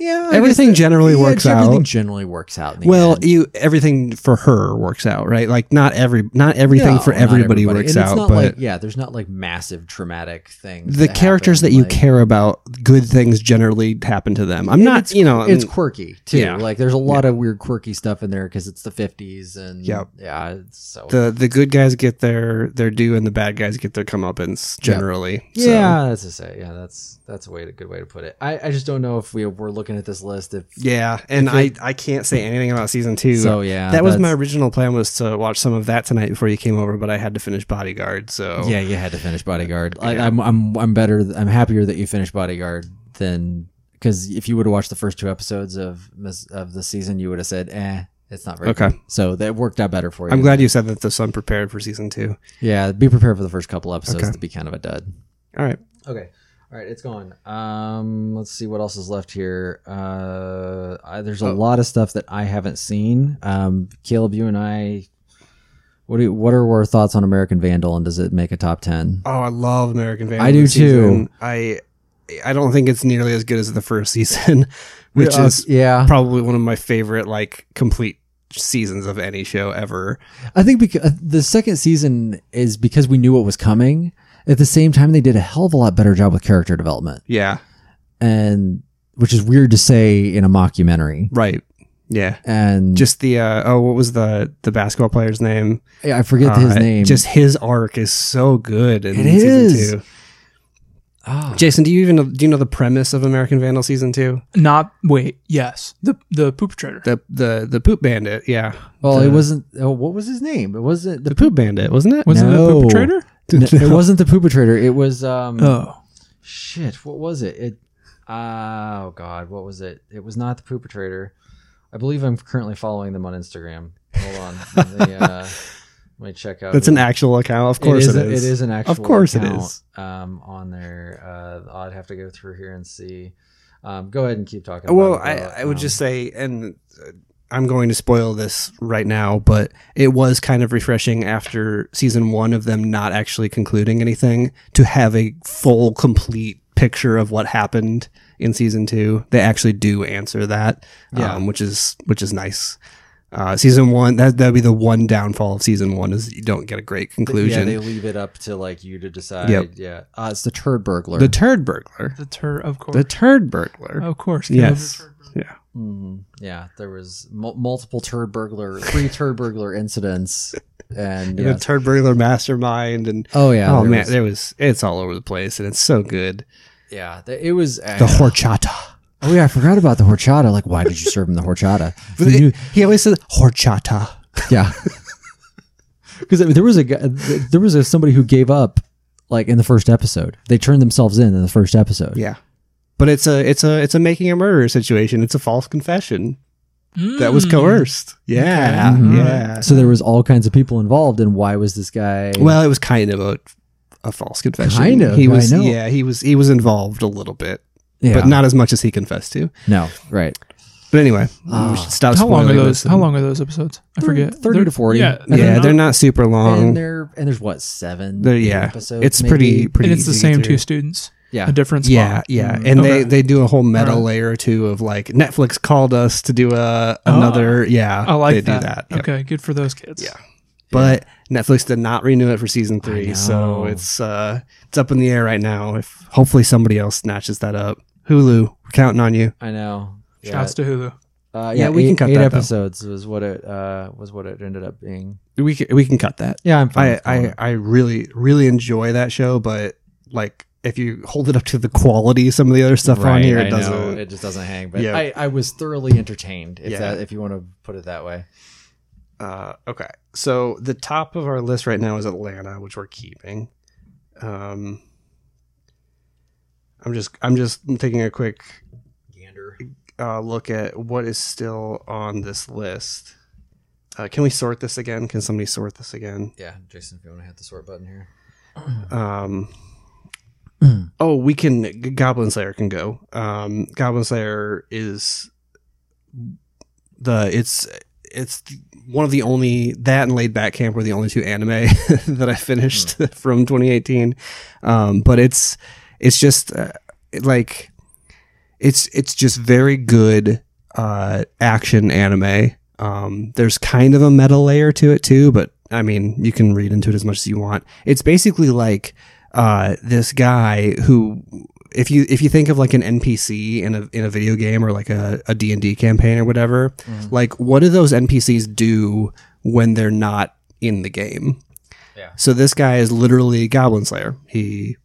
Speaker 1: yeah, I
Speaker 2: everything
Speaker 1: guess that-
Speaker 2: generally
Speaker 1: yeah,
Speaker 2: works out
Speaker 1: Everything generally works out. In the
Speaker 2: well
Speaker 1: end.
Speaker 2: you everything for her works out right like not every not everything
Speaker 1: No,
Speaker 2: for
Speaker 1: not
Speaker 2: everybody, works
Speaker 1: And it's
Speaker 2: out
Speaker 1: not
Speaker 2: but
Speaker 1: like, yeah, there's not like massive traumatic things.
Speaker 2: the
Speaker 1: that
Speaker 2: characters
Speaker 1: happen,
Speaker 2: that you
Speaker 1: like-
Speaker 2: care about, good things generally happen to them. I'm
Speaker 1: and
Speaker 2: not,
Speaker 1: it's-
Speaker 2: you know, I'm-
Speaker 1: it's quirky too.
Speaker 2: Yeah.
Speaker 1: Like there's a lot of weird quirky stuff in there because it's the 50s and
Speaker 2: Yep.
Speaker 1: yeah, it's so
Speaker 2: the the good guys get their their due, and the bad guys get their comeuppance generally. So,
Speaker 1: Yeah, that's to say. Yeah, that's that's a way a good way to put it. I, I just don't know if we we're looking at this list if
Speaker 2: yeah, and I I can't say anything about season two.
Speaker 1: so. Yeah,
Speaker 2: that was my
Speaker 1: that's-
Speaker 2: original plan was to watch some of that tonight before you came over, but I had to finish Bodyguard. So
Speaker 1: Yeah, you had to finish Bodyguard. I,
Speaker 2: Yeah.
Speaker 1: I'm I'm I'm better. I'm happier that you finished Bodyguard than because if you would have watched the first two episodes of Miss- of the season, you would have said, "Eh, it's not very
Speaker 2: Okay.
Speaker 1: good." So that worked out better for you.
Speaker 2: I'm glad you said that the sun prepared for season two.
Speaker 1: Yeah, be prepared for the first couple episodes
Speaker 2: Okay.
Speaker 1: to be kind of a dud.
Speaker 2: All right,
Speaker 1: Okay. All right, it's gone. Um, let's see what else is left here. Uh, I, there's a
Speaker 2: Oh.
Speaker 1: lot of stuff that I haven't seen. Um, Caleb, you and I, what do you, what are our thoughts on American Vandal, and does it make a top ten?
Speaker 2: Oh, I love American Vandal.
Speaker 1: I do
Speaker 2: this season.
Speaker 1: too.
Speaker 2: I I don't think it's nearly as good as the first season, which
Speaker 1: Uh,
Speaker 2: is
Speaker 1: yeah,
Speaker 2: probably one of my favorite like complete seasons of any show ever.
Speaker 1: I think because the second season is because we knew what was coming. At the same time, they did a hell of a lot better job with character development,
Speaker 2: Yeah.
Speaker 1: and which is weird to say in a mockumentary.
Speaker 2: Right. Yeah.
Speaker 1: And just
Speaker 2: Just the uh oh what was the the basketball player's name?
Speaker 1: I forget his
Speaker 2: Uh,
Speaker 1: name.
Speaker 2: Just his arc is so good in
Speaker 1: It
Speaker 2: season
Speaker 1: is.
Speaker 2: two.
Speaker 1: Ah.
Speaker 2: Jason, do you even know, do you know the premise of American Vandal season two?
Speaker 3: Not wait. Yes, the the poop trader.
Speaker 2: The the the poop bandit, yeah.
Speaker 1: well, it
Speaker 2: the-
Speaker 1: wasn't. Oh, what was his name? It wasn't
Speaker 2: the poop bandit, wasn't it?
Speaker 3: Wasn't it the
Speaker 1: No.
Speaker 3: poop trader?
Speaker 1: N- it wasn't the perpetrator. It was um
Speaker 3: Oh,
Speaker 1: shit. What was it? It oh god, what was it? It was not the perpetrator. I believe I'm currently following them on Instagram. Hold on, let me, uh, let me check out.
Speaker 2: That's an actual account. Of course
Speaker 1: it is,
Speaker 2: it is.
Speaker 1: It is an actual.
Speaker 2: course it
Speaker 1: account,
Speaker 2: is.
Speaker 1: Um, on there, uh, I'd have to go through here and see. Um, go ahead and keep talking.
Speaker 2: Well,
Speaker 1: about
Speaker 2: I,
Speaker 1: it, though.
Speaker 2: I would
Speaker 1: Um,
Speaker 2: just say, and uh, I'm going to spoil this right now, but it was kind of refreshing after season one of them not actually concluding anything to have a full, complete picture of what happened in season two. They actually do answer that,
Speaker 1: Yeah.
Speaker 2: um, which is which is nice. Uh, season one that that'd be the one downfall of season one is that you don't get a great conclusion.
Speaker 1: Yeah, they leave it up to like you to decide.
Speaker 2: Yep.
Speaker 1: Yeah, uh, it's the turd burglar.
Speaker 2: the turd burglar,
Speaker 3: The tur, of course.
Speaker 2: the turd burglar.
Speaker 1: Oh,
Speaker 3: of course. Caleb.
Speaker 2: yes, yeah.
Speaker 1: Mhm. Yeah, there was mul multiple turd burglar, three turd burglar incidents, and
Speaker 2: The
Speaker 1: yeah.
Speaker 2: turd burglar mastermind and
Speaker 1: oh yeah,
Speaker 2: oh
Speaker 1: there
Speaker 2: man,
Speaker 1: was-
Speaker 2: there was it's all over the place and it's so good.
Speaker 1: yeah, th- it was
Speaker 2: The horchata.
Speaker 1: Oh yeah, I forgot about the horchata. Like, why did you serve him the horchata?
Speaker 2: He, he always says horchata.
Speaker 1: Yeah, because there was a guy, there was a, somebody who gave up like in the first episode. They turned themselves in in the first episode.
Speaker 2: Yeah. But it's a it's a it's a making a murderer situation. It's a false confession that was
Speaker 3: Mm.
Speaker 2: coerced. Yeah. Mm-hmm.
Speaker 1: Mhm.
Speaker 2: Yeah.
Speaker 1: So there was all kinds of people involved, and why was this guy?
Speaker 2: Well, it was kind of a a false confession.
Speaker 1: Kind of,
Speaker 2: He
Speaker 1: I
Speaker 2: was
Speaker 1: know.
Speaker 2: yeah, he was he was involved a little bit,
Speaker 1: yeah,
Speaker 2: but not as much as he confessed to.
Speaker 1: no, right.
Speaker 2: But anyway,
Speaker 1: Ah.
Speaker 2: we should stop
Speaker 3: How long are
Speaker 2: spoiling
Speaker 3: those?
Speaker 2: this and-
Speaker 3: How long are those episodes? I forget.
Speaker 1: 30 to 40.
Speaker 3: Yeah,
Speaker 1: are they
Speaker 2: yeah,
Speaker 3: not-
Speaker 2: they're not super long.
Speaker 1: and there and there's what seven?
Speaker 2: They're- Um, yeah.
Speaker 1: episodes
Speaker 2: it's
Speaker 1: maybe?
Speaker 2: pretty pretty
Speaker 3: and it's the
Speaker 2: easy to
Speaker 3: same
Speaker 2: get
Speaker 3: two Mm.
Speaker 2: through.
Speaker 3: students.
Speaker 1: Yeah.
Speaker 3: A different spot.
Speaker 2: Yeah, yeah, and they
Speaker 3: Okay.
Speaker 2: they do a whole meta
Speaker 3: Alright.
Speaker 2: layer or two of like Netflix called us to do a another. yeah,
Speaker 3: Oh, I like
Speaker 2: they
Speaker 3: that.
Speaker 2: do that. yep.
Speaker 3: Okay, good for those kids.
Speaker 2: Yeah. but Netflix did not renew it for season three,
Speaker 1: know.
Speaker 2: so it's uh it's up in the air right now. If hopefully somebody else snatches that up, Hulu, we're counting on you.
Speaker 1: I know. Yeah.
Speaker 3: Shouts to Hulu.
Speaker 1: Uh,
Speaker 2: Yeah, we
Speaker 1: eight,
Speaker 2: can cut
Speaker 1: eight
Speaker 2: that, though.
Speaker 1: episodes was what it uh, was what it ended up being.
Speaker 2: We can, we can cut that.
Speaker 1: Yeah, I'm fine.
Speaker 2: I
Speaker 1: with calling
Speaker 2: I
Speaker 1: it.
Speaker 2: I really really enjoy that show, but like if you hold it up to the quality of some of the other stuff on
Speaker 1: Right,
Speaker 2: here,
Speaker 1: I
Speaker 2: it
Speaker 1: know,
Speaker 2: doesn't.
Speaker 1: It just doesn't hang. But
Speaker 2: Yeah.
Speaker 1: I, I was thoroughly entertained. If
Speaker 2: Yeah.
Speaker 1: that if you want to put it that way.
Speaker 2: Uh, okay. So the top of our list right now is Atlanta, which we're keeping. Um, I'm just I'm just taking a quick
Speaker 1: Gander.
Speaker 2: uh, look at what is still on this list. Uh, can we sort this again? Can somebody sort this again?
Speaker 1: Yeah, Jason, if you want to hit the sort button here.
Speaker 2: Um, oh, we can. G- Goblin Slayer can go. Um, Goblin Slayer is the it's it's one of the only that and Laid Back Camp were the only two anime that I finished from 2018. Um, but it's it's just uh, it, like it's it's just very good uh, action anime. Um, there's kind of a meta layer to it too, but I mean, you can read into it as much as you want. It's basically like uh, this guy who, if you if you think of like an NPC in a in a video game or like a D and D campaign or whatever, like what do those NPCs do when they're not in the game?
Speaker 1: Yeah.
Speaker 2: So this guy is literally Goblin Slayer. He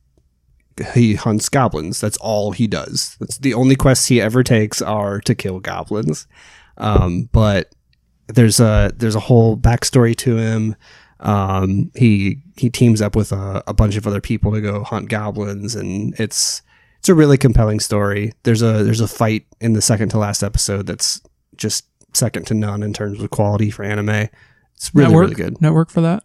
Speaker 2: he hunts goblins. That's all he does. That's the only quests he ever takes are to kill goblins. Um, but there's a there's a whole backstory to him. Um, he he teams up with a, a bunch of other people to go hunt goblins, and it's it's a really compelling story. There's a there's a fight in the second to last episode that's just second to none in terms of quality for anime. It's really
Speaker 3: Network
Speaker 2: really good.
Speaker 3: Network for that.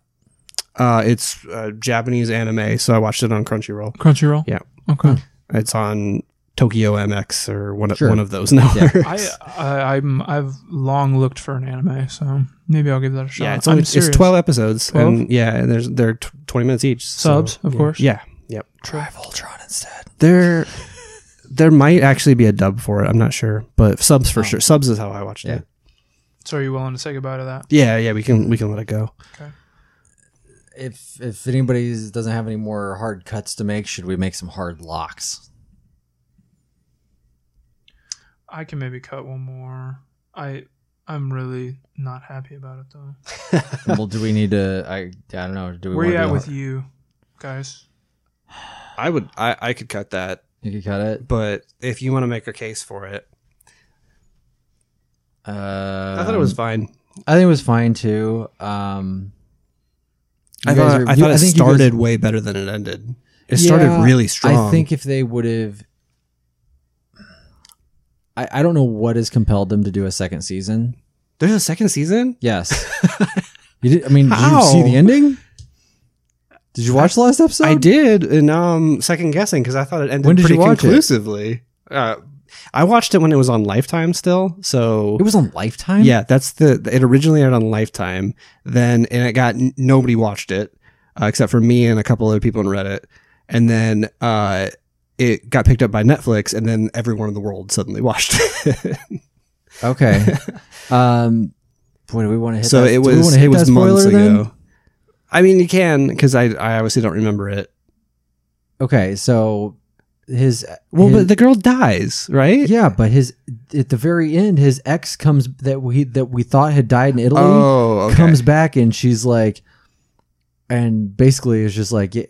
Speaker 2: Uh, it's uh, Japanese anime, so I watched it on Crunchyroll.
Speaker 3: Crunchyroll.
Speaker 2: Yeah.
Speaker 3: Okay.
Speaker 2: It's on Tokyo MX or one of,
Speaker 1: Sure.
Speaker 2: one of those now.
Speaker 1: Yeah.
Speaker 3: I, uh, I I'm I've long looked for an anime, so maybe I'll give that a shot.
Speaker 2: Yeah, it's only
Speaker 3: I'm
Speaker 2: it's
Speaker 3: serious.
Speaker 2: twelve episodes,
Speaker 3: 12?
Speaker 2: and yeah, and there's they're t- twenty minutes each. so-
Speaker 3: subs, of course.
Speaker 2: Yeah, yep.
Speaker 1: Drive Ultron instead.
Speaker 2: There, there might actually be a dub for it. I'm not sure, but subs
Speaker 3: Oh.
Speaker 2: for sure. Subs is how I watched
Speaker 1: Yeah.
Speaker 2: it.
Speaker 3: So are you willing to say goodbye to that?
Speaker 2: Yeah, yeah, we can we can let it go.
Speaker 1: If if anybody doesn't have any more hard cuts to make, should we make some hard locks?
Speaker 3: I can maybe cut one more. I I'm really not happy about it though.
Speaker 1: well, do we need to? I I don't know. Do we?
Speaker 3: Where
Speaker 1: wanna
Speaker 3: you at
Speaker 1: do
Speaker 3: with
Speaker 1: hard-
Speaker 3: you guys?
Speaker 2: I would I I could cut that,
Speaker 1: You could cut it.
Speaker 2: but if you want to make a case for it,
Speaker 1: Uh,
Speaker 2: I thought it was fine.
Speaker 1: I think it was fine too. Um, you
Speaker 2: I
Speaker 1: guys
Speaker 2: thought,
Speaker 1: are-
Speaker 2: I
Speaker 1: you-
Speaker 2: thought it
Speaker 1: think you guys-
Speaker 2: started way better than it ended. It started
Speaker 1: Yeah,
Speaker 2: really strong.
Speaker 1: I think if they would have, I, I don't know what has compelled them to do a second season.
Speaker 2: there's a second season.
Speaker 1: Yes, you did. I mean, did you
Speaker 2: How?
Speaker 1: see the ending? Did you watch the last episode?
Speaker 2: I did, and now I'm second um, guessing because I thought it ended
Speaker 1: When did you
Speaker 2: pretty
Speaker 1: watch it?
Speaker 2: conclusively. Uh, I watched it when it was on Lifetime still. So
Speaker 1: It was on Lifetime.
Speaker 2: yeah, that's the it originally aired on Lifetime. Then and it got nobody watched it uh, except for me and a couple other people on Reddit. And then uh, it got picked up by Netflix, and then everyone in the world suddenly watched it.
Speaker 1: Okay. um, boy, do we want to hit?
Speaker 2: so
Speaker 1: that-
Speaker 2: it
Speaker 1: do we
Speaker 2: was
Speaker 1: wanna hit
Speaker 2: it
Speaker 1: that
Speaker 2: was months
Speaker 1: spoiler then?
Speaker 2: ago. I mean, you can because I I obviously don't remember it.
Speaker 1: Okay, so his
Speaker 2: Well,
Speaker 1: his-
Speaker 2: but the girl dies, right?
Speaker 1: yeah, but his at the very end, his ex comes that we that we thought had died in Italy
Speaker 2: Oh, okay.
Speaker 1: comes back and she's like, and basically it's just like, yeah,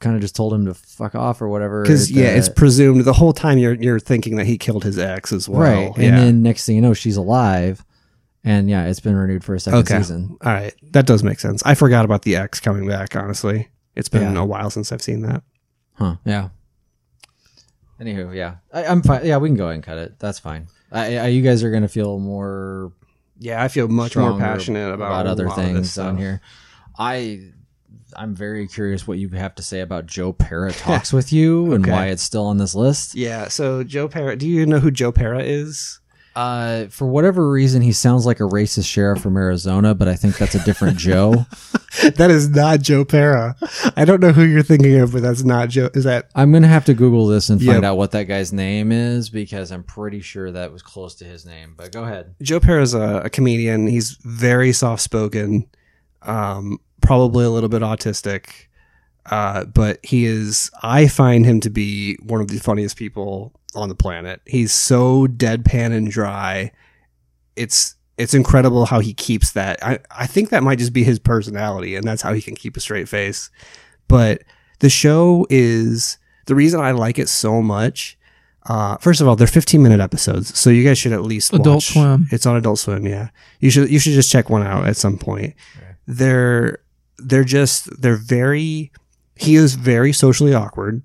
Speaker 1: kind of just told him to fuck off or whatever.
Speaker 2: because
Speaker 1: at
Speaker 2: yeah, it's
Speaker 1: that-
Speaker 2: presumed the whole time you're you're thinking that he killed his ex as well.
Speaker 1: right. And
Speaker 2: yeah.
Speaker 1: then next thing you know, she's alive, and yeah, it's been renewed for a second
Speaker 2: Okay.
Speaker 1: season.
Speaker 2: All right, that does make sense. I forgot about the ex coming back. Honestly, it's been
Speaker 1: Yeah.
Speaker 2: a while since I've seen that.
Speaker 1: Huh. Yeah. Anywho, yeah, I, I'm fine. Yeah, we can go ahead and cut it. That's fine. I, I, you guys are gonna feel more
Speaker 2: Yeah, I feel much more
Speaker 1: stronger
Speaker 2: passionate about, a
Speaker 1: other
Speaker 2: lot of this
Speaker 1: things on
Speaker 2: stuff.
Speaker 1: here. I I'm very curious what you have to say about Joe Para talks with you and
Speaker 2: Okay.
Speaker 1: why it's still on this list.
Speaker 2: Yeah. So Joe Para, do you know who Joe Para is?
Speaker 1: Uh, for whatever reason, he sounds like a racist sheriff from Arizona, but I think that's a different Joe.
Speaker 2: that is not Joe Para. I don't know who you're thinking of, but that's not Joe. Is that
Speaker 1: I'm gonna have to Google this and find
Speaker 2: Yep.
Speaker 1: out what that guy's name is because I'm pretty sure that was close to his name. But go ahead.
Speaker 2: Joe Pera's a, a comedian. He's very soft spoken, um, probably a little bit autistic, uh, but he is. I find him to be one of the funniest people on the planet. He's so deadpan and dry. It's it's incredible how he keeps that. I, I think that might just be his personality, and that's how he can keep a straight face. But the show is the reason I like it so much. Uh, first of all, they're 15 minute episodes, so you guys should at least
Speaker 3: Adult
Speaker 2: watch-
Speaker 3: Swim.
Speaker 2: It's on Adult Swim, yeah. You should you should just check one out at some point. They're they're just they're very. He is very socially awkward,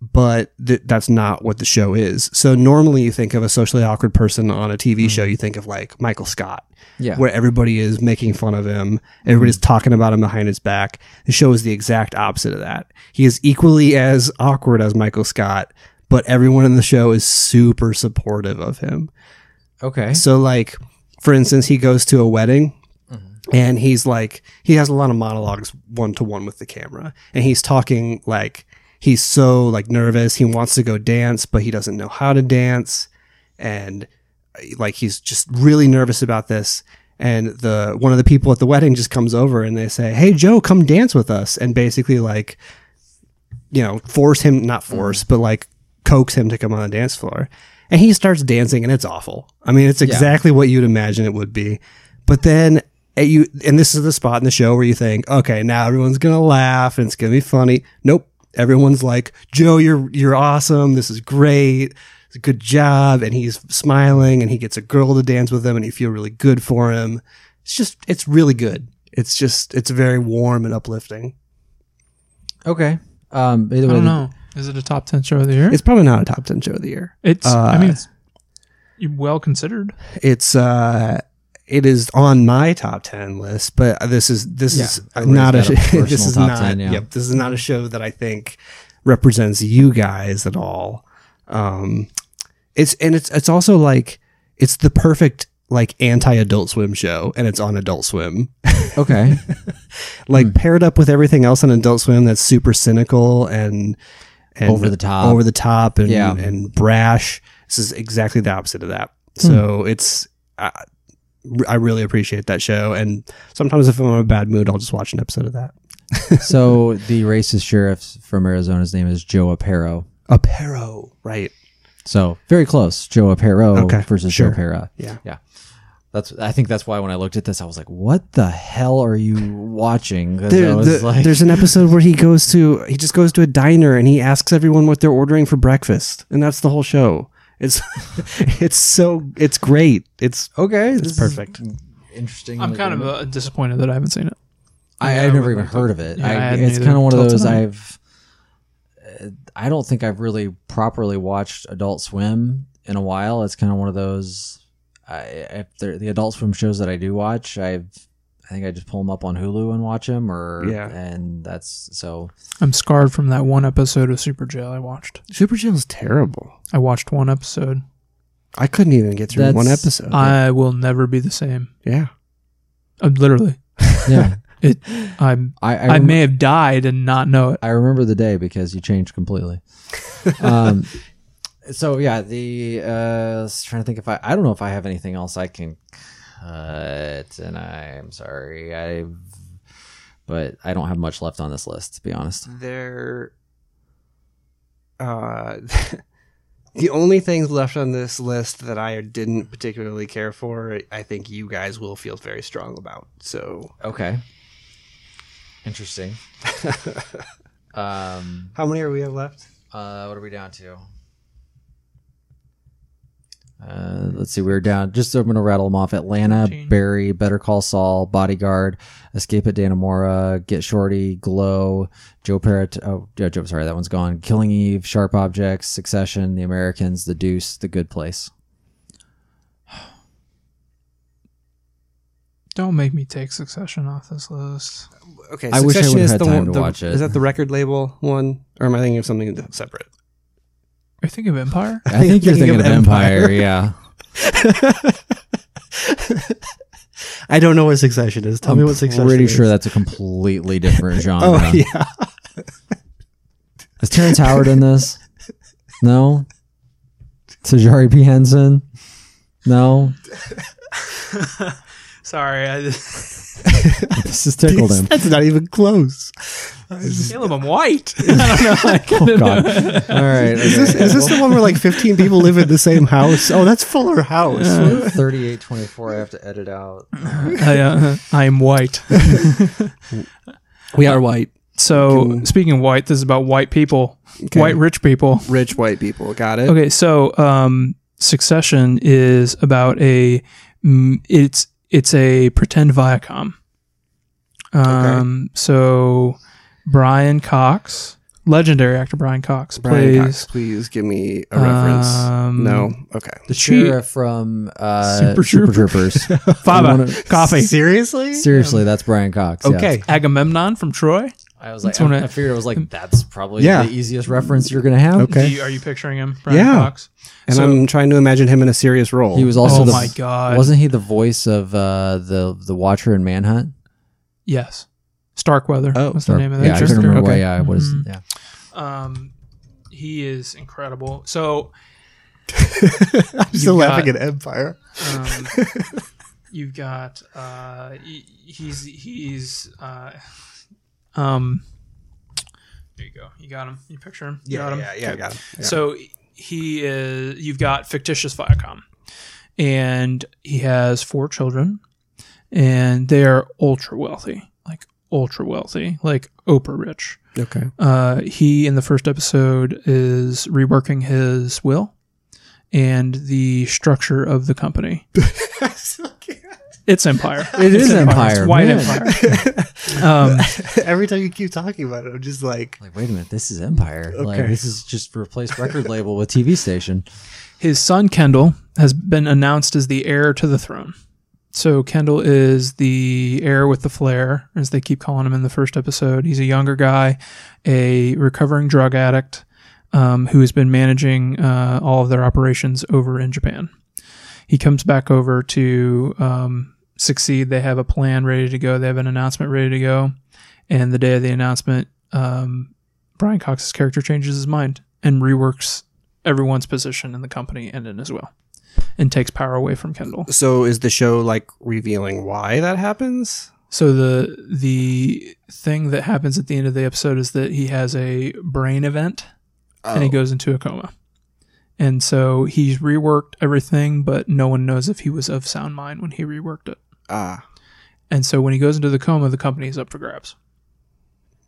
Speaker 2: but th- that's not what the show is. So normally, you think of a socially awkward person on a TV show, you think of like Michael Scott,
Speaker 1: Yeah.
Speaker 2: where everybody is making fun of him. Everybody's talking about him behind his back. The show is the exact opposite of that. He is equally as awkward as Michael Scott, but everyone in the show is super supportive of him.
Speaker 1: Okay.
Speaker 2: So, like, for instance, he goes to a wedding and he's like, he has a lot of monologues one to one with the camera. And he's talking like, he's so like nervous. He wants to go dance, but he doesn't know how to dance. And uh, like, he's just really nervous about this. And the one of the people at the wedding just comes over and they say, Hey, Joe, come dance with us. And basically, like, you know, force him, not force, but like coax him to come on the dance floor. And he starts dancing and it's awful. I mean, it's exactly what you'd imagine it would be. But then eh, you, and this is the spot in the show where you think, okay, now everyone's going to laugh and it's going to be funny. Nope. Everyone's like, Joe, you're, you're awesome. This is great. It's a good job. And he's smiling and he gets a girl to dance with him and you feel really good for him. It's just, it's really good. It's just, it's very warm and uplifting.
Speaker 1: okay. Um. Either
Speaker 3: I
Speaker 1: way,
Speaker 3: don't know. Is it a top ten show of the year?
Speaker 2: It's probably not a top 10 show of the year.
Speaker 3: It's. I
Speaker 2: uh,
Speaker 3: mean, it's well considered.
Speaker 2: it's uh it is on my top 10 list but this is this is
Speaker 1: Yeah,
Speaker 2: not a
Speaker 1: everybody's got a personal
Speaker 2: this is
Speaker 1: top
Speaker 2: not
Speaker 1: 10, yeah.
Speaker 2: yep this is not a show that i think represents you guys at all um it's and it's it's also like it's the perfect like anti adult swim show and it's on adult swim
Speaker 1: Okay.
Speaker 2: like
Speaker 1: Hmm.
Speaker 2: paired up with everything else on adult swim that's super cynical and, and
Speaker 1: Over the top.
Speaker 2: over the top and
Speaker 1: Yeah.
Speaker 2: and brash this is exactly the opposite of that
Speaker 1: Hmm.
Speaker 2: so it's I, I really appreciate that show and sometimes if i'm in a bad mood i'll just watch an episode of that
Speaker 1: so the racist sheriff from Arizona's name is Joe Aparo.
Speaker 2: apero right
Speaker 1: So very close, Joe Aparo
Speaker 2: Okay,
Speaker 1: versus
Speaker 2: sure.
Speaker 1: Joe Pera.
Speaker 2: Yeah.
Speaker 1: yeah. That's. I think that's why when I looked at this, I was like, "What the hell are you watching?" 'Cause I
Speaker 2: There-
Speaker 1: was
Speaker 2: the-
Speaker 1: like,
Speaker 2: there's an episode where he goes to he just goes to a diner and he asks everyone what they're ordering for breakfast and that's the whole show it's it's so it's great it's
Speaker 1: "Okay,
Speaker 2: it's perfect
Speaker 1: interesting."
Speaker 3: I'm kind of uh, disappointed that I haven't seen it.
Speaker 1: I,
Speaker 3: Yeah,
Speaker 1: have
Speaker 3: I
Speaker 1: never
Speaker 3: really
Speaker 1: even
Speaker 3: liked
Speaker 1: heard of it.
Speaker 3: Yeah, I
Speaker 1: I,
Speaker 3: hadn't
Speaker 1: it's
Speaker 3: either
Speaker 1: kind of one of
Speaker 3: till
Speaker 1: those
Speaker 3: tonight.
Speaker 1: I've. uh, I don't think I've really properly watched Adult Swim in a while. It's kind of one of those. I, if there- the Adult Swim shows that I do watch, I've I I think I just pull them up on Hulu and watch them, or
Speaker 2: Yeah.
Speaker 1: and that's so.
Speaker 3: I'm scarred from that one episode of Super Jail I watched.
Speaker 2: Super Jail's terrible.
Speaker 3: I watched one episode.
Speaker 2: I couldn't even get through one
Speaker 1: That's-
Speaker 2: episode.
Speaker 3: I will never be the same.
Speaker 2: yeah.
Speaker 3: Uh, literally,
Speaker 1: Yeah,
Speaker 3: I'm.
Speaker 1: I I,
Speaker 3: I,
Speaker 1: rem-
Speaker 3: may have died and not know it.
Speaker 1: I remember the day because you changed completely. um, so yeah, the uh, I was trying to think if I I don't know if I have anything else I can cut, and I'm sorry I, but I don't have much left on this list to be honest.
Speaker 2: There. Uh, the only things left on this list that I didn't particularly care for, I think you guys will feel very strong about. So,
Speaker 1: Okay, interesting. um,
Speaker 2: how many are we have left?
Speaker 1: uh, what are we down to? Uh, let's see, we are down. Just I'm gonna rattle them off: Atlanta,
Speaker 3: Thirteen.
Speaker 1: Barry, Better Call Saul, Bodyguard, Escape at Danamora, Get Shorty, Glow, Joe Parrot. Oh, yeah, Joe, sorry, that one's gone. Killing Eve, Sharp Objects, Succession, The Americans, The Deuce, The Good Place.
Speaker 3: Don't make me take Succession off this list.
Speaker 2: Okay,
Speaker 1: I wish I
Speaker 2: Succession
Speaker 1: would've
Speaker 2: is
Speaker 1: had
Speaker 2: the
Speaker 1: time
Speaker 2: one-
Speaker 1: to
Speaker 2: the-
Speaker 1: watch it.
Speaker 2: Is that the record label one, or am I thinking of something th- separate?
Speaker 3: Are you thinking of Empire?
Speaker 1: I think you're thinking of Empire. yeah,
Speaker 2: I don't know what Succession is. Tell me what Succession
Speaker 1: pretty
Speaker 2: is.
Speaker 1: sure that's a completely different genre.
Speaker 2: Oh yeah,
Speaker 1: Is Terrence Howard in this? No. Tajari P. Henson? No.
Speaker 3: Sorry, I,
Speaker 1: This is tickled him.
Speaker 2: that's not even close.
Speaker 3: Caleb, I'm white. I don't know.
Speaker 1: Oh, God. All right.
Speaker 2: Is this is this the one where like fifteen people live in the same house? Oh, that's Fuller House.
Speaker 1: 3824? I have to edit out.
Speaker 3: I, uh, I am white.
Speaker 2: We are white,
Speaker 3: So
Speaker 2: Can-
Speaker 3: speaking of white, this is about white people,
Speaker 2: Okay.
Speaker 3: white rich people.
Speaker 2: rich white people. Got it.
Speaker 3: Okay, so um, Succession is about a mm, it's it's a pretend Viacom. Um, so Brian Cox, legendary actor Brian Cox,
Speaker 2: Brian
Speaker 3: plays
Speaker 2: Cox, please give me a reference.
Speaker 3: Um,
Speaker 2: no, okay.
Speaker 1: The
Speaker 3: She-
Speaker 1: sheriff from uh,
Speaker 3: Super
Speaker 1: Super, Troopers. I
Speaker 3: Fava
Speaker 1: wanna-
Speaker 3: Coffee
Speaker 2: Seriously?
Speaker 1: Seriously, that's Brian Cox. yeah.
Speaker 2: Okay.
Speaker 3: Agamemnon from Troy.
Speaker 1: I was like,
Speaker 3: That's one
Speaker 1: I,
Speaker 3: I-
Speaker 1: I figured I was like, that's probably
Speaker 2: Yeah.
Speaker 1: the easiest reference you're going to have.
Speaker 2: Okay.
Speaker 3: Do you- are you picturing him, Brian
Speaker 2: Eh. Yeah.
Speaker 3: Cox?
Speaker 2: And
Speaker 3: So-
Speaker 2: I'm trying to imagine him in a serious role.
Speaker 1: He was also
Speaker 3: oh
Speaker 1: the.
Speaker 3: my god!
Speaker 1: Wasn't he the voice of uh, the the Watcher in Manhunt?
Speaker 3: yes, Starkweather.
Speaker 2: Oh,
Speaker 3: was
Speaker 1: Or-
Speaker 3: the name of that
Speaker 1: yeah, I couldn't
Speaker 3: character.
Speaker 1: remember
Speaker 2: Okay.
Speaker 1: what, yeah, it was.
Speaker 3: Mhm.
Speaker 1: Yeah.
Speaker 3: Um, he is incredible. So
Speaker 2: I'm
Speaker 3: still laughing at
Speaker 2: Empire.
Speaker 3: um, you've got uh, he- he's he's uh, um. There you go. You got him. You picture him. You got
Speaker 2: Yeah,
Speaker 3: him.
Speaker 2: yeah, yeah, got him. Yeah.
Speaker 3: So he is. You've got fictitious Viacom, and he has four children, and they are ultra wealthy, like ultra wealthy, like Oprah rich.
Speaker 2: okay.
Speaker 3: Uh, he in the first episode is reworking his will and the structure of the company. It's Empire.
Speaker 1: It
Speaker 3: It's
Speaker 1: is
Speaker 3: It's
Speaker 1: Empire,
Speaker 3: white
Speaker 1: man.
Speaker 3: Empire. Um,
Speaker 2: Every time you keep talking about it, I'm just like,
Speaker 1: Like, wait a minute, this is Empire. Like,
Speaker 2: Okay.
Speaker 1: this is just replaced record label with TV station.
Speaker 3: his son Kendall has been announced as the heir to the throne. So Kendall is the heir with the flair, as they keep calling him in the first episode. He's a younger guy, a recovering drug addict um, who has been managing uh, all of their operations over in Japan. He comes back over to um, succeed. They have a plan ready to go. They have an announcement ready to go. And the day of the announcement, um, Brian Cox's character changes his mind and reworks everyone's position in the company and in his will, and takes power away from Kendall.
Speaker 2: so is the show like revealing why that happens?
Speaker 3: So the the thing that happens at the end of the episode is that he has a brain event and he
Speaker 2: Oh.
Speaker 3: goes into a coma. And so he's reworked everything, but no one knows if he was of sound mind when he reworked it.
Speaker 2: Ah,
Speaker 3: And so when he goes into the coma, the company is up for grabs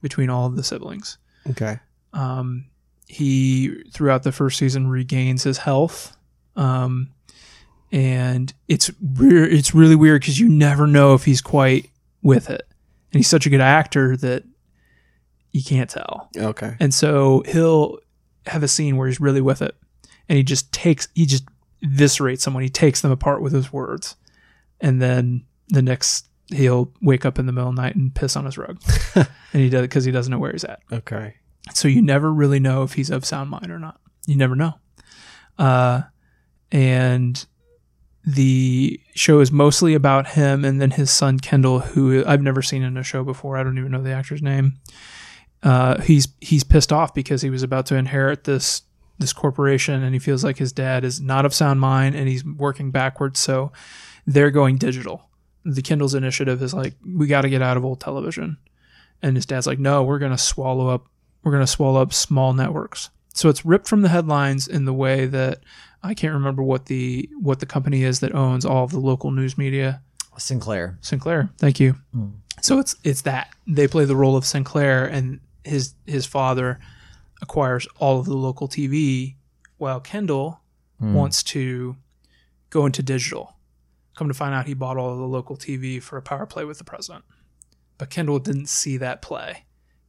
Speaker 3: between all of the siblings.
Speaker 2: okay.
Speaker 3: Um, he throughout the first season regains his health, um, and it's re- it's really weird because you never know if he's quite with it, and he's such a good actor that you can't tell.
Speaker 2: Okay.
Speaker 3: And so he'll have a scene where he's really with it, and he just takes he just eviscerates someone. He takes them apart with his words, and then the next he'll wake up in the middle of the night and piss on his rug, and he does it because he doesn't know where he's at.
Speaker 2: Okay.
Speaker 3: So you never really know if he's of sound mind or not. You never know. Uh, and the show is mostly about him and then his son Kendall, who I've never seen in a show before. I don't even know the actor's name. Uh, he's he's pissed off because he was about to inherit this this corporation, and he feels like his dad is not of sound mind, and he's working backwards. So they're going digital. The Kindle's initiative is like we got to get out of old television, and his dad's like, no, we're gonna swallow up we're going to swallow up small networks. So it's ripped from the headlines in the way that I can't remember what the what the company is that owns all of the local news media.
Speaker 1: Sinclair.
Speaker 3: Sinclair, thank you.
Speaker 1: Mm.
Speaker 3: So it's it's that they play the role of Sinclair and his his father acquires all of the local TV while Kendall
Speaker 1: Mm.
Speaker 3: wants to go into digital. Come to find out he bought all of the local TV for a power play with the president. But Kendall didn't see that play.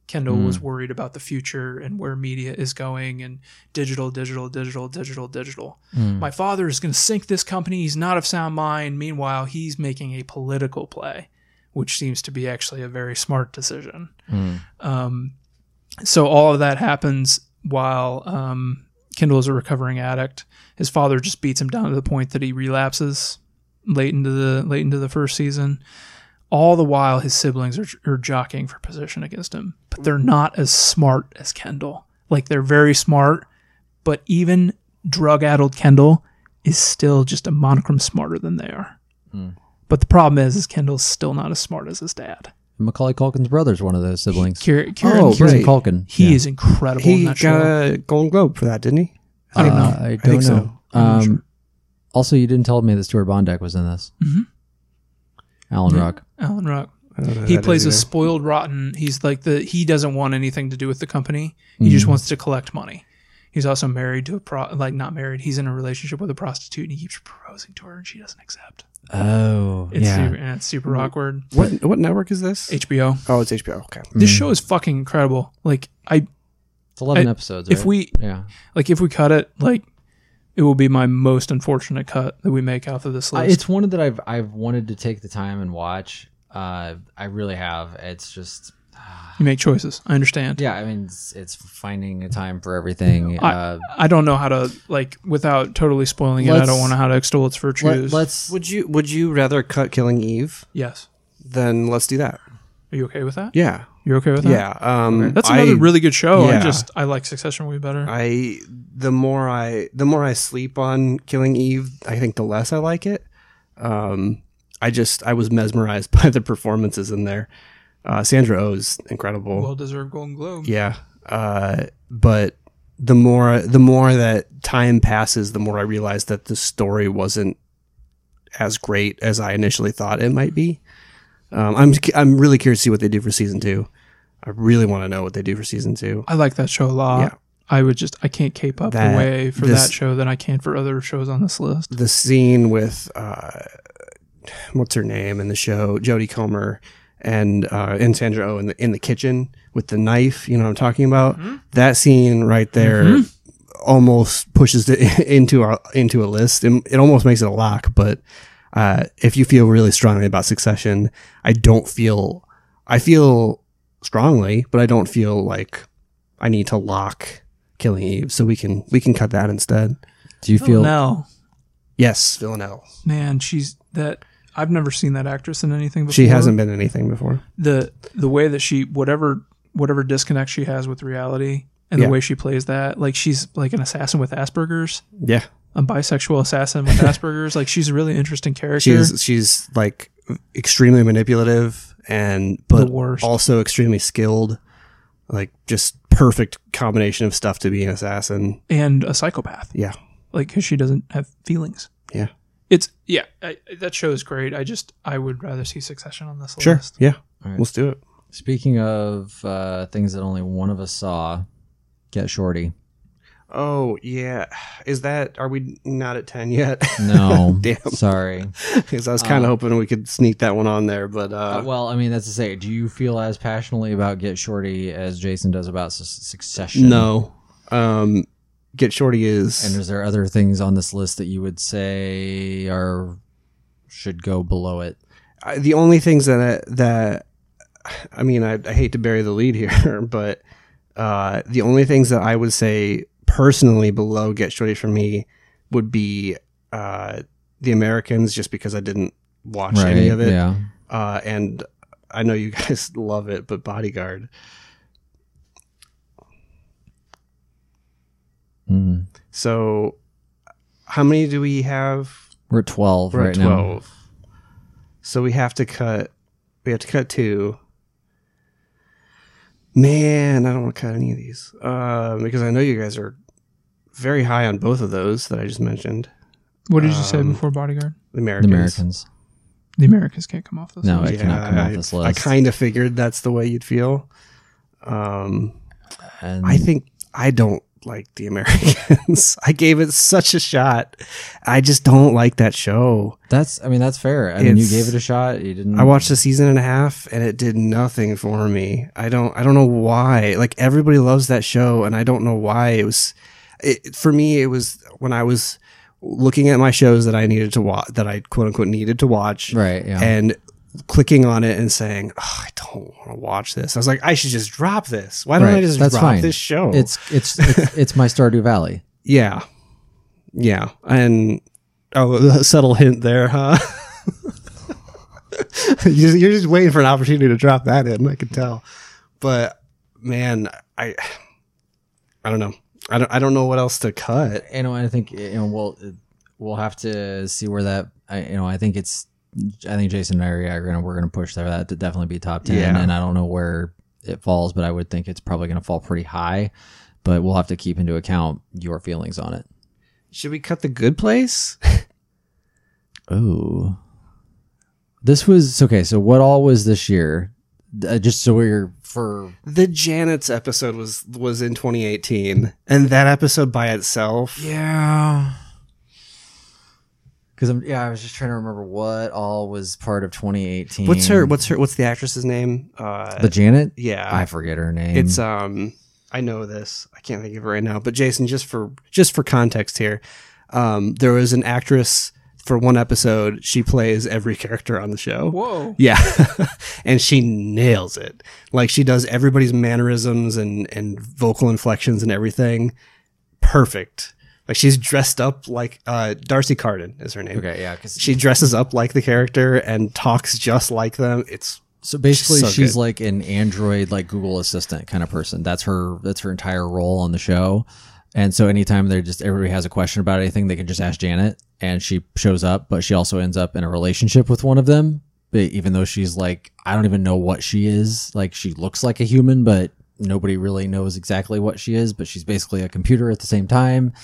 Speaker 3: Kendall was worried about the future and where media is going and digital, digital, digital, digital, digital.
Speaker 1: Mm.
Speaker 3: My father is going to sink this company. He's not of sound mind. Meanwhile, he's making a political play, which seems to be actually a very smart decision.
Speaker 1: Mm.
Speaker 3: Um, so all of that happens while um, Kendall is a recovering addict. His father just beats him down to the point that he relapses late into the late into the first season. All the while, his siblings are, are jockeying for position against him, but they're not as smart as Kendall. Like they're very smart, but even drug-addled Kendall is still just a monochrome smarter than they are.
Speaker 1: Mm.
Speaker 3: But the problem is, is Kendall's still not as smart as his dad.
Speaker 1: Macaulay Culkin's brother's one of those siblings.
Speaker 3: Kier- Kieran
Speaker 1: oh, Kieran
Speaker 5: right.
Speaker 1: Culkin.
Speaker 3: he
Speaker 1: Yeah.
Speaker 3: is incredible in
Speaker 2: He
Speaker 3: that
Speaker 2: got
Speaker 3: show.
Speaker 2: a Golden Globe for that, didn't he?
Speaker 3: I don't know.
Speaker 1: Uh, I don't
Speaker 2: think so.
Speaker 1: know.
Speaker 3: I'm not
Speaker 1: Um,
Speaker 3: sure.
Speaker 1: Also, you didn't tell me that Stuart Bondack was in this.
Speaker 3: Mhm.
Speaker 1: Alan
Speaker 3: Yeah.
Speaker 1: Rock.
Speaker 3: Alan Rock.
Speaker 5: I don't know who
Speaker 3: Um, He
Speaker 5: that is
Speaker 3: plays a
Speaker 5: either.
Speaker 3: spoiled rotten. He's like the he doesn't want anything to do with the company. He just
Speaker 1: Mhm.
Speaker 3: wants to collect money. He's also married to a pro like not married. He's in a relationship with a prostitute and he keeps proposing to her and she doesn't accept.
Speaker 1: Oh,
Speaker 3: It's
Speaker 1: yeah. Mm.
Speaker 3: super, and it's super awkward.
Speaker 2: What what network is this?
Speaker 3: HBO.
Speaker 2: oh, it's HBO. Okay.
Speaker 3: This
Speaker 1: Mm.
Speaker 3: show is fucking incredible. Like I
Speaker 1: It's eleven
Speaker 3: I-
Speaker 1: episodes.
Speaker 3: if
Speaker 1: right?
Speaker 3: we
Speaker 1: yeah,
Speaker 3: like if we cut it like it will be my most unfortunate cut that we make off of this
Speaker 1: I-
Speaker 3: list.
Speaker 1: Uh, it's one that I've I've wanted to take the time and watch. Uh, I really have. It's just,
Speaker 3: you make choices. I understand.
Speaker 1: yeah. I mean, it's, it's finding a time for everything.
Speaker 3: I-
Speaker 1: uh,
Speaker 3: I don't know how to like without totally spoiling it. I
Speaker 1: Let's-
Speaker 3: don't want to how to extol its virtues.
Speaker 1: let, us
Speaker 2: Would you would you rather cut Killing Eve?
Speaker 3: yes.
Speaker 2: Then let's do that.
Speaker 3: Are you okay with that?
Speaker 2: Yeah.
Speaker 3: You're okay with that?
Speaker 2: Yeah. Um,
Speaker 3: That's another
Speaker 2: I,
Speaker 3: really good show. I
Speaker 2: yeah.
Speaker 3: just I like Succession way better.
Speaker 2: I the more I the more I sleep on Killing Eve, I think the less I like it. Um, I just I was mesmerized by the performances in there. Uh, Sandra O's incredible.
Speaker 3: well deserved Golden Globe.
Speaker 2: yeah. Uh, but the more the more that time passes, the more I realized that the story wasn't as great as I initially thought it might be. Um, I'm I'm really curious to see what they do for season two. I really want to know what they do for season two.
Speaker 3: I like that show a lot.
Speaker 2: Yeah.
Speaker 3: I would just I can't keep up
Speaker 2: That-
Speaker 3: the way for
Speaker 2: this-
Speaker 3: that show than I can for other shows on this list.
Speaker 2: the scene with uh, what's her name in the show, Jodie Comer, and uh, and Sandra Oh in the in the kitchen with the knife. You know what I'm talking about? That scene right there almost pushes it into our into a list. It, it almost makes it a lock. But uh, if you feel really strongly about Succession, I don't feel. I feel strongly, but I don't feel like I need to lock Killing Eve. So we can we can cut that instead.
Speaker 1: do you
Speaker 3: Oh,
Speaker 1: feel?
Speaker 3: now,
Speaker 2: Yes, Villanelle.
Speaker 3: man, she's that I've never seen that actress in anything before.
Speaker 2: She hasn't been anything before.
Speaker 3: the the way that she whatever whatever disconnect she has with reality and
Speaker 2: Yeah.
Speaker 3: the way she plays that, like she's like an assassin with Asperger's.
Speaker 2: Yeah,
Speaker 3: a bisexual assassin with Asperger's. like she's a really interesting character.
Speaker 2: she's she's like extremely manipulative and but
Speaker 3: The worst.
Speaker 2: also extremely skilled. Like just perfect combination of stuff to be an assassin.
Speaker 3: and a psychopath.
Speaker 2: Yeah,
Speaker 3: Like because she doesn't have feelings.
Speaker 2: Yeah.
Speaker 3: It's yeah. I, that show is great. I just I would rather see Succession on this
Speaker 2: sure.
Speaker 3: list.
Speaker 2: Yeah,
Speaker 1: All right.
Speaker 2: let's do it.
Speaker 1: Speaking of uh, things that only one of us saw, get shorty.
Speaker 2: Oh yeah, is that are we not at ten yet?
Speaker 1: No,
Speaker 2: Damn.
Speaker 1: sorry.
Speaker 2: Because I was kind of hoping we could sneak that one on there, but
Speaker 1: Uh,
Speaker 2: uh,
Speaker 1: well, I mean, that's to say, do you feel as passionately about Get Shorty as Jason does about Su- Succession?
Speaker 2: no. Um, get shorty is
Speaker 1: And is there other things on this list that you would say are should go below it?
Speaker 2: I, the only things that I, that I mean, I, I hate to bury the lead here, but uh, the only things that I would say personally below Get Shorty for me would be uh, the Americans, just because I didn't watch any of it,
Speaker 1: Yeah.
Speaker 2: uh, and I know you guys love it, but Bodyguard.
Speaker 1: Mm.
Speaker 2: So, how many do we have?
Speaker 1: We're at 12
Speaker 2: We're
Speaker 1: right
Speaker 2: at
Speaker 1: now.
Speaker 2: twelve. So we have to cut. We have to cut two. Man, I don't want to cut any of these uh, because I know you guys are very high on both of those that I just mentioned.
Speaker 3: What did you say
Speaker 2: Um,
Speaker 3: before Bodyguard?
Speaker 2: The
Speaker 1: The
Speaker 2: Americans.
Speaker 1: Americans.
Speaker 3: The Americans can't come off this.
Speaker 1: No,
Speaker 3: list.
Speaker 1: I cannot come
Speaker 2: I,
Speaker 1: off this
Speaker 2: I
Speaker 1: list.
Speaker 2: kind of figured that's the way you'd feel. Um,
Speaker 1: And
Speaker 2: I think I don't like the Americans. I gave it such a shot. I just don't like that show.
Speaker 1: that's, I mean, that's fair. I mean, you
Speaker 2: It's-
Speaker 1: gave it a shot. You didn't.
Speaker 2: I watched a season and a half and it did nothing for me. I don't I don't know why. Like everybody loves that show and I don't know why it was it, for me it was when I was looking at my shows that I needed to watch that I quote unquote needed to watch
Speaker 1: Right. Yeah.
Speaker 2: and clicking on it and saying, oh, I don't want to watch this. I was like, I should just drop this. Why don't I
Speaker 1: Right,
Speaker 2: just
Speaker 1: that's
Speaker 2: drop
Speaker 1: fine.
Speaker 2: this show?
Speaker 1: it's, it's, it's, it's my Stardew Valley.
Speaker 2: Yeah. Yeah. And oh, a subtle hint there, huh? You just- You're just waiting for an opportunity to drop that in. I can tell, but man, I, I don't know. I don't. I don't know what else to cut.
Speaker 1: you know, I think you know we'll we'll have to see where that. I you know, I think it's. I think Jason and I are yeah, gonna we're gonna push there. That to definitely be top ten,
Speaker 2: Yeah.
Speaker 1: and I don't know where it falls, but I would think it's probably gonna fall pretty high. But we'll have to keep into account your feelings on it.
Speaker 2: Should we cut the good place?
Speaker 1: Oh, this was okay. So what all was this year? Uh, just so we're for
Speaker 2: The Janet's episode was was in 2018, and that episode by itself.
Speaker 1: yeah. Because I'm yeah, I was just trying to remember what all was part of 2018.
Speaker 2: What's her? What's her? What's the actress's name? Uh,
Speaker 1: the Janet?
Speaker 2: yeah,
Speaker 1: I forget her name.
Speaker 2: It's um I know this. I can't think of it right now, but Jason just for just for context here, um there was an actress for one episode, she plays every character on the show.
Speaker 3: Whoa.
Speaker 2: Yeah. and she nails it. Like she does everybody's mannerisms and and vocal inflections and everything perfect. Like she's dressed up like uh Darcy Carden is her name.
Speaker 1: okay, yeah, because
Speaker 2: She dresses up like the character and talks just like them. It's
Speaker 1: So basically,
Speaker 2: So
Speaker 1: she's
Speaker 2: good.
Speaker 1: like an Android, like Google Assistant kind of person. That's her. That's her entire role on the show. And so anytime they're just everybody has a question about anything, they can just ask Janet, and she shows up. But she also ends up in a relationship with one of them. But even though she's like, I don't even know what she is. Like she looks like a human, but nobody really knows exactly what she is. But she's basically a computer at the same time.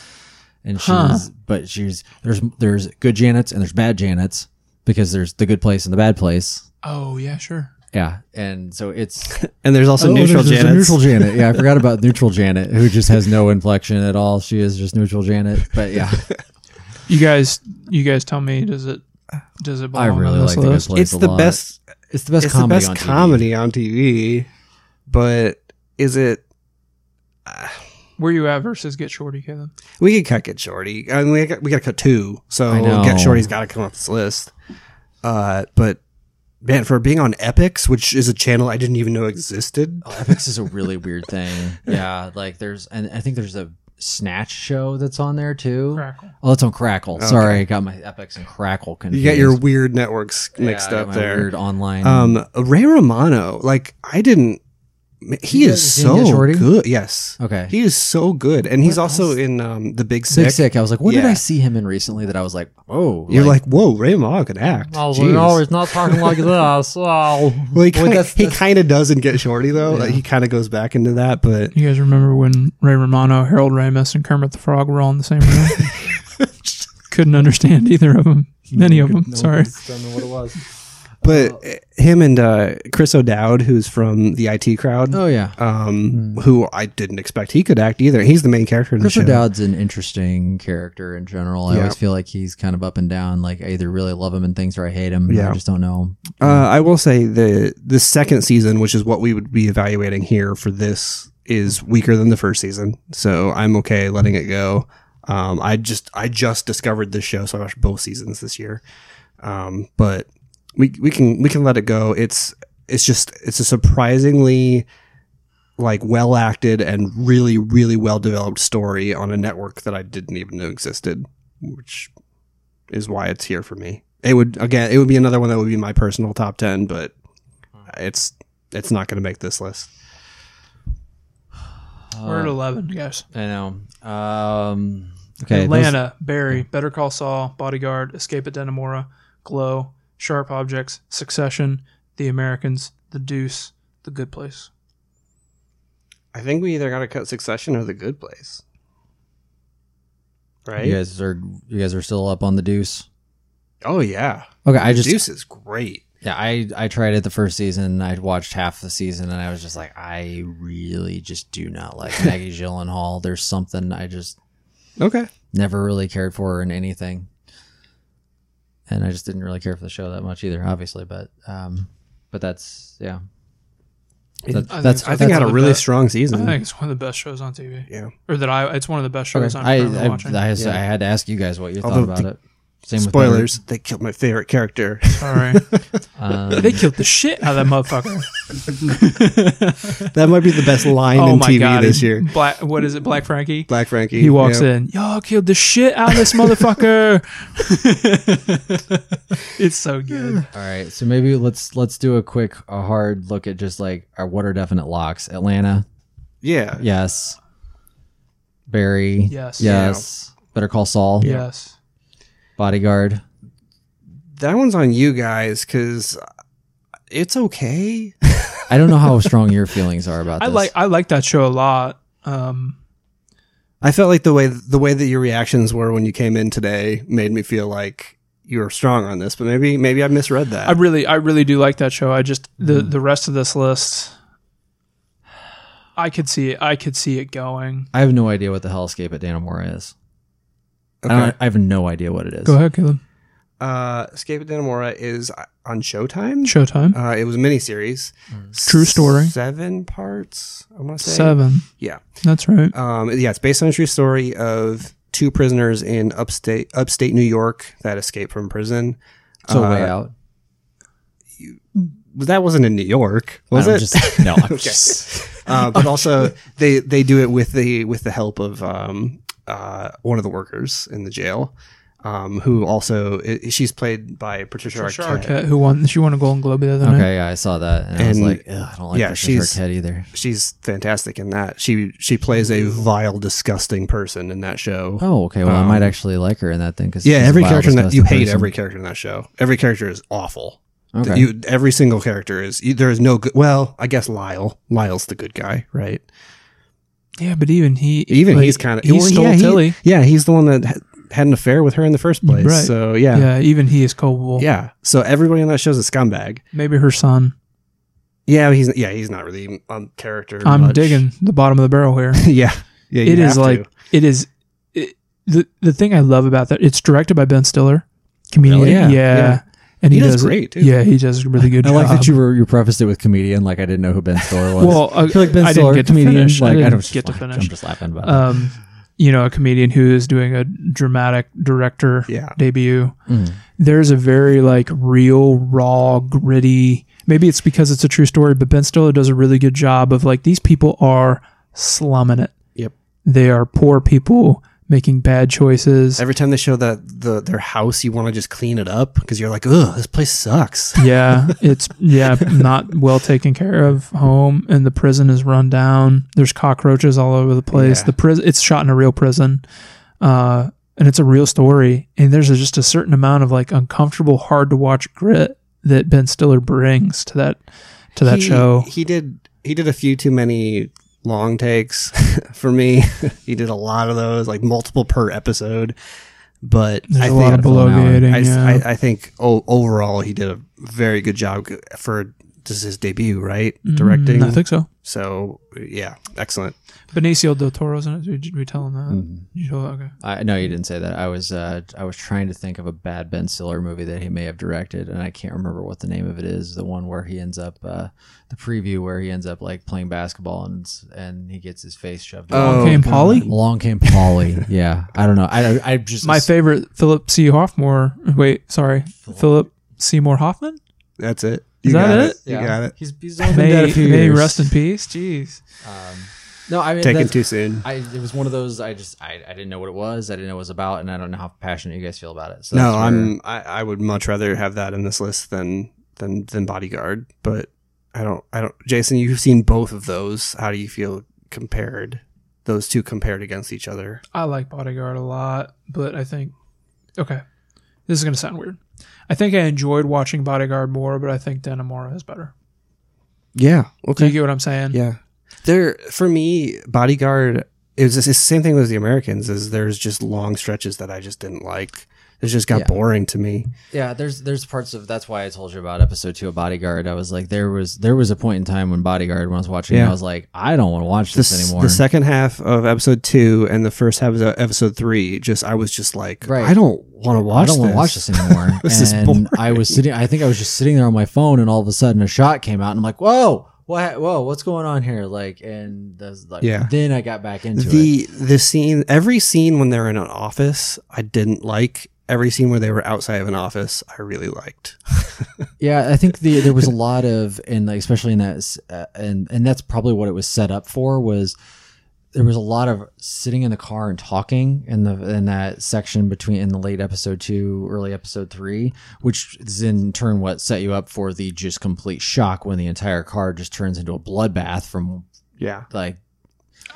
Speaker 1: And she's,
Speaker 3: Huh.
Speaker 1: but she's there's there's good Janets and there's bad Janets because there's the good place and the bad place.
Speaker 3: Oh yeah, sure.
Speaker 1: Yeah, and so it's
Speaker 2: and there's also
Speaker 1: Oh,
Speaker 2: neutral
Speaker 1: there's- there's a
Speaker 2: Janet's.
Speaker 1: neutral Janet. Yeah, I forgot about neutral Janet, who just has no inflection at all. She is just neutral Janet. But yeah,
Speaker 3: You guys, you guys, tell me. Does it? Does it?
Speaker 1: I
Speaker 3: Belong
Speaker 1: really
Speaker 3: on
Speaker 1: like
Speaker 3: this
Speaker 1: the good
Speaker 3: list?
Speaker 1: place.
Speaker 2: it's
Speaker 1: a
Speaker 2: the
Speaker 1: lot.
Speaker 2: best
Speaker 1: It's the best
Speaker 2: it's
Speaker 1: comedy.
Speaker 2: the best
Speaker 1: on TV.
Speaker 2: comedy on TV, but is it?
Speaker 3: Where you at versus Get Shorty, Kevin?
Speaker 2: We could cut Get Shorty. I mean, we got, we got to cut two, so
Speaker 1: I know.
Speaker 2: Get Shorty's got to come off this list. Uh, but man, for being on Epics, which is a channel I didn't even know existed,
Speaker 1: Oh, Epics is a really weird thing. Yeah, like there's, and I think there's a Snatch show that's on there too.
Speaker 3: Crackle.
Speaker 1: Oh, it's on Crackle. Sorry, I got my Epics and Crackle
Speaker 2: you
Speaker 1: confused.
Speaker 2: got your weird networks
Speaker 1: Yeah,
Speaker 2: mixed
Speaker 1: I got
Speaker 2: up
Speaker 1: my
Speaker 2: there.
Speaker 1: Weird online.
Speaker 2: Um, Ray Romano, like I didn't. He
Speaker 1: You
Speaker 2: is
Speaker 1: haven't seen Get
Speaker 2: so
Speaker 1: Shorty?
Speaker 2: good. Yes,
Speaker 1: okay.
Speaker 2: he is so good, and he's also in um, the Big
Speaker 1: Big
Speaker 2: Sick.
Speaker 1: sick. I was like, what did
Speaker 2: Yeah.
Speaker 1: I see him in recently that I was like, oh,
Speaker 2: You're like, whoa, Ray Romano can act. Jeez.
Speaker 1: not talking like this. Oh.
Speaker 2: Well, he kind
Speaker 1: that's-
Speaker 2: of he
Speaker 1: that's-
Speaker 2: kind of doesn't get shorty though. Like, he kind of goes back into that, but
Speaker 3: You guys remember when Ray Romano, Harold Ramis, and Kermit the Frog were all in the same room? Couldn't understand either of them. Any of them. Sorry.
Speaker 1: don't know what it was.
Speaker 2: but uh,
Speaker 1: Oh.
Speaker 2: him and uh, Chris O'Dowd, who's from the IT crowd,
Speaker 1: Oh yeah,
Speaker 2: um, who I didn't expect he could act either. He's the main character in
Speaker 1: Chris
Speaker 2: the show.
Speaker 1: O'Dowd's an interesting character in general. I
Speaker 2: Yeah.
Speaker 1: always feel like he's kind of up and down. Like I either really love him and things, or I hate him. I
Speaker 2: Yeah.
Speaker 1: just don't know.
Speaker 2: Uh, I will say the the second season, which is what we would be evaluating here for this, is weaker than the first season. So I'm okay letting it go. Um, I just I just discovered this show, so I watched both seasons this year. Um, but we we can we can let it go. It's it's just it's a surprisingly like well acted and really really well developed story on a network that I didn't even know existed, which is why it's here for me. It would again it would be another one that would be my personal top 10, but it's it's not going to make this list.
Speaker 3: We're at eleven, guys.
Speaker 1: Uh, I know. Um, okay, those-
Speaker 3: Atlanta, Barry, Better Call Saul, Bodyguard, Escape at Denimora, Glow, Sharp Objects, Succession, The Americans, The Deuce, The Good Place.
Speaker 2: I think we either got to cut Succession or The Good Place. Right?
Speaker 1: you guys are you guys are still up on the deuce.
Speaker 2: Oh yeah.
Speaker 1: Okay, I just
Speaker 2: Deuce is great.
Speaker 1: yeah, I I tried it the first season. I watched half the season, and I was just like, I really just do not like Maggie Gyllenhaal. There's something I just
Speaker 2: Okay.
Speaker 1: never really cared for her in anything, and I just didn't really care for the show that much either, obviously. But um, but that's yeah. That-
Speaker 3: I think
Speaker 1: that's
Speaker 3: it's-
Speaker 2: I
Speaker 1: that's-
Speaker 2: think it had a
Speaker 3: what
Speaker 2: really
Speaker 3: that-
Speaker 2: strong
Speaker 3: I
Speaker 2: season.
Speaker 3: think it's one of the best shows on TV.
Speaker 2: Yeah.
Speaker 3: Or that I it's one of the best shows I'm
Speaker 1: I,
Speaker 3: currently
Speaker 1: I,
Speaker 3: watching.
Speaker 1: I, I
Speaker 2: Yeah.
Speaker 1: had to ask you guys what you thought
Speaker 2: Although
Speaker 1: about
Speaker 2: the-
Speaker 1: it. Same
Speaker 2: Spoilers, they killed my favorite character.
Speaker 3: Sorry.
Speaker 1: With Barry. Um,
Speaker 3: they killed the shit out of that motherfucker.
Speaker 2: that might be the best line
Speaker 3: oh
Speaker 2: in
Speaker 3: my
Speaker 2: TV
Speaker 3: god.
Speaker 2: this
Speaker 3: he-
Speaker 2: year.
Speaker 3: Black what is it, Black Frankie?
Speaker 2: Black Frankie.
Speaker 3: He walks in. Y'all killed the shit out of this motherfucker. it's so good.
Speaker 1: All right, so maybe let's let's do a quick, a hard look at just like our what are definite locks. Atlanta,
Speaker 2: Yeah.
Speaker 1: yes. Barry,
Speaker 3: Yes.
Speaker 1: yes. Better Call Saul,
Speaker 3: Yes.
Speaker 1: Bodyguard.
Speaker 2: That one's on you guys because it's okay.
Speaker 1: I don't know how strong your feelings are about
Speaker 3: I
Speaker 1: this.
Speaker 3: like I like that show a lot. Um
Speaker 2: I felt like the way the way that your reactions were when you came in today made me feel like you were strong on this, but maybe maybe I misread that.
Speaker 3: I really I really do like that show. I just the the rest of this list I could see it I could see it going.
Speaker 1: I have no idea what the hellscape at Danamora is.
Speaker 2: Okay.
Speaker 1: I, don't, I have no idea what it is.
Speaker 3: Go ahead, Caleb.
Speaker 2: uh, Escape at Danamora is uh, on Showtime.
Speaker 3: Showtime.
Speaker 2: Uh, it was a miniseries.
Speaker 3: Mm. True story.
Speaker 2: Seven parts. I want to say
Speaker 3: Seven.
Speaker 2: Yeah.
Speaker 3: That's right.
Speaker 2: Um, yeah, it's based on a true story of two prisoners in upstate upstate New York that escaped from prison.
Speaker 1: So way
Speaker 2: Uh,
Speaker 1: out.
Speaker 2: But that wasn't in New York, was
Speaker 1: I'm
Speaker 2: it?
Speaker 1: Just, no, I'm just.
Speaker 2: uh, but also, they they do it with the with the help of um, uh, one of the workers in the jail, um, who also i she's played by Patricia,
Speaker 3: Patricia
Speaker 2: Arquette.
Speaker 3: Arquette, who won? She won a Golden Globe the other night.
Speaker 1: Okay, yeah, I saw that, and, I was
Speaker 2: And-
Speaker 1: like, Ugh, I don't like
Speaker 2: yeah,
Speaker 1: yeah,
Speaker 2: she's-
Speaker 1: Arquette either.
Speaker 2: She's fantastic in that. She she plays a vile, disgusting person in that show.
Speaker 1: Oh, okay. Well, I
Speaker 2: Um,
Speaker 1: might actually like her in that thing because
Speaker 2: Yeah, every character in that you hate every character in that show. Every character is awful.
Speaker 1: Okay.
Speaker 2: You, every single character is you, there is no good. Well, I guess Lyle. Lyle's the good guy, right?
Speaker 3: Yeah, but even he,
Speaker 2: Even
Speaker 3: like,
Speaker 2: he's kind of
Speaker 3: he stole
Speaker 2: yeah, he-
Speaker 3: Tilly.
Speaker 2: yeah, he's the one that ha- had an affair with her in the first place.
Speaker 3: Right.
Speaker 2: So
Speaker 3: yeah.
Speaker 2: yeah. yeah,
Speaker 3: even he is culpable.
Speaker 2: So everybody on that show's a scumbag.
Speaker 3: maybe her son.
Speaker 2: Yeah, he's yeah, he's not really on character.
Speaker 3: I'm
Speaker 2: much.
Speaker 3: digging the bottom of the barrel here.
Speaker 2: yeah, yeah.
Speaker 3: it
Speaker 2: you have
Speaker 3: is like
Speaker 2: to.
Speaker 3: it is. It, the the thing I love about that it's directed by Ben Stiller, comedian.
Speaker 2: Really?
Speaker 3: Yeah,
Speaker 2: Yeah, yeah.
Speaker 3: and he,
Speaker 2: He does
Speaker 3: does, it-
Speaker 2: great, too.
Speaker 3: Yeah, he does a really good.
Speaker 1: I like that
Speaker 3: job.
Speaker 1: you were you prefaced it with comedian, like I didn't know who Ben Stiller was.
Speaker 3: Well, uh,
Speaker 1: I feel like Ben
Speaker 3: I
Speaker 1: Stiller,
Speaker 3: didn't get to
Speaker 1: comedian,
Speaker 3: finish.
Speaker 1: like
Speaker 3: I
Speaker 1: I,
Speaker 3: didn't
Speaker 1: don't just
Speaker 3: get to
Speaker 1: like-
Speaker 3: finish.
Speaker 1: I'm just laughing
Speaker 2: Uh,
Speaker 1: about
Speaker 3: um, you know, a comedian who is doing a dramatic director
Speaker 2: Yeah.
Speaker 3: debut.
Speaker 1: it. Mm.
Speaker 3: There's a very like real, raw, gritty. Maybe it's because it's a true story, but Ben Stiller does a really good job of like these people are slumming it.
Speaker 2: Yep.
Speaker 3: They are poor people making bad choices.
Speaker 2: Every time they show that the their house, you want to just clean it up because you're like, ugh, this place sucks.
Speaker 3: yeah, it's yeah, not well taken care of home and the prison is run down. There's cockroaches all over the place.
Speaker 2: Yeah.
Speaker 3: The prison it's shot in a real prison. Uh and it's a real story and there's a, just a certain amount of like uncomfortable hard to watch grit that Ben Stiller brings to that to that
Speaker 2: He-
Speaker 3: show.
Speaker 2: He did he did a few too many long takes for me. he did a lot of those, like multiple per episode. But
Speaker 3: There's
Speaker 2: I
Speaker 3: a
Speaker 2: think
Speaker 3: lot of bloviating.
Speaker 2: I, s-
Speaker 3: yeah.
Speaker 2: I- I think o- overall he did a very good job g- for this is his debut, right? Directing.
Speaker 3: Mm, I think so.
Speaker 2: so yeah, excellent.
Speaker 3: Benicio del Toro's in it. Did you- did we tell him that?
Speaker 2: Hmm.
Speaker 3: You told- okay.
Speaker 1: I no, you didn't say that. I was uh, I was trying to think of a bad Ben Stiller movie that he may have directed, and I can't remember what the name of it is. The one where he ends up uh, the preview where he ends up like playing basketball and s- and he gets his face shoved. in.
Speaker 2: Oh,
Speaker 3: okay, and
Speaker 2: God.
Speaker 3: Polly?
Speaker 1: Along came Polly. yeah, I don't know. I I just
Speaker 3: My favorite Philip C. Hoffman. Wait, sorry, Philip Seymour Hoffman.
Speaker 2: That's it.
Speaker 3: Is that
Speaker 2: got
Speaker 3: it?
Speaker 2: You
Speaker 1: Yeah.
Speaker 2: got it.
Speaker 1: He's he's only been
Speaker 3: May,
Speaker 1: dead a few
Speaker 3: may he
Speaker 1: years.
Speaker 3: rest in peace. Jeez.
Speaker 1: Um, no, I mean
Speaker 2: Taken
Speaker 1: that's-
Speaker 2: too soon.
Speaker 1: I it was one of those I just I, I didn't know what it was I didn't know what it was about and I don't know how passionate you guys feel about it. So
Speaker 2: no,
Speaker 1: that's where-
Speaker 2: I'm. I, I would much rather have that in this list than than than bodyguard. But I don't. I don't. Jason, you've seen both of those. How do you feel compared? Those two compared against each other.
Speaker 3: I like Bodyguard a lot, but I think okay, this is gonna sound weird. I think I enjoyed watching Bodyguard more, but I think Denimora is better.
Speaker 2: Yeah.
Speaker 3: Do you get what I'm saying?
Speaker 2: Yeah. There for me, bodyguard it was just, it's the same thing with the Americans is there's just long stretches that I just didn't like. It just got
Speaker 1: Yeah.
Speaker 2: boring to me.
Speaker 1: yeah. There's there's parts of that's why I told you about episode two of Bodyguard. I was like there was there was a point in time when Bodyguard when I was watching it,
Speaker 2: Yeah.
Speaker 1: I was like I don't want to watch
Speaker 2: The,
Speaker 1: this
Speaker 2: s-
Speaker 1: anymore.
Speaker 2: the second half of episode two and the first half of episode three, just I was just like,
Speaker 1: Right.
Speaker 2: I don't want to watch.
Speaker 1: I don't want to watch this anymore.
Speaker 2: This is
Speaker 1: and
Speaker 2: boring.
Speaker 1: I was sitting. I think I was just sitting there on my phone, and all of a sudden, a shot came out, and I'm like, "Whoa, what? Whoa, what's going on here?" Like, and that's like,
Speaker 2: Yeah.
Speaker 1: Then I got back into it.
Speaker 2: the the scene every scene when they're in an office i didn't like every scene where they were outside of an office i really liked
Speaker 1: Yeah, I think the, there was a lot of, and like, especially in that, s- uh, and and that's probably what it was set up for was there was a lot of sitting in the car and talking in the in that section between in the late episode two, early episode three, which is in turn what set you up for the just complete shock when the entire car just turns into a bloodbath from
Speaker 2: yeah
Speaker 1: like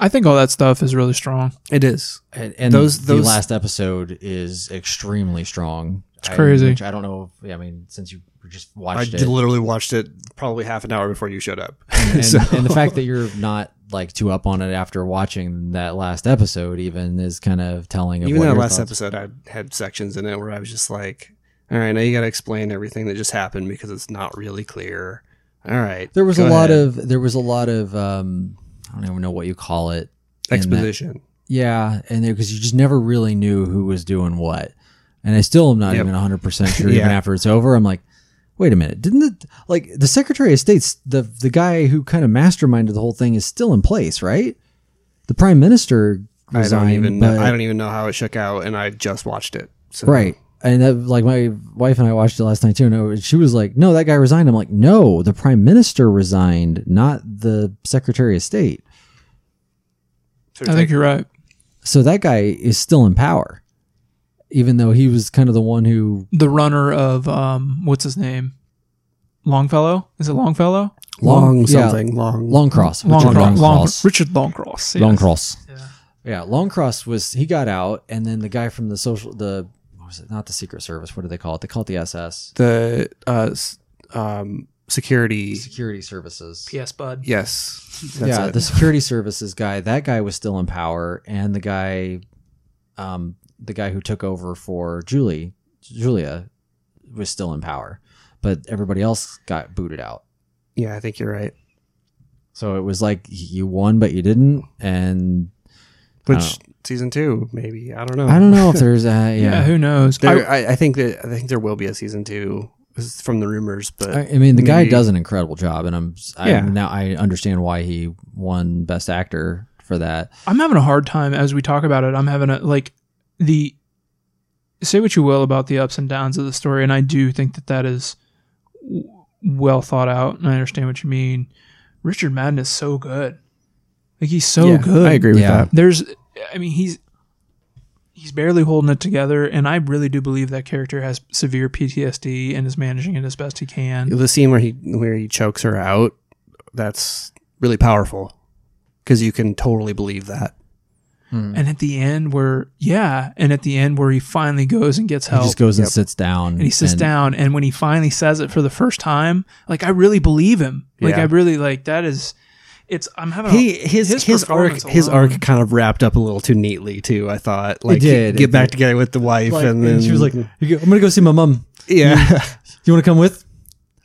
Speaker 3: I think all that stuff is really strong.
Speaker 2: it is
Speaker 1: and, and
Speaker 2: Those-
Speaker 1: those,
Speaker 2: those-
Speaker 1: the last episode is extremely strong. It's
Speaker 3: crazy.
Speaker 1: I, which I don't know. If, I mean, since you just
Speaker 2: i
Speaker 1: watched it,
Speaker 2: literally watched it probably half an hour before you showed up
Speaker 1: and,
Speaker 2: So-
Speaker 1: and the fact that you're not like too up on it after watching that last episode even is kind of telling of
Speaker 2: even
Speaker 1: what
Speaker 2: that
Speaker 1: your
Speaker 2: last
Speaker 1: thoughts-
Speaker 2: episode i had sections in it where i was just like all right now you gotta explain everything that just happened because it's not really clear all right
Speaker 1: there was
Speaker 2: go
Speaker 1: a lot
Speaker 2: ahead.
Speaker 1: of there was a lot of um i don't even know what you call it in that-
Speaker 2: exposition
Speaker 1: yeah and there because you just never really knew who was doing what and i still am not
Speaker 2: Yep.
Speaker 1: even 100% sure
Speaker 2: Yeah.
Speaker 1: even after it's over i'm like wait a minute didn't the like the secretary of state's the the guy who kind of masterminded the whole thing is still in place right the prime minister
Speaker 2: i
Speaker 1: resigned,
Speaker 2: don't even
Speaker 1: but,
Speaker 2: know i don't even know how it shook out and i just watched it so
Speaker 1: Right. And that, like my wife and I watched it last night too, and it was- she was like, "No, that guy resigned." I'm like, "No, the prime minister resigned, not the secretary of state."
Speaker 2: so
Speaker 3: I think you're right.
Speaker 1: So that guy is still in power, even though he was kind of the one who
Speaker 3: The runner of um, what's his name? Longfellow? Is it Longfellow?
Speaker 2: long,
Speaker 1: yeah,
Speaker 2: something long
Speaker 1: Longcross,
Speaker 3: Long,
Speaker 1: Richard
Speaker 3: Long,
Speaker 1: Longcross,
Speaker 3: Richard Longcross. yes.
Speaker 1: Longcross.
Speaker 3: Yeah.
Speaker 1: Yeah, Longcross was he got out, and then the guy from the social the what was it not the Secret Service? What do they call it? They call it the SS
Speaker 2: the uh s- um security
Speaker 1: Security Services.
Speaker 3: P.S. Bud.
Speaker 2: yes
Speaker 1: yeah,
Speaker 2: it.
Speaker 1: the security services guy. That guy was still in power, and the guy, um, the guy who took over for Julie, Julia, was still in power, but everybody else got booted out.
Speaker 2: yeah i think you're right
Speaker 1: So it was like you won, but you didn't, and
Speaker 2: which
Speaker 1: Oh.
Speaker 2: season two maybe i don't know
Speaker 1: I don't know if there's a yeah.
Speaker 3: Yeah. who knows?
Speaker 2: there, I, I think that i think there will be a season two this is from the rumors but
Speaker 1: I, I mean, the guy
Speaker 2: Maybe-
Speaker 1: does an incredible job, and I'm I,
Speaker 2: Yeah.
Speaker 1: now I understand why he won Best Actor for that.
Speaker 3: I'm having a hard time as we talk about it. I'm having a like the say what you will about the ups and downs of the story, and I do think that that is w- well thought out, and I understand what you mean. Richard Madden is so good, like he's so
Speaker 2: Yeah,
Speaker 3: good.
Speaker 2: i agree with
Speaker 1: oh, Yeah.
Speaker 2: that
Speaker 3: There's, I mean, he's he's barely holding it together, and I really do believe that character has severe PTSD and is managing it as best he can.
Speaker 2: the scene where he where he chokes her out that's really powerful because you can totally believe that Mm.
Speaker 3: And at the end, where yeah, and at the end where he finally goes and gets
Speaker 1: He
Speaker 3: help,
Speaker 1: just goes Oh, and
Speaker 2: Yep.
Speaker 1: sits down,
Speaker 3: and he sits down and when he finally says it for the first time like i really believe him like
Speaker 2: Yeah.
Speaker 3: i really like that is it's i'm having a,
Speaker 2: he his Oh, his,
Speaker 3: his
Speaker 2: arc
Speaker 3: performance
Speaker 2: his
Speaker 3: alone.
Speaker 2: arc kind of wrapped up a little too neatly too i thought like
Speaker 1: did.
Speaker 2: get
Speaker 1: It
Speaker 2: back
Speaker 1: did.
Speaker 2: together with the wife
Speaker 1: Like,
Speaker 2: and then
Speaker 1: and she was like, "I'm gonna go see my mom."
Speaker 2: yeah
Speaker 1: you want to come with?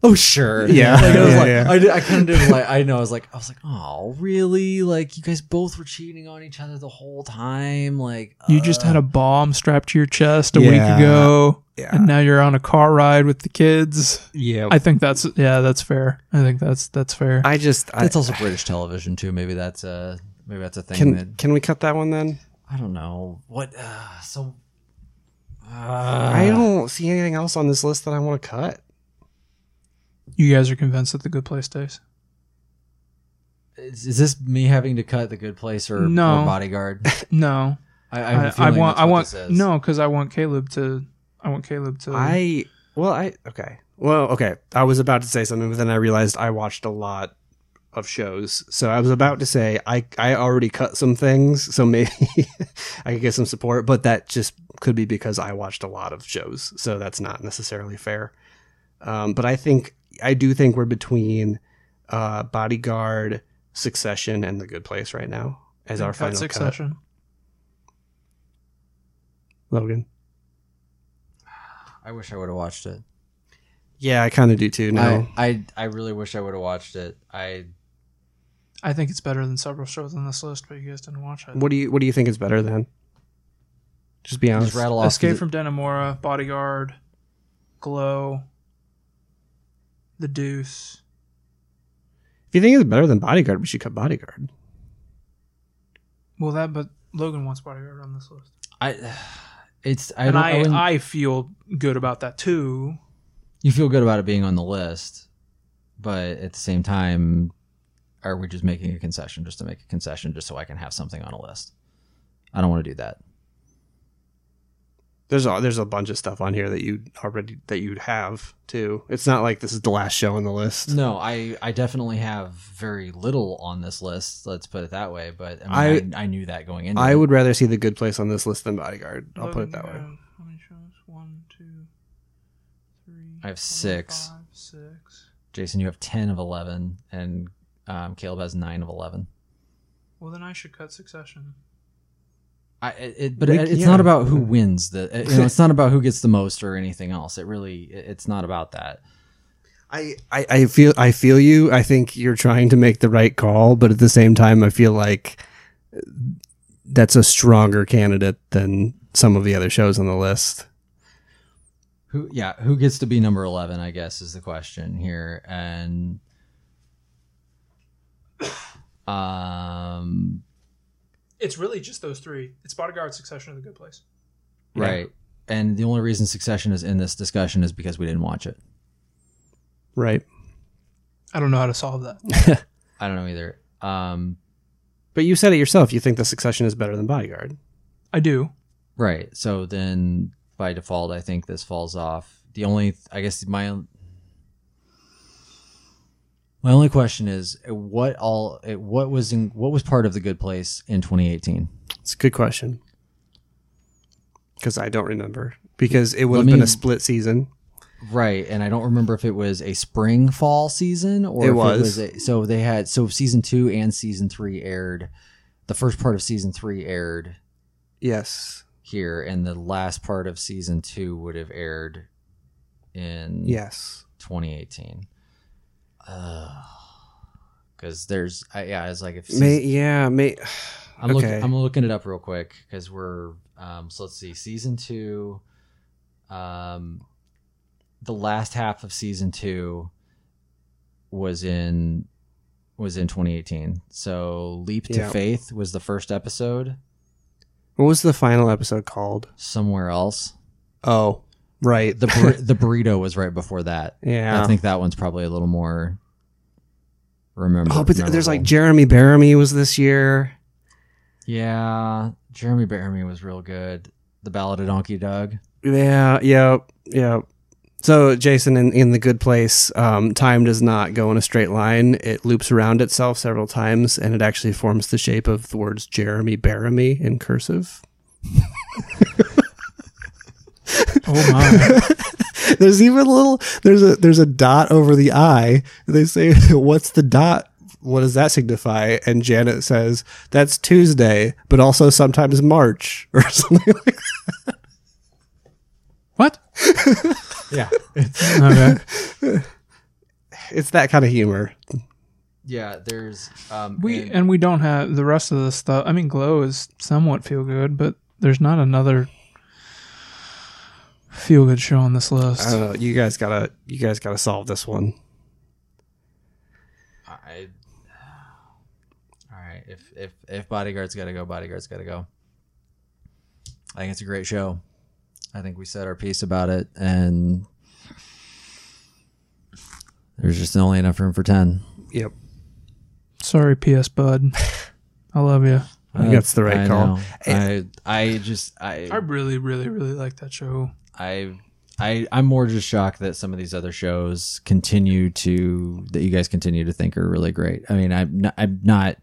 Speaker 1: Oh sure,
Speaker 2: Yeah.
Speaker 1: Like, I was
Speaker 2: Yeah,
Speaker 1: like,
Speaker 2: yeah.
Speaker 1: I, did- I kind of did like I know I was like I was like, oh really? Like you guys both were cheating on each other the whole time? Like uh,
Speaker 3: you just had a bomb strapped to your chest a
Speaker 2: Yeah.
Speaker 3: week ago
Speaker 2: yeah
Speaker 3: and now you're on a car ride with the kids
Speaker 2: yeah
Speaker 3: i think that's yeah that's fair i think that's that's fair
Speaker 2: i just I,
Speaker 1: That's also British television too. Maybe that's a maybe that's a thing that
Speaker 2: can can we cut that one then
Speaker 1: I don't know what. Uh, so uh,
Speaker 2: I don't see anything else on this list that I want to cut.
Speaker 3: You guys are convinced that the good place stays?
Speaker 1: Is, is this me having to cut the good place or,
Speaker 3: No.
Speaker 1: or bodyguard?
Speaker 3: No,
Speaker 1: I, I, have
Speaker 3: I,
Speaker 1: a
Speaker 3: I
Speaker 1: feeling
Speaker 3: want.
Speaker 1: that's
Speaker 3: I
Speaker 1: what
Speaker 3: want
Speaker 1: this is.
Speaker 3: no, because I want Caleb to. I want Caleb to.
Speaker 2: I well, I okay. Well, okay. I was about to say something, but then I realized I watched a lot of shows, so I was about to say I I already cut some things, so maybe I could get some support. But that just could be because I watched a lot of shows, so that's not necessarily fair. Um, but I think I do think we're between uh, Bodyguard, Succession, and The Good Place right now as our
Speaker 3: cut
Speaker 2: final cut.
Speaker 3: succession.
Speaker 2: Logan.
Speaker 1: I wish I would have watched it.
Speaker 2: Yeah, I kind of do too now.
Speaker 1: I, I I really wish I would have watched it. I
Speaker 3: I think it's better than several shows on this list, but you guys didn't watch it.
Speaker 2: What do you What do you think is better then? Just be honest.
Speaker 1: just rattle off.
Speaker 3: Escape
Speaker 1: the-
Speaker 3: from Denimora, Bodyguard, Glow, The Deuce.
Speaker 2: if you think it's better than Bodyguard, we should cut Bodyguard.
Speaker 3: Well, that but Logan wants Bodyguard on this list,
Speaker 1: I. It's I
Speaker 3: and
Speaker 1: don't. I
Speaker 3: I
Speaker 1: wouldn't-
Speaker 3: I, feel good about that too.
Speaker 1: you feel good about it being on the list, but at the same time, are we just making a concession just to make a concession just so I can have something on a list? I don't want to do that.
Speaker 2: There's a, there's a bunch of stuff on here that you already that you have too. It's not like this is the last show on the list.
Speaker 1: No, I I definitely have very little on this list. Let's put it that way. But I
Speaker 2: I-
Speaker 1: mean, I, I knew that going in.
Speaker 2: I would rather see the good place on this list than Bodyguard. I'll put it
Speaker 3: Logan,
Speaker 2: that way.
Speaker 3: uh, How many shows? One, two, three.
Speaker 1: I have
Speaker 3: four,
Speaker 1: six.
Speaker 3: five, six.
Speaker 1: Jason, you have ten of eleven, and um, Caleb has nine of eleven.
Speaker 3: Well, then I should cut Succession.
Speaker 1: I, it, it- but
Speaker 2: We-
Speaker 1: it, it's
Speaker 2: yeah.
Speaker 1: not about who wins the. You know, it's not about who gets the most or anything else. It really, it- it's not about that.
Speaker 2: I, I I feel I feel you. I think you're trying to make the right call, but at the same time, I feel like that's a stronger candidate than some of the other shows on the list.
Speaker 1: Who, yeah, who gets to be number eleven? I guess is the question here, and um,
Speaker 3: It's really just those three. It's Bodyguard, Succession, and The Good Place.
Speaker 2: Yeah.
Speaker 1: right. And the only reason Succession is in this discussion is because we didn't watch it.
Speaker 2: Right.
Speaker 3: I don't know how to solve that.
Speaker 1: I don't know either. Um,
Speaker 2: But you said it yourself. You think the Succession is better than Bodyguard.
Speaker 3: I do.
Speaker 1: Right. So then by default, I think this falls off. The only, I guess, my my only question is what all what was in what was part of the good place in 2018.
Speaker 2: It's a good question. Because I don't remember. Because it would
Speaker 1: Let
Speaker 2: have been
Speaker 1: me-
Speaker 2: a split season.
Speaker 1: Right, and I don't remember if it was a spring fall season or
Speaker 2: It
Speaker 1: if
Speaker 2: was.
Speaker 1: a, so they had so season two and season three aired. The first part of season three aired
Speaker 2: Yes.
Speaker 1: here, and the last part of season two would have aired in
Speaker 2: Yes.
Speaker 1: 2018. Because there's, I, yeah, it's like if
Speaker 2: May,
Speaker 1: season-
Speaker 2: yeah. May,
Speaker 1: I'm, looking,
Speaker 2: okay.
Speaker 1: I'm looking it up real quick because we're, um, so let's see, season two, um, the last half of season two was in was in 2018. So Leap to
Speaker 2: Yeah.
Speaker 1: Faith was the first episode.
Speaker 2: what was the final episode called?
Speaker 1: Somewhere else,
Speaker 2: Oh, right.
Speaker 1: the bur- the burrito was right before that.
Speaker 2: yeah.
Speaker 1: I think that one's probably a little more. Remember?
Speaker 2: oh, but th- there's like
Speaker 1: memorable.
Speaker 2: Jeremy Baramy was this year.
Speaker 1: Yeah, Jeremy Baramy was real good. The Ballad of Donkey Doug.
Speaker 2: Yeah. Yeah. Yeah. So Jason in, in the good place, um, time does not go in a straight line. It loops around itself several times, and it actually forms the shape of the words Jeremy Baramy in cursive.
Speaker 3: Oh my!
Speaker 2: there's even a little there's a there's a dot over the i they say what's the dot what does that signify and janet says that's tuesday but also sometimes march or something like that.
Speaker 3: what?
Speaker 1: Yeah,
Speaker 3: Okay.
Speaker 2: it's that kind of humor
Speaker 1: yeah. There's um,
Speaker 3: We
Speaker 1: and-
Speaker 3: and we don't have the rest of the stuff. I mean, glow is somewhat feel good, but there's not another feel good show on this list.
Speaker 2: i don't know you guys gotta you guys gotta solve this one
Speaker 1: I, all right. If if if Bodyguard's got to go, Bodyguard's got to go. I think it's a great show. I think we said our piece about it, and There's just only enough room for ten.
Speaker 4: Yep.
Speaker 3: Sorry, PS Bud. I love you.
Speaker 1: I
Speaker 4: think that's the right call.
Speaker 1: know. I I just
Speaker 3: I
Speaker 1: I
Speaker 3: really, really, really like that show.
Speaker 1: I I I'm more just shocked that some of these other shows continue to that you guys continue to think are really great. I mean, I'm not, I'm not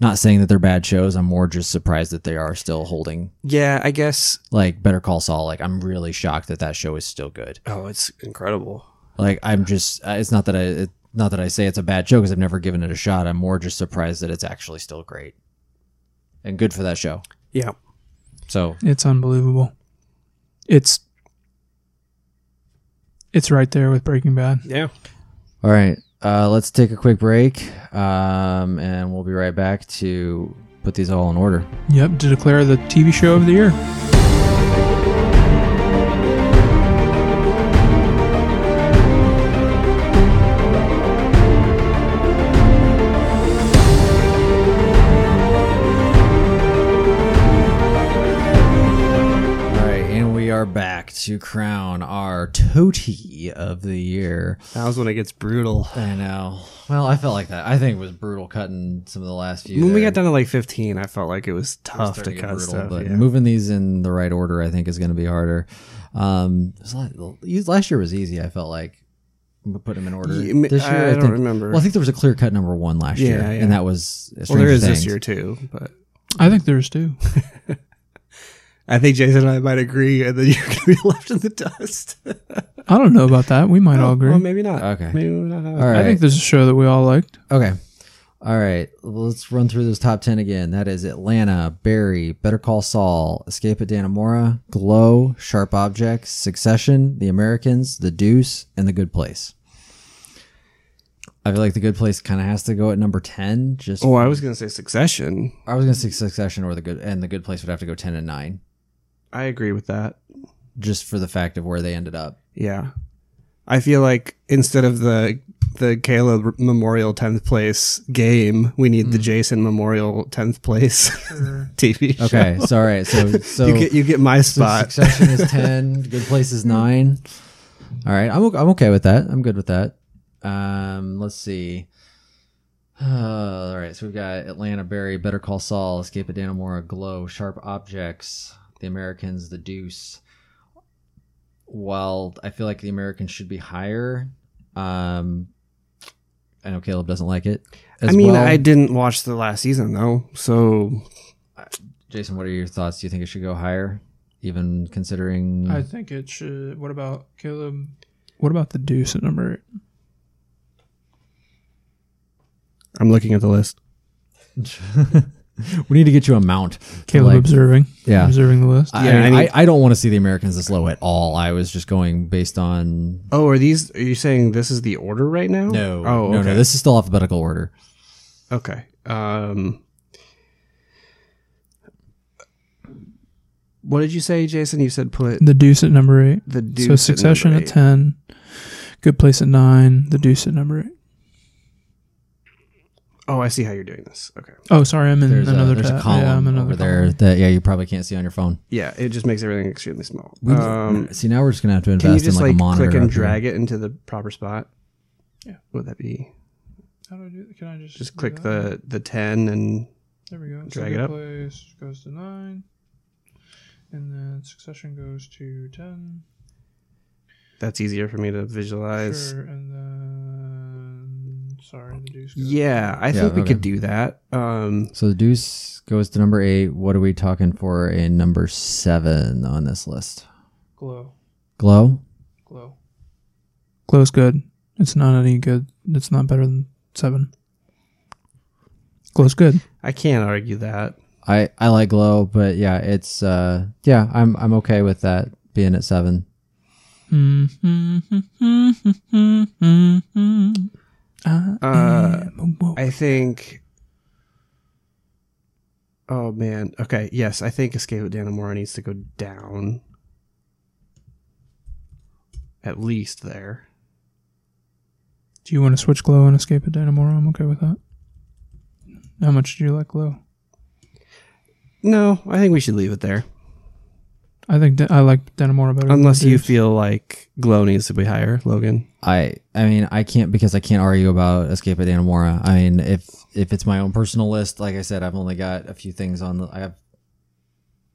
Speaker 1: not saying that they're bad shows. I'm more just surprised that they are still holding.
Speaker 4: Yeah, I guess.
Speaker 1: Like Better Call Saul, like I'm really shocked that that show is still good.
Speaker 4: Oh, it's incredible.
Speaker 1: Like I'm just uh, it's not that I it, not that I say it's a bad show because I've never given it a shot. I'm more just surprised that it's actually still great and good for that show.
Speaker 4: Yeah.
Speaker 1: So
Speaker 3: It's unbelievable. It's it's right there with Breaking Bad.
Speaker 4: Yeah.
Speaker 1: All right, uh, let's take a quick break, um, and we'll be right back to put these all in order.
Speaker 3: Yep, to declare the TV show of the year.
Speaker 1: All right, and we are back to crown our toady of the year.
Speaker 2: That was when it gets brutal.
Speaker 1: I know. Well, I felt like that. I think it was brutal cutting some of the last few.
Speaker 2: When we
Speaker 1: there.
Speaker 2: got down to like 15, I felt like it was tough
Speaker 1: starting
Speaker 2: to
Speaker 1: to get
Speaker 2: cut
Speaker 1: brutal,
Speaker 2: stuff.
Speaker 1: but
Speaker 2: yeah.
Speaker 1: moving these in the right order, I think, is going to be harder. Um, it was like- these- last year was easy. I felt like we put them in order.
Speaker 2: Yeah, ma-
Speaker 1: this year,
Speaker 2: I
Speaker 1: I,
Speaker 2: don't
Speaker 1: think,
Speaker 2: remember.
Speaker 1: Well, I think there was a clear cut number one last
Speaker 2: Yeah,
Speaker 1: year,
Speaker 2: yeah.
Speaker 1: and that was
Speaker 2: well, there is this
Speaker 1: Things.
Speaker 2: year too, but
Speaker 3: I think there's two.
Speaker 2: I think Jason and I might agree, and then you're going to be left in the dust.
Speaker 3: I don't know about that. We might all agree.
Speaker 2: Oh, Well, maybe not.
Speaker 1: Okay.
Speaker 2: Maybe we're not.
Speaker 1: All right.
Speaker 3: I think there's a show that we all liked.
Speaker 1: Okay. All right. Well, let's run through those top 10 again. That is Atlanta, Barry, Better Call Saul, Escape at Danamora, Glow, Sharp Objects, Succession, The Americans, The Deuce, and The Good Place. I feel like The Good Place kind of has to go at number 10. Just
Speaker 4: Oh, I was gonna say Succession.
Speaker 1: I was going to say Succession or The Good, and The Good Place would have to go 10 and 9
Speaker 4: I agree with that.
Speaker 1: just for the fact of where they ended up.
Speaker 4: Yeah.
Speaker 2: I feel like instead of the the Caleb Memorial tenth place game, we need the Jason Memorial tenth place TV. show.
Speaker 1: Okay. so, all right. So, so
Speaker 2: you get you get my
Speaker 1: So
Speaker 2: spot.
Speaker 1: Succession is ten. Good Place is nine. All right, I'm okay, I'm okay with that. I'm good with that. Um, let's see. Uh, all right, so we've got Atlanta, Barry, Better Call Saul, Escape at Danamora, Glow, Sharp Objects, The Americans, The Deuce. While I feel like The Americans should be higher, um, I know Caleb doesn't like it.
Speaker 2: I
Speaker 1: as
Speaker 2: mean,
Speaker 1: well.
Speaker 2: I didn't watch the last season though, so
Speaker 1: Jason, what are your thoughts? Do you think it should go higher, even considering?
Speaker 3: I think it should. What about Caleb? Hmm. What about the Deuce at number eight?
Speaker 2: I'm looking at the list.
Speaker 1: we need to get you a mount.
Speaker 3: Caleb
Speaker 1: Like-
Speaker 3: observing.
Speaker 1: Yeah.
Speaker 3: Observing the list.
Speaker 1: I,
Speaker 2: Yeah, I
Speaker 1: I,
Speaker 2: mean-
Speaker 1: I, don't want to see the Americans this low at all. I was just going based on
Speaker 2: Oh, are these? Are you saying this is the order right now?
Speaker 1: no,
Speaker 2: Oh,
Speaker 1: no,
Speaker 2: okay.
Speaker 1: no. This is still alphabetical order.
Speaker 2: Okay. Um, what did you say, Jason? You said put
Speaker 3: the Deuce at number eight.
Speaker 2: the Deuce
Speaker 3: so Succession
Speaker 2: at
Speaker 3: at,
Speaker 2: number eight.
Speaker 3: ten. Good Place at nine. The Deuce at number eight.
Speaker 2: Oh, I see how you're doing this. Okay.
Speaker 3: Oh, sorry, I'm in
Speaker 1: There's
Speaker 3: another.
Speaker 1: a, there's
Speaker 3: pa-
Speaker 1: a column
Speaker 3: yeah, I'm in another
Speaker 1: over there
Speaker 3: column.
Speaker 1: that yeah you probably can't see on your phone.
Speaker 2: Yeah, it just makes everything extremely small.
Speaker 1: We,
Speaker 2: um,
Speaker 1: see now we're just gonna have to invest
Speaker 2: can you just
Speaker 1: in like,
Speaker 2: like,
Speaker 1: a monitor.
Speaker 2: click and
Speaker 1: up here.
Speaker 2: drag it into the proper spot?
Speaker 3: Yeah.
Speaker 2: Would that be
Speaker 3: How do I do that? Can I just
Speaker 2: just click the the ten and
Speaker 3: There we go.
Speaker 2: Drag it up.
Speaker 3: Place goes to nine, and then Succession goes to ten.
Speaker 2: that's easier for me to visualize.
Speaker 3: Sure, and then sorry, the Deuce. goes-
Speaker 2: Yeah, I
Speaker 1: Yeah,
Speaker 2: think we
Speaker 1: okay.
Speaker 2: could do that. Um,
Speaker 1: So the Deuce goes to number eight. What are we talking for in number seven on this list?
Speaker 3: Glow,
Speaker 1: Glow.
Speaker 3: glow. Glow's good. It's not any good. It's not better than seven. Glow's good.
Speaker 2: I can't argue that.
Speaker 1: I I like Glow, but yeah, it's uh yeah I'm I'm okay with that being at seven.
Speaker 2: Uh, I think. Oh man. Okay. Yes, I think Escape at Danamora needs to go down. At least there.
Speaker 3: Do you want to switch Glow and Escape at Danamora? I'm okay with that. How much do you like Glow?
Speaker 2: No, I think we should leave it there.
Speaker 3: I think De- I like Denimore better. than
Speaker 2: Unless you
Speaker 3: Deuce.
Speaker 2: feel like Glow needs to be higher, Logan.
Speaker 1: I I mean I can't because I can't argue about Escape at Anamora. I mean if if it's my own personal list, like I said, I've only got a few things on. The, I have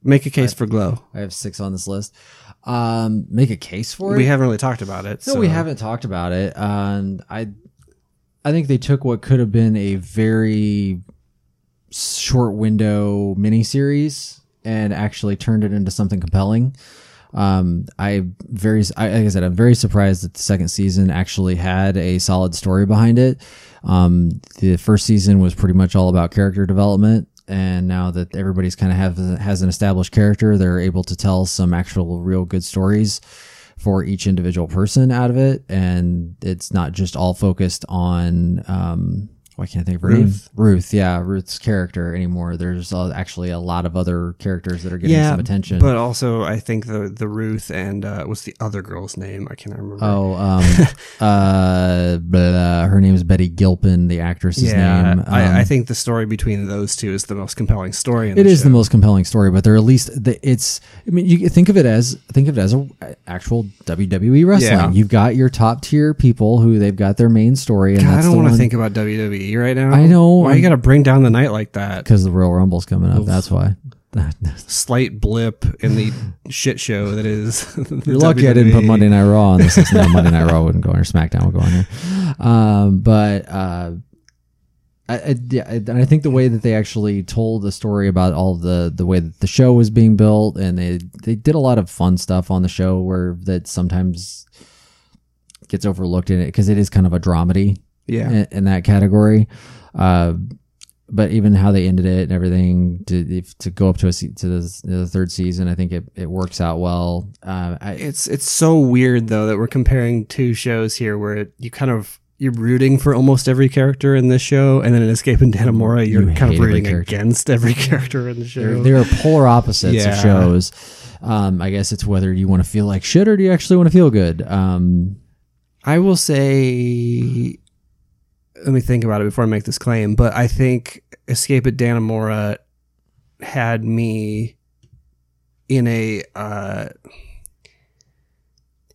Speaker 2: Make a case for Glow.
Speaker 1: I have six on this list. Um, make a case for it.
Speaker 2: We haven't really talked about it.
Speaker 1: No,
Speaker 2: so.
Speaker 1: we haven't talked about it. And I, I think they took what could have been a very short window miniseries and actually turned it into something compelling. Um, I very, I, like I said, I'm very surprised that the second season actually had a solid story behind it. Um, the first season was pretty much all about character development. And now that everybody's kind of have, has an established character, they're able to tell some actual real good stories for each individual person out of it, and it's not just all focused on um, why can't I think of her Ruth. Ruth, yeah, Ruth's character anymore. There's uh, actually a lot of other characters that are getting some attention.
Speaker 2: But also, I think the the Ruth and uh, what's the other girl's name? I can't remember.
Speaker 1: oh, um, uh, but, uh, her name is Betty Gilpin, the actress's
Speaker 2: yeah.
Speaker 1: name. Um,
Speaker 2: I, I think the story between those two is the most compelling story. In
Speaker 1: It
Speaker 2: the
Speaker 1: is
Speaker 2: show.
Speaker 1: the most compelling story, but they're at least the, it's. I mean, you think of it as think of it as a actual WWE wrestling.
Speaker 2: Yeah.
Speaker 1: You've got your top tier people who they've got their main story, and
Speaker 2: God, I
Speaker 1: that's
Speaker 2: don't
Speaker 1: the
Speaker 2: want
Speaker 1: one
Speaker 2: to think about WWE right now.
Speaker 1: I know,
Speaker 2: Why
Speaker 1: I'm-
Speaker 2: you got to bring down the night like that?
Speaker 1: because the Royal Rumble's coming up. That's why.
Speaker 2: Slight blip in the shit show that is.
Speaker 1: You're lucky I
Speaker 2: E.
Speaker 1: didn't put Monday Night Raw on this. list. No, Monday Night Raw wouldn't go on, or SmackDown would go on here. Um, but uh, I, I, yeah, I- and I think the way that they actually told the story about all the the way that the show was being built, and they they did a lot of fun stuff on the show where that sometimes gets overlooked in it because it is kind of a dramedy
Speaker 2: Yeah.
Speaker 1: in, in that category. Uh, but even how they ended it and everything to, if, to go up to a se- to the, the third season, I think it, it works out well. Uh, I,
Speaker 2: It's it's so weird though that we're comparing two shows here where it, you kind of you're rooting for almost every character in this show, and then in Escape and Danamora, you're
Speaker 1: You
Speaker 2: kind
Speaker 1: hate
Speaker 2: of
Speaker 1: every
Speaker 2: rooting
Speaker 1: character.
Speaker 2: against every character in the
Speaker 1: they're,
Speaker 2: show.
Speaker 1: they are polar opposites of
Speaker 2: Yeah.
Speaker 1: shows. Um, I guess it's whether you want to feel like shit or do you actually want to feel good. Um,
Speaker 2: I will say, let me think about it before I make this claim, but I think Escape at Danamora had me in a, uh,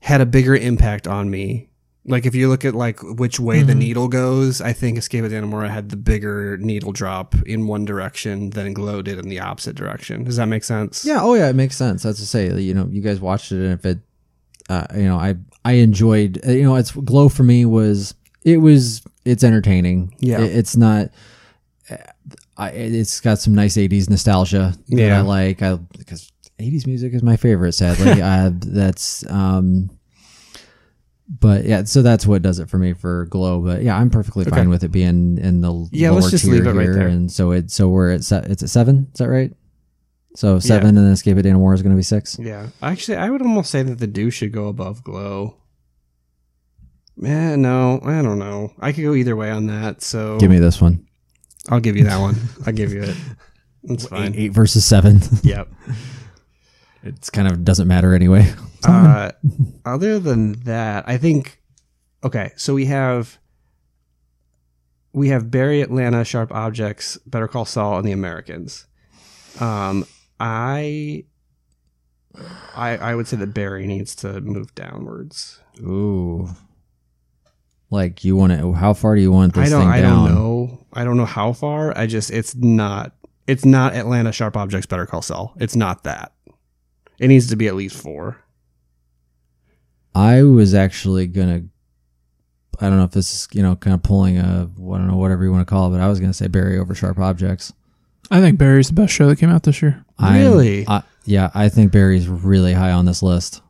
Speaker 2: had a bigger impact on me. Like if you look at like which way the
Speaker 3: Mhm.
Speaker 2: needle goes, I think Escape at Danamora had the bigger needle drop in one direction than Glow did in the opposite direction. Does that make sense?
Speaker 1: yeah, oh yeah, it makes sense. That's to say, you know, you guys watched it, and if it, uh, you know, I I enjoyed, uh, you know, it's glow for me was it was it's entertaining.
Speaker 2: Yeah.
Speaker 1: It- it's not. uh, I, it's got some nice '80s nostalgia that
Speaker 2: Yeah.
Speaker 1: I like. I because '80s music is my favorite. Sadly, uh, that's um, but yeah, so that's what does it for me for Glow. But yeah, I'm perfectly fine with it being in the
Speaker 2: Yeah,
Speaker 1: lower
Speaker 2: let's just
Speaker 1: tier
Speaker 2: leave it right
Speaker 1: here.
Speaker 2: there.
Speaker 1: And so it so we're at se- it's at seven. Is that right? So seven, and then Escape at Dana War is going to be six.
Speaker 2: Yeah. Actually, I would almost say that the do should go above glow. Man, no, I don't know. I could go either way on that, so
Speaker 1: Give me this one.
Speaker 2: I'll give you that one. I'll give you it. It's
Speaker 1: Eight,
Speaker 2: fine.
Speaker 1: eight versus seven.
Speaker 2: Yep.
Speaker 1: it's kind of doesn't matter anyway.
Speaker 2: Uh, other than that, I think okay, so we have we have Barry Atlanta, Sharp Objects, Better Call Saul, and the Americans. Um I I I would say that Barry needs to move downwards.
Speaker 1: Ooh. Like you want to? How far do you want this
Speaker 2: I don't.
Speaker 1: thing
Speaker 2: I
Speaker 1: down?
Speaker 2: don't know. I don't know how far. I just. It's not. It's not Atlanta Sharp Objects Better Call Saul. It's not that. It needs to be at least four.
Speaker 1: I was actually gonna. I don't know if this is you know kind of pulling a I don't know whatever you want to call it, but I was gonna say bury over sharp objects.
Speaker 3: I think Barry's the best show that came out this year.
Speaker 1: I'm-
Speaker 2: Really?
Speaker 1: I, yeah, I think Barry's really high on this list.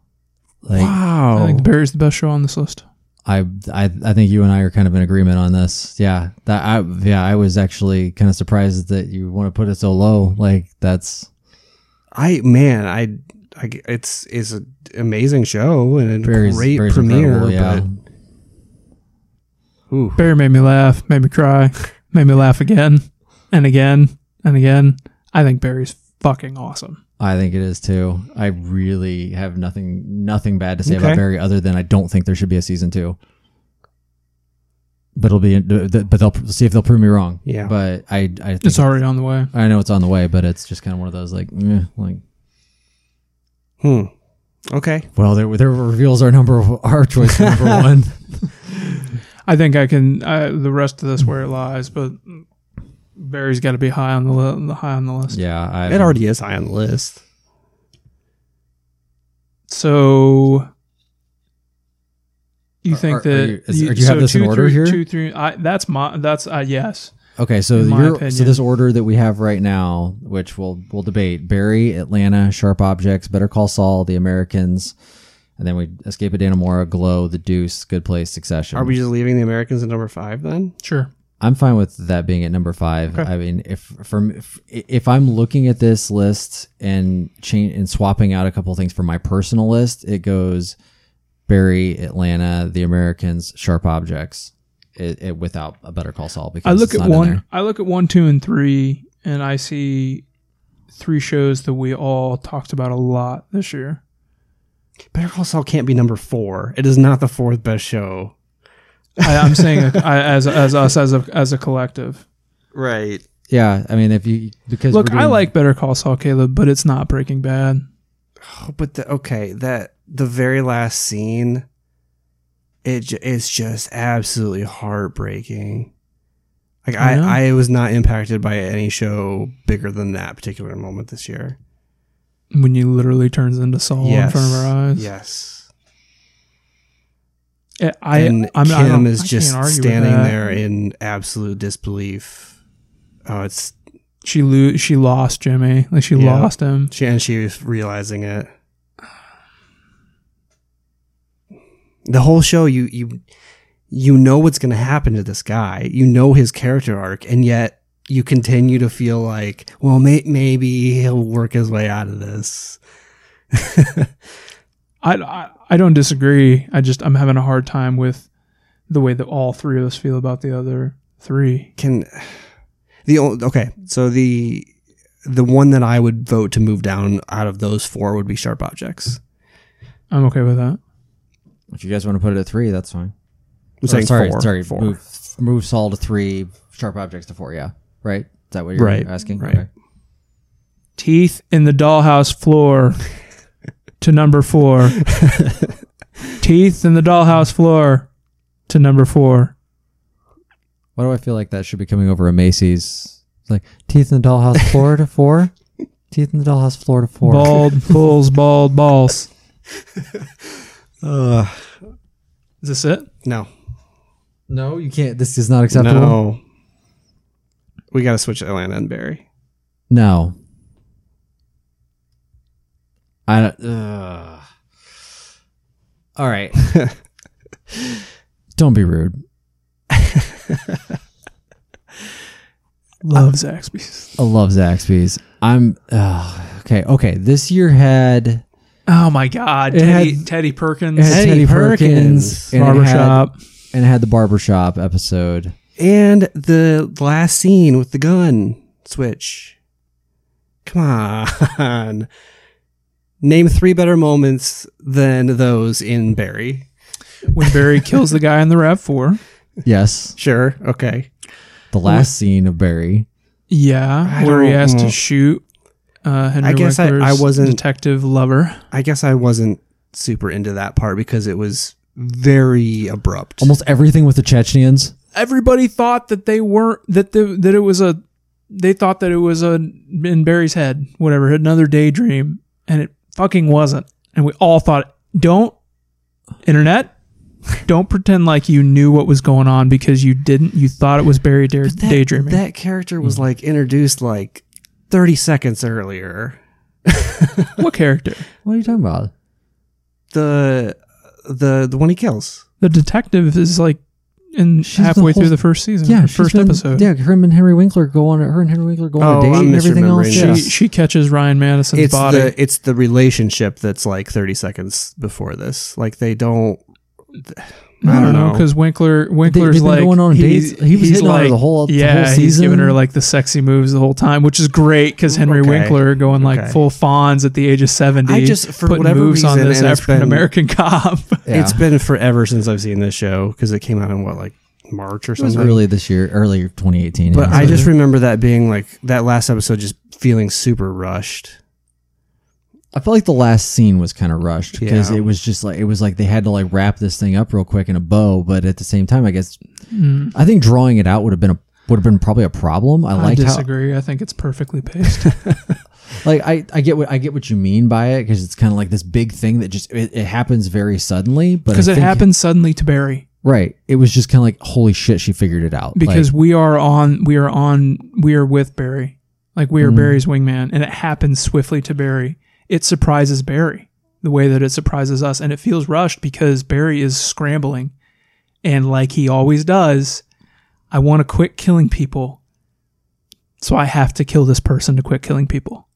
Speaker 1: Like
Speaker 2: wow.
Speaker 3: I think Barry's the best show on this list.
Speaker 1: I, I, I think you and I are kind of in agreement on this. Yeah, that I, yeah, I was actually kind of surprised that you want to put it so low. Like that's
Speaker 2: I man. I. I it's it's an amazing show and a
Speaker 1: Barry's
Speaker 2: great
Speaker 1: Barry's
Speaker 2: premiere.
Speaker 1: incredible, yeah.
Speaker 2: But ooh,
Speaker 3: Barry made me laugh, made me cry, made me laugh again and again and again. I think Barry's fucking awesome.
Speaker 1: I think it is too. I really have nothing nothing bad to say about
Speaker 2: Okay.
Speaker 1: Barry other than I don't think there should be a season two. But it'll be but they'll see if they'll prove me wrong.
Speaker 2: Yeah.
Speaker 1: But I I think
Speaker 3: It's already on the way.
Speaker 1: I know it's on the way, but it's just kind of one of those like eh, like
Speaker 2: Hmm. Okay.
Speaker 1: Well, there there reveals our number our choice number one.
Speaker 3: I think I can. I, the rest of this where it lies, but Barry's got to be high on the li- high on the list.
Speaker 1: Yeah, I,
Speaker 2: It already is high on the list.
Speaker 3: So you
Speaker 1: Are-
Speaker 3: think
Speaker 1: are-
Speaker 3: that
Speaker 1: are you- is- do you have this in
Speaker 3: two,
Speaker 1: order
Speaker 3: three-
Speaker 1: here?
Speaker 3: Two, three. I, that's my. That's uh, yes.
Speaker 1: Okay, so
Speaker 3: in my
Speaker 1: your so
Speaker 3: opinion.
Speaker 1: this order that we have right now, which we'll we'll debate: Barry, Atlanta, Sharp Objects, Better Call Saul, The Americans, and then we Escape at Danamora, Glow, The Deuce, Good Place, Succession.
Speaker 2: Are we just leaving the Americans at number five then?
Speaker 3: Sure.
Speaker 1: I'm fine with that being at number five. I mean, if from if, if I'm looking at this list and change and swapping out a couple things for my personal list, it goes Barry, Atlanta, The Americans, Sharp Objects, it, it, without a Better Call Saul. Because
Speaker 3: I look
Speaker 1: it's
Speaker 3: at
Speaker 1: not in there.
Speaker 3: one. I look at one, two, and three, and I see three shows that we all talked about a lot this year.
Speaker 2: Better Call Saul can't be number four. It is not the fourth best show.
Speaker 3: I, I'm saying I, as as us as a as a collective.
Speaker 2: Right.
Speaker 1: Yeah, I mean, if you because
Speaker 3: Look,
Speaker 1: we're
Speaker 3: I
Speaker 1: doing-
Speaker 3: like Better Call Saul, Caleb, but it's not Breaking Bad.
Speaker 2: But the, okay, that the very last scene, it ju- it's just absolutely heartbreaking. Like
Speaker 3: I know.
Speaker 2: I, I was not impacted by any show bigger than that particular moment this year.
Speaker 3: When you literally turns into Saul in front of our eyes.
Speaker 2: Yes.
Speaker 3: I, I,
Speaker 2: and
Speaker 3: I'm, I
Speaker 2: Kim
Speaker 3: don't-
Speaker 2: is
Speaker 3: I
Speaker 2: just
Speaker 3: can't argue with
Speaker 2: standing
Speaker 3: that.
Speaker 2: there in absolute disbelief. Oh, it's
Speaker 3: She lo- she lost Jimmy. Like she
Speaker 2: Yeah.
Speaker 3: lost him.
Speaker 2: She and she was realizing it. The whole show, you you you know what's going to happen to this guy. You know his character arc, and yet you continue to feel like, well, may, maybe he'll work his way out of this.
Speaker 3: I, I I don't disagree. I just I'm having a hard time with the way that all three of us feel about the other three.
Speaker 2: Can the ol- okay? So the the one that I would vote to move down out of those four would be Sharp Objects.
Speaker 3: I'm okay with that.
Speaker 1: If you guys want to put it at three, that's fine.
Speaker 2: I'm
Speaker 1: Or,
Speaker 2: saying
Speaker 1: Oh, sorry,
Speaker 2: four,
Speaker 1: sorry.
Speaker 2: four.
Speaker 1: Move move Saul to three, sharp objects to four. Yeah, right. Is that what you're
Speaker 2: Right,
Speaker 1: asking?
Speaker 2: right.
Speaker 1: Okay.
Speaker 3: Teeth in the dollhouse floor to number four. Teeth in the dollhouse floor to number four.
Speaker 1: Why do I feel like that should be coming over a Macy's? It's like teeth in the dollhouse floor to four. Teeth in the dollhouse floor to four.
Speaker 3: Bald bulls, bald balls.
Speaker 2: Uh,
Speaker 3: Is this it?
Speaker 2: no,
Speaker 1: No, you can't. This is not acceptable. No.
Speaker 2: no. We got to switch Atlanta and Barry.
Speaker 1: I don't. Ugh. All right. don't be rude.
Speaker 3: Love Zaxby's.
Speaker 1: I love Zaxby's. I'm uh, okay. Okay, this year had
Speaker 3: Oh my God.
Speaker 1: It
Speaker 3: Teddy,
Speaker 1: had-
Speaker 3: Teddy Perkins.
Speaker 1: it had
Speaker 2: Teddy
Speaker 1: Teddy, Perkins,
Speaker 2: Perkins,
Speaker 1: and it had-
Speaker 3: barbershop.
Speaker 1: and it had the barbershop episode.
Speaker 2: And the last scene with the gun switch. Come on. Name three better moments than those in Barry.
Speaker 3: when Barry kills the guy in the Rav 4.
Speaker 1: Yes,
Speaker 2: Sure. Okay.
Speaker 1: the last scene of Barry.
Speaker 3: Yeah,
Speaker 2: I
Speaker 3: where he
Speaker 2: don't
Speaker 3: has to
Speaker 2: know.
Speaker 3: shoot uh, Henry
Speaker 2: I guess I-
Speaker 3: Winkler's
Speaker 2: I wasn't-
Speaker 3: detective lover.
Speaker 2: I guess I wasn't super into that part because it was very abrupt.
Speaker 1: Almost everything with the Chechens.
Speaker 3: Everybody thought that they weren't that the that it was a they thought that it was a in Barry's head whatever another daydream and it fucking wasn't and we all thought don't internet don't pretend like you knew what was going on because you didn't you thought it was Barry dare,
Speaker 2: That-
Speaker 3: daydreaming
Speaker 2: That character was like introduced like 30 seconds earlier.
Speaker 3: what character
Speaker 1: What are you talking about?
Speaker 2: The the the one he kills.
Speaker 3: the detective is like in
Speaker 1: She's the
Speaker 3: halfway
Speaker 1: whole-
Speaker 3: through the first season
Speaker 1: Yeah,
Speaker 3: the
Speaker 1: she's
Speaker 3: first
Speaker 1: been-
Speaker 3: episode
Speaker 1: Yeah, her and Henry Winkler go on. Her and Henry Winkler go on
Speaker 2: Oh,
Speaker 1: a date
Speaker 2: I'm
Speaker 1: and everything else.
Speaker 2: misremembering
Speaker 1: Yeah.
Speaker 3: She, she catches Ryan Madison's
Speaker 2: it's
Speaker 3: body.
Speaker 2: the it's the relationship that's like 30 seconds before this. Like they don't I don't know.
Speaker 3: because Winkler Winkler's
Speaker 1: they've been
Speaker 3: like
Speaker 1: going on
Speaker 3: he's-
Speaker 1: dates. He was
Speaker 3: he's
Speaker 1: hitting on her
Speaker 3: like-
Speaker 1: the whole- the
Speaker 3: yeah
Speaker 1: whole
Speaker 3: he's giving
Speaker 1: season.
Speaker 3: her like the sexy moves the whole time, which is great because Henry
Speaker 2: Okay.
Speaker 3: Winkler going like
Speaker 2: Okay.
Speaker 3: full fawns at the age of seventy.
Speaker 2: I just- for
Speaker 3: putting
Speaker 2: whatever
Speaker 3: moves on
Speaker 2: reason,
Speaker 3: this
Speaker 2: and it's been-
Speaker 3: African American cop.
Speaker 1: Yeah.
Speaker 2: It's been forever since I've seen this show because it came out in what like March or
Speaker 1: it was
Speaker 2: something.
Speaker 1: early this year, early 2018.
Speaker 2: but
Speaker 1: yeah.
Speaker 2: I just remember that being like that last episode just feeling super rushed.
Speaker 1: I felt like the last scene was kind of rushed because
Speaker 2: Yeah.
Speaker 1: it was just like it was like they had to like wrap this thing up real quick in a bow, but at the same time, I guess I think drawing it out would have been a would have been probably a problem. I
Speaker 3: Mm. I
Speaker 1: liked how
Speaker 3: disagree. I think it's perfectly paced.
Speaker 1: like I, I get what I get what you mean by it because it's kind of like this big thing that just it, it happens very suddenly, but I
Speaker 3: Because it
Speaker 1: think-
Speaker 3: happened suddenly to Barry.
Speaker 1: right. It was just kind of like holy shit, she figured it out Like,
Speaker 3: Because we are on we are on we are with Barry. Like we are
Speaker 1: Mm-hmm.
Speaker 3: Barry's wingman and it happens swiftly to Barry. It surprises Barry the way that it surprises us and it feels rushed because Barry is scrambling and like he always does, I want to quit killing people. So I have to kill this person to quit killing people.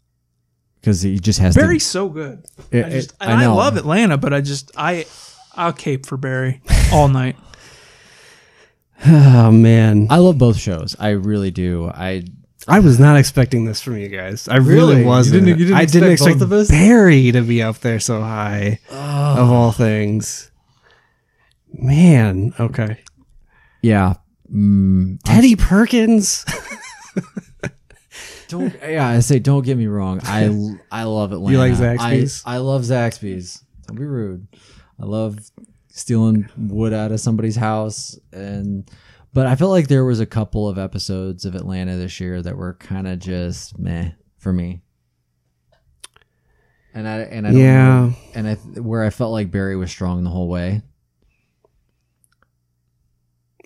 Speaker 1: because he just has
Speaker 3: Barry's
Speaker 1: to.
Speaker 3: so good.
Speaker 1: It,
Speaker 3: I just
Speaker 1: it-
Speaker 3: and I,
Speaker 1: know.
Speaker 3: love Atlanta, but I just I I'll cape for Barry all night.
Speaker 2: Oh man,
Speaker 1: I love both shows. I really do. I
Speaker 2: I was not expecting this from you guys. I really,
Speaker 1: Really?
Speaker 2: wasn't.
Speaker 1: You didn't- you didn't
Speaker 2: I didn't
Speaker 1: expect
Speaker 2: expect
Speaker 1: both of us?
Speaker 2: Barry to be up there so high of all things. Man, okay.
Speaker 1: yeah. Mm,
Speaker 2: Teddy Perkins.
Speaker 1: Don't yeah, I say don't get me wrong. I I love Atlanta. I-
Speaker 2: like Zaxby's?
Speaker 1: I, love Zaxby's. Don't be rude. I love stealing wood out of somebody's house and but I felt like there was a couple of episodes of Atlanta this year that were kind of just meh for me. And I and I don't
Speaker 2: Yeah.
Speaker 1: know- and I where I felt like Barry was strong the whole way.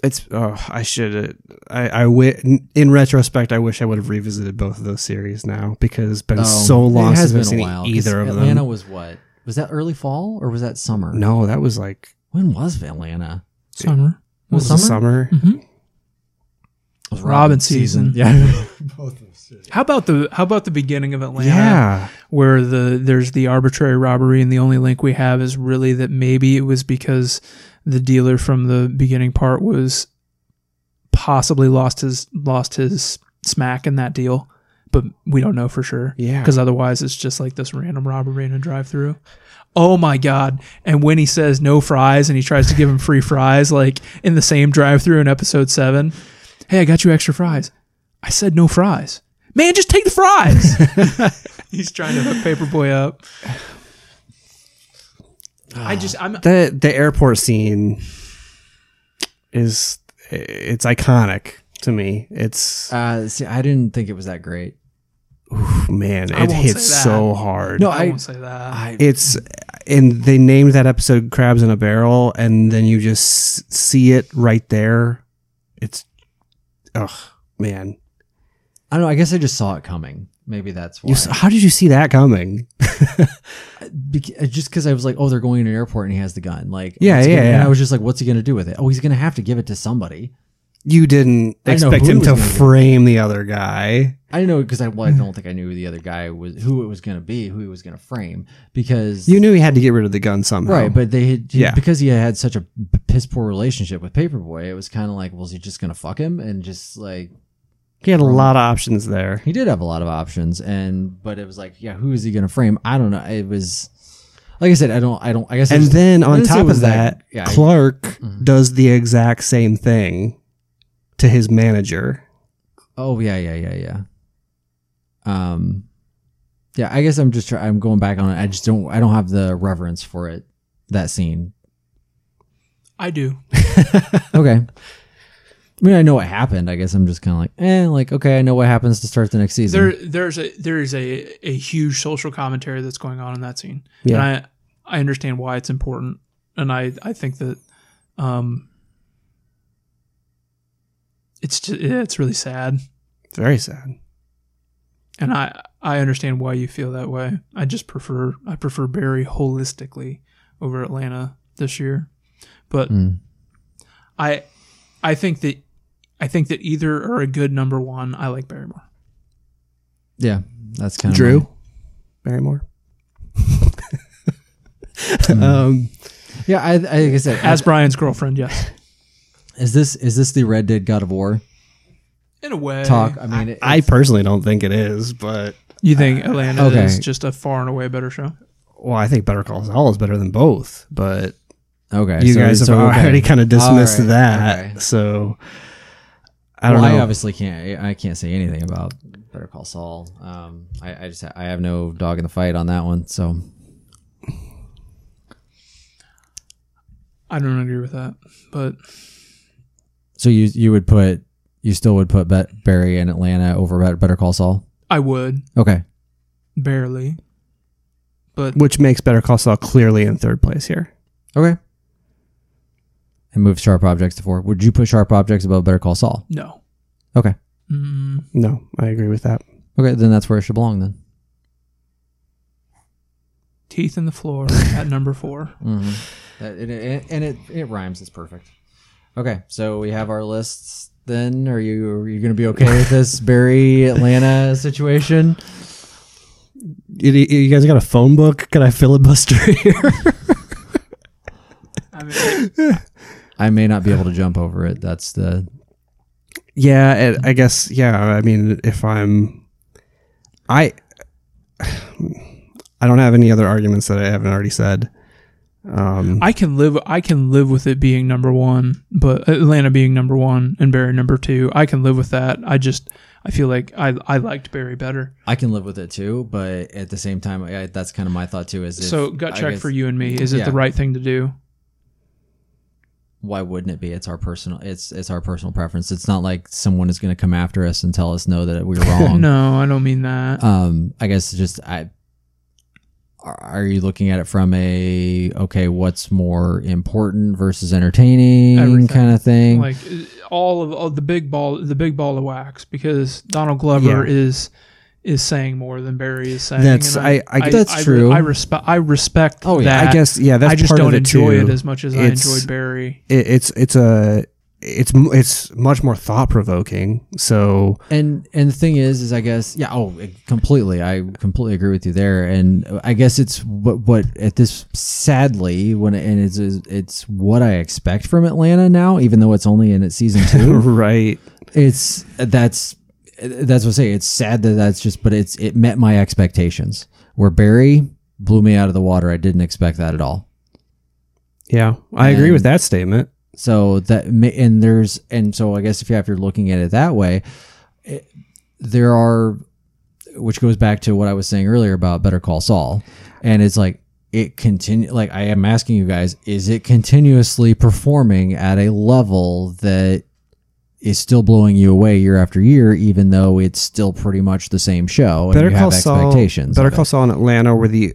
Speaker 2: It's oh, I should. I I wi- in retrospect, I wish I would have revisited both of those series now because it's been so
Speaker 1: Um,
Speaker 2: long
Speaker 1: it has
Speaker 2: since I've
Speaker 1: been
Speaker 2: seen
Speaker 1: a while. 'cause
Speaker 2: either of
Speaker 1: Atlanta
Speaker 2: them.
Speaker 1: was what was that early fall or was that summer?
Speaker 2: No, that was like
Speaker 1: when was Atlanta?
Speaker 3: Summer.
Speaker 1: Was
Speaker 2: the
Speaker 1: summer?
Speaker 2: summer.
Speaker 1: It was
Speaker 3: Robin season.
Speaker 1: Yeah.
Speaker 3: How about the how about the beginning of
Speaker 1: Hmm.
Speaker 3: Atlanta?
Speaker 2: Yeah,
Speaker 3: where the there's the arbitrary robbery and the only link we have is really that maybe it was because the dealer from the beginning part was possibly lost his lost his smack in that deal, but we don't know for sure.
Speaker 2: Yeah.
Speaker 3: Because otherwise it's just like this random robbery in a drive through. Oh my god. And when he says no fries and he tries to give him free fries, like in the same drive through in episode seven, hey, I got you extra fries. I said no fries. Man, just take the fries. He's trying to hook Paperboy up. I just, I'm,
Speaker 2: the the airport scene is it's iconic to me. It's
Speaker 1: Uh, see, I didn't think it was that great.
Speaker 2: man,
Speaker 3: I
Speaker 2: it
Speaker 3: won't
Speaker 2: hits
Speaker 3: say that.
Speaker 2: so hard.
Speaker 1: No,
Speaker 3: I
Speaker 1: I,
Speaker 3: won't say that.
Speaker 1: I,
Speaker 2: it's and they named that episode "Crabs in a Barrel," and then you just see it right there. It's ugh, man.
Speaker 1: I don't know. I guess I just saw it coming. Maybe that's why.
Speaker 2: You, s- how did you see that coming?
Speaker 1: Bec- uh, just because I was like, oh, they're going to an airport and he has the gun. Like,
Speaker 2: Yeah,
Speaker 1: what's he
Speaker 2: yeah,
Speaker 1: gonna- And
Speaker 2: yeah.
Speaker 1: I was just like, what's he going to do with it? Oh, he's going to have to give it to somebody.
Speaker 2: You didn't
Speaker 1: I know
Speaker 2: expect
Speaker 1: who
Speaker 2: him
Speaker 1: was
Speaker 2: to
Speaker 1: gonna do it.
Speaker 2: frame the other guy.
Speaker 1: I didn't know because I, well, I don't think I knew the other guy was who it was going to be, who he was going to frame. Because um,
Speaker 2: You knew he had to get rid of the gun somehow,
Speaker 1: Right, but they had,
Speaker 2: Yeah.
Speaker 1: because he had such a p- piss poor relationship with Paperboy, it was kind of like, well, is he just gonna fuck him and just like
Speaker 2: he had a
Speaker 1: um,
Speaker 2: lot of options there.
Speaker 1: he did have a lot of options and but it was like yeah who is he gonna frame i don't know it was like i said i don't i don't i guess I
Speaker 2: And
Speaker 1: just-
Speaker 2: then
Speaker 1: I
Speaker 2: on
Speaker 1: didn't say it
Speaker 2: top
Speaker 1: was Mm-hmm.
Speaker 2: of that,
Speaker 1: yeah I-
Speaker 2: Clark does the exact same thing to his manager.
Speaker 1: oh yeah yeah yeah yeah um yeah i guess i'm just try- i'm going back on it i just don't i don't have the reverence for it that scene
Speaker 3: I do.
Speaker 1: okay i mean i know what happened i guess i'm just kind of like eh like okay i know what happens to start the next season
Speaker 3: There, there's a there is a a huge social commentary that's going on in that scene,
Speaker 2: Yeah.
Speaker 3: and I I understand why it's important, and I I think that um it's just it's really sad,
Speaker 2: It's very sad.
Speaker 3: and I I understand why you feel that way. I just prefer I prefer Barry holistically over Atlanta this year, but
Speaker 1: Mm.
Speaker 3: I I think that I think that either are a good number one. I like Barry more.
Speaker 1: yeah that's kind of
Speaker 2: Drew Barrymore.
Speaker 1: Hmm.
Speaker 2: um,
Speaker 1: yeah i, I like i said
Speaker 3: As Brian's girlfriend, yes,
Speaker 1: is this is this the red dead god of war
Speaker 3: in a way.
Speaker 1: talk i mean it,
Speaker 2: I personally don't think it is, but
Speaker 3: You think Atlanta
Speaker 1: okay.
Speaker 3: is just a far and away better show?
Speaker 2: well, I think Better Call Saul is better than both. But
Speaker 1: okay
Speaker 2: you
Speaker 1: so-
Speaker 2: guys have
Speaker 1: so, okay.
Speaker 2: already kind of dismissed
Speaker 1: All right,
Speaker 2: that,
Speaker 1: okay.
Speaker 2: so
Speaker 6: I don't
Speaker 1: well, I
Speaker 6: know.
Speaker 1: obviously can't. I can't say anything about Better Call Saul. Um, I, I just I have no dog in the fight on that one. So
Speaker 3: I don't agree with that, but
Speaker 1: so you you would put you still would put Bet- Barry in Atlanta over Bet- Better Call Saul.
Speaker 3: I would
Speaker 1: Okay.
Speaker 3: barely. But
Speaker 2: which makes Better Call Saul clearly in third place here.
Speaker 1: Okay. And move Sharp Objects to four. Would you put Sharp Objects above Better Call Saul?
Speaker 3: no.
Speaker 1: Okay.
Speaker 3: Mm,
Speaker 2: No, I agree with that.
Speaker 1: Okay, then that's where it should belong then.
Speaker 3: teeth in the floor at number four.
Speaker 1: That- it- it- Mm-hmm. Uh, and it it rhymes. It's perfect. Okay, so we have our lists. Then are you are you going to be okay with this Barry Atlanta situation?
Speaker 6: You, you guys got a phone book? Can I filibuster here?
Speaker 3: I mean,
Speaker 1: I may not be able to jump over it. That's the
Speaker 2: Yeah, it, I guess. Yeah, I mean, if I'm, I, I don't have any other arguments that I haven't already said. Um,
Speaker 3: I can live. I can live with it being number one, but Atlanta being number one and Barry number two. I can live with that. I just I feel like I I liked Barry better.
Speaker 1: I can live with it too, but at the same time, I, that's kind of my thought too. Is if-
Speaker 3: so gut
Speaker 1: I
Speaker 3: check
Speaker 1: guess-
Speaker 3: for you and me. Is it
Speaker 1: Yeah.
Speaker 3: the right thing to do?
Speaker 1: Why wouldn't it be? It's our personal. It's it's our personal preference. It's not like someone is going to come after us and tell us no that we were wrong.
Speaker 3: No, I don't mean that.
Speaker 1: um i guess just i are, are you looking at it from a okay what's more important versus entertaining
Speaker 3: Everything.
Speaker 1: kind of thing
Speaker 3: like uh, all of all the big ball the big ball of wax because Donald Glover
Speaker 2: Yeah.
Speaker 3: is is saying more than Barry is saying.
Speaker 2: That's-
Speaker 3: and
Speaker 2: I- I-
Speaker 1: that's
Speaker 3: I,
Speaker 1: true.
Speaker 3: I respect I respect
Speaker 1: Oh, yeah.
Speaker 3: that.
Speaker 2: I guess. Yeah, that's
Speaker 3: I just
Speaker 2: part
Speaker 3: don't
Speaker 2: of it
Speaker 3: enjoy
Speaker 2: too.
Speaker 3: it as much as I
Speaker 2: It's-
Speaker 3: enjoyed Barry.
Speaker 2: It- it's it's a it's m- it's much more thought provoking. So
Speaker 1: and and the thing is is i guess yeah oh completely i completely agree with you there and i guess it's what what at this sadly when it, and it's it's what i expect from atlanta now even though it's only in its season two
Speaker 2: right,
Speaker 1: it's that's that's what I say. It's sad that that's just, but it's it met my expectations. Where Barry blew me out of the water, I didn't expect that at all.
Speaker 2: yeah, I agree with that statement.
Speaker 1: So that ma- and there's and so I guess if you if you're looking at it that way, it, there are, which goes back to what I was saying earlier about Better Call Saul, and it's like it continue like I am asking you guys, is it continuously performing at a level that is still blowing you away year after year, even though it's still pretty much the same show and
Speaker 2: Better
Speaker 1: you
Speaker 2: Call
Speaker 1: have
Speaker 2: Saul.
Speaker 1: expectations.
Speaker 2: Better
Speaker 1: of
Speaker 2: Call
Speaker 1: it.
Speaker 2: Saul in Atlanta were the.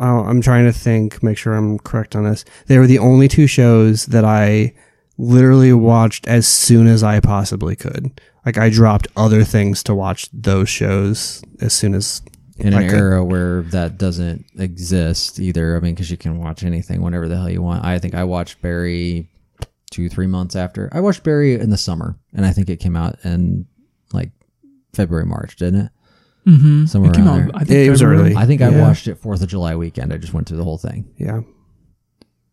Speaker 2: Oh, I'm trying to think, make sure I'm correct on this. They were the only two shows that I literally watched as soon as I possibly could. Like I dropped other things to watch those shows as soon as
Speaker 1: in an
Speaker 2: I could.
Speaker 1: era where that doesn't exist either. I mean, because you can watch anything whenever the hell you want. I think I watched Barry two, three months after. I watched Barry in the summer, and I think it came out in like February, March, didn't it?
Speaker 3: Mm-hmm.
Speaker 1: Somewhere
Speaker 3: it came
Speaker 1: around
Speaker 3: out.
Speaker 1: there.
Speaker 3: I think
Speaker 2: Yeah, it was
Speaker 3: February.
Speaker 2: early.
Speaker 1: I think I
Speaker 2: Yeah.
Speaker 1: watched it Fourth of July weekend. I just went through the whole thing.
Speaker 2: Yeah,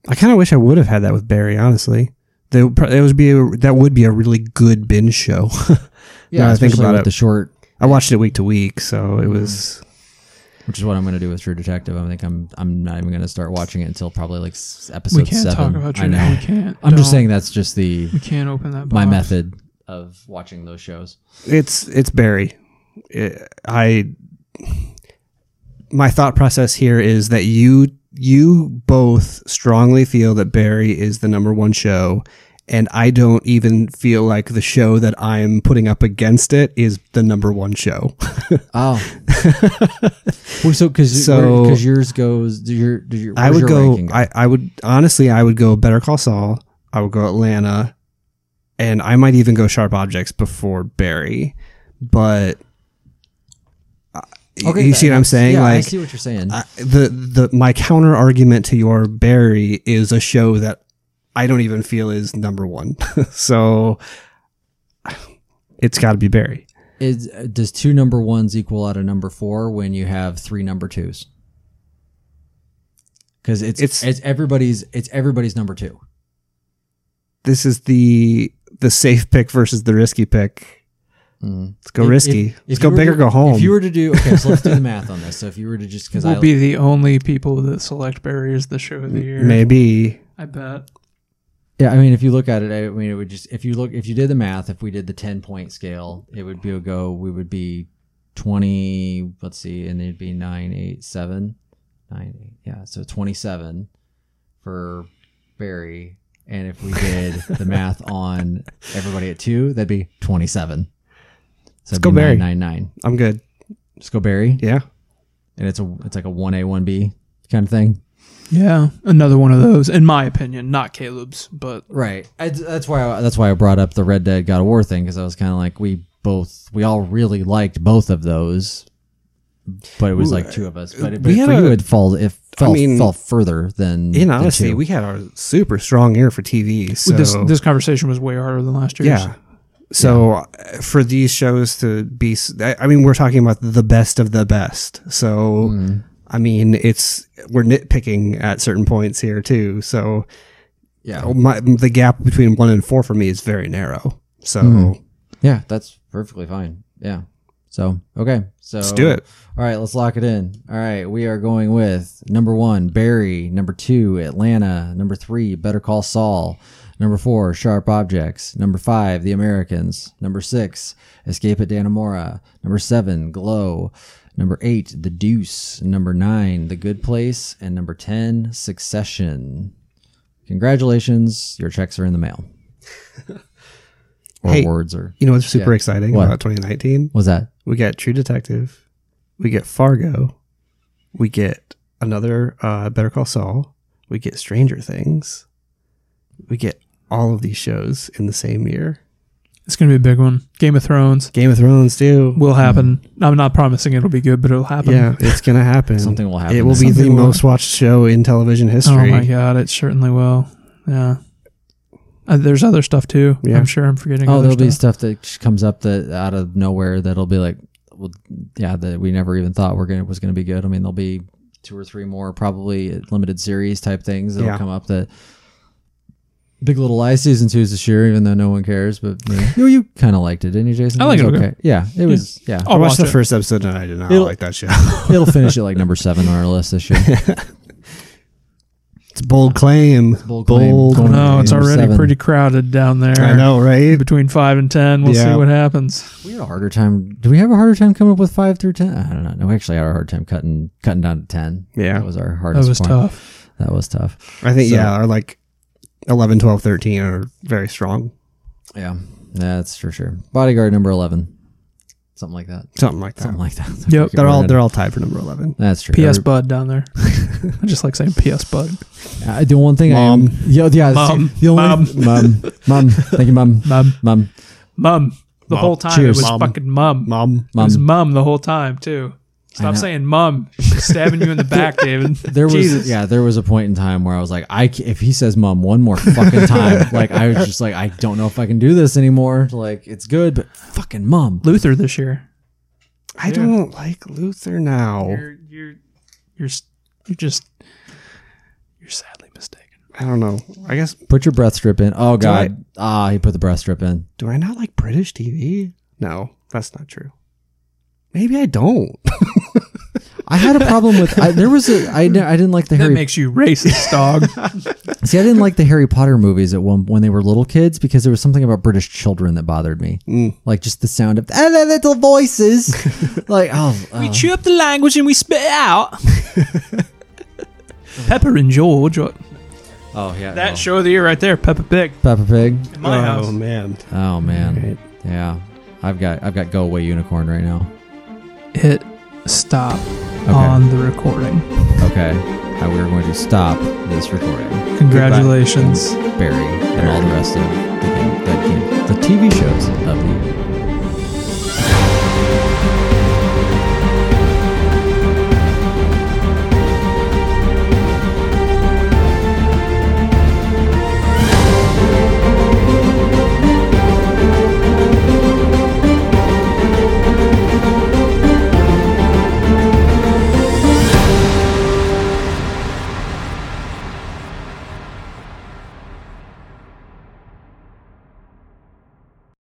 Speaker 2: I kind of wish I would have had that with Barry. Honestly, that would, pro- it would be a, that would be a really good binge show. Yeah, I think
Speaker 1: especially
Speaker 2: about
Speaker 1: with
Speaker 2: it.
Speaker 1: the short,
Speaker 2: I watched it week to week, so it was.
Speaker 1: which is what I'm going to do with True Detective. I think I'm I'm not even going to start watching it until probably like s- episode
Speaker 3: We can't
Speaker 1: seven.
Speaker 3: talk about
Speaker 1: I
Speaker 3: Drew.
Speaker 1: know.
Speaker 3: We can't.
Speaker 1: I'm just
Speaker 3: Don't.
Speaker 1: saying that's just the
Speaker 3: we can't open that. Box.
Speaker 1: my method of watching those shows.
Speaker 2: It's it's Barry. It, I my thought process here is that you you both strongly feel that Barry is the number one show. And I don't even feel like the show that I'm putting up against it is the number one show.
Speaker 1: Oh, well, so because
Speaker 2: So-
Speaker 1: because yours goes do your, do your
Speaker 2: I
Speaker 1: where's your
Speaker 2: would go.
Speaker 1: ranking?
Speaker 2: I, I would honestly, I would go Better Call Saul. I would go Atlanta, and I might even go Sharp Objects before Barry. But uh, you see what I'm saying?
Speaker 1: Yeah, I
Speaker 2: like
Speaker 1: see what you're saying.
Speaker 2: I- the the my counter argument to your Barry is a show that I don't even feel is number one. so it's got to be Barry.
Speaker 1: Is does two number ones equal out of number four when you have three number twos? Because it's, it's
Speaker 2: It's-
Speaker 1: everybody's it's everybody's number two.
Speaker 2: This is the the safe pick versus the risky pick. Let's go
Speaker 1: Hmm. If- if-
Speaker 2: risky.
Speaker 1: if
Speaker 2: Let's
Speaker 1: you
Speaker 2: go
Speaker 1: were
Speaker 2: big
Speaker 1: to-
Speaker 2: or go home.
Speaker 1: If you were to do okay, so let's do the math on this. So if you were to just because
Speaker 3: We'll
Speaker 1: I
Speaker 3: be the only people that select Barry as the show of the year.
Speaker 2: Maybe
Speaker 3: I bet.
Speaker 1: Yeah, I mean, if you look at it, I mean, it would just if you look if you did the math, if we did the ten point scale, it would be a go. We would be twenty. Let's see, and it'd be nine, eight, seven, nine, eight. Yeah, so twenty seven for Barry. And if we did the math on everybody at two, that'd be twenty seven. So Let's
Speaker 2: go Barry.
Speaker 1: Nine nine.
Speaker 2: I'm good.
Speaker 1: Just go Barry,
Speaker 2: Yeah.
Speaker 1: and it's a it's like a one A one B kind of thing.
Speaker 3: Yeah, another one of those, in my opinion, not Caleb's, but
Speaker 1: Right. I, that's why I, that's why I brought up the Red Dead God of War thing because I was kind of like we both we all really liked both of those, but it was like two of us. But, it, but
Speaker 2: we
Speaker 1: for
Speaker 2: had
Speaker 1: you,
Speaker 2: a-
Speaker 1: it fall it fell,
Speaker 2: mean,
Speaker 1: fell further than
Speaker 2: In
Speaker 1: than
Speaker 2: honesty,
Speaker 1: two.
Speaker 2: we had our super strong ear for TV. So
Speaker 3: this this conversation was way harder than last year's.
Speaker 2: yeah.
Speaker 4: So uh, for these shows to be, s- I I mean, we're talking about the best of the best. So
Speaker 1: Mm.
Speaker 4: I mean, it's we're nitpicking at certain points here too. So
Speaker 1: yeah
Speaker 4: oh, my, the gap between one and four for me is very narrow. So
Speaker 1: Mm-hmm. yeah that's perfectly fine yeah. So okay, so let's
Speaker 4: do it.
Speaker 1: All right, let's lock it in. All right, we are going with number one, Barry. Number two, Atlanta. Number three, Better Call Saul. Number four, Sharp Objects. Number five, The Americans. Number six, Escape at Danamora. Number seven, Glow. Number eight, The Deuce. Number nine, The Good Place. And number 10, Succession. Congratulations, your checks are in the mail. or
Speaker 2: Hey.
Speaker 1: words, or.
Speaker 2: You know what's super
Speaker 1: Yeah.
Speaker 2: exciting
Speaker 1: What?
Speaker 2: about 2019?
Speaker 1: What's that?
Speaker 2: We got True Detective. We get Fargo. We get another uh, Better Call Saul. We get Stranger Things. We get all of these shows in the same year.
Speaker 3: it's gonna be a big one. Game of Thrones
Speaker 2: Game of Thrones too.
Speaker 3: will happen. I'm not promising it'll be good, but it'll happen.
Speaker 2: Yeah, it's gonna happen.
Speaker 1: Something will happen.
Speaker 2: It will be
Speaker 1: next-
Speaker 2: the
Speaker 3: Something will-
Speaker 2: most watched show in television
Speaker 3: Oh
Speaker 2: history.
Speaker 3: my god, it certainly will. Yeah. Uh, there's other stuff too.
Speaker 2: Yeah.
Speaker 3: I'm sure I'm forgetting.
Speaker 1: Oh,
Speaker 3: other
Speaker 1: there'll be
Speaker 3: stuff.
Speaker 1: stuff that just comes up that out of nowhere that'll be like, well, yeah, that we never even thought we're gonna was gonna be good. I mean, there'll be two or three more probably limited series type things that'll
Speaker 2: Yeah.
Speaker 1: come up that. Big Little Lies season two is this year, even though no one cares. But you, know, you kind of liked it, didn't you, Jason?
Speaker 3: I like
Speaker 1: was
Speaker 3: it, okay.
Speaker 1: Yeah, it was. Yeah,
Speaker 3: I'll
Speaker 2: I watched the
Speaker 3: watch it.
Speaker 2: first episode and I did not
Speaker 1: It'll-
Speaker 2: like that show.
Speaker 3: Oh.
Speaker 1: it'll finish at like number seven on our list this year.
Speaker 2: it's a bold claim.
Speaker 1: bold claim. Going
Speaker 3: No, Oh, it's
Speaker 1: Number
Speaker 3: already
Speaker 1: seven.
Speaker 3: pretty crowded down there.
Speaker 2: I know, right?
Speaker 3: Between five and ten, we'll see
Speaker 2: Yeah.
Speaker 3: what happens.
Speaker 1: We had a harder time. Do we have a harder time coming up with five through ten? I don't know. No, we actually had a hard time cutting cutting down to ten.
Speaker 2: Yeah.
Speaker 1: That was our
Speaker 3: That
Speaker 1: hardest.
Speaker 3: was
Speaker 1: point.
Speaker 3: tough.
Speaker 1: That was tough.
Speaker 2: I think
Speaker 1: So-
Speaker 2: yeah, or like 11, 12, 13 are very strong.
Speaker 1: Yeah, that's for sure. Bodyguard number eleven, something like that.
Speaker 2: Something like that.
Speaker 1: Something like that.
Speaker 3: Yep.
Speaker 2: They're all they're all tied for number 11.
Speaker 1: That's true.
Speaker 3: P.S. Bud down there. I just like saying P.S. Bud.
Speaker 1: Uh, the one thing I am,
Speaker 2: Mom.
Speaker 1: yeah, yeah,
Speaker 3: Mom.
Speaker 1: the only
Speaker 3: Mom.
Speaker 1: mom, mom, thank you, mom,
Speaker 3: Mum,
Speaker 1: mom,
Speaker 3: mum. The
Speaker 2: Mum.
Speaker 3: whole time
Speaker 1: Cheers.
Speaker 3: it was
Speaker 2: Mum.
Speaker 3: fucking mum.
Speaker 2: Mom.
Speaker 3: It was
Speaker 1: mom.
Speaker 3: mum the whole time too. Stop
Speaker 1: know.
Speaker 3: saying mum. She's stabbing you in the back, David.
Speaker 1: There was
Speaker 3: Jesus.
Speaker 1: yeah, there was a point in time where I was like, I ca- if he says mom one more fucking time, like I was just like, I don't know if I can do this anymore. Like it's good, but fucking mom.
Speaker 3: Luther this year.
Speaker 2: I don't like Luther now.
Speaker 3: You're you're you're s- you're just you're sadly mistaken.
Speaker 2: I don't know. I guess
Speaker 1: Put your breath strip in. Oh
Speaker 2: I-
Speaker 1: god, ah, he put the breath strip in.
Speaker 2: do I not like British TV? No, that's not true. Maybe I don't.
Speaker 1: I had a problem with. I, there was a. I, I didn't like the
Speaker 3: That
Speaker 1: Harry
Speaker 3: makes you racist, dog.
Speaker 1: See, I didn't like the Harry Potter movies at one when they were little kids because there was something about British children that bothered me, like just the sound of and their little voices, like oh, oh.
Speaker 3: chew up the language and we spit it out. Pepper and George. or-
Speaker 1: oh yeah,
Speaker 3: That
Speaker 1: oh.
Speaker 3: show of the year right there, Peppa Pig.
Speaker 1: Peppa Pig.
Speaker 3: In my
Speaker 2: oh
Speaker 3: house.
Speaker 2: man.
Speaker 1: Oh man,
Speaker 2: Right.
Speaker 1: yeah, I've got I've got go away unicorn right now.
Speaker 3: Hit stop on the recording.
Speaker 1: Okay, uh, we are going to stop this recording,
Speaker 3: Congratulations.
Speaker 1: Barry, and all the rest of the, game, the, game, the TV shows of the year.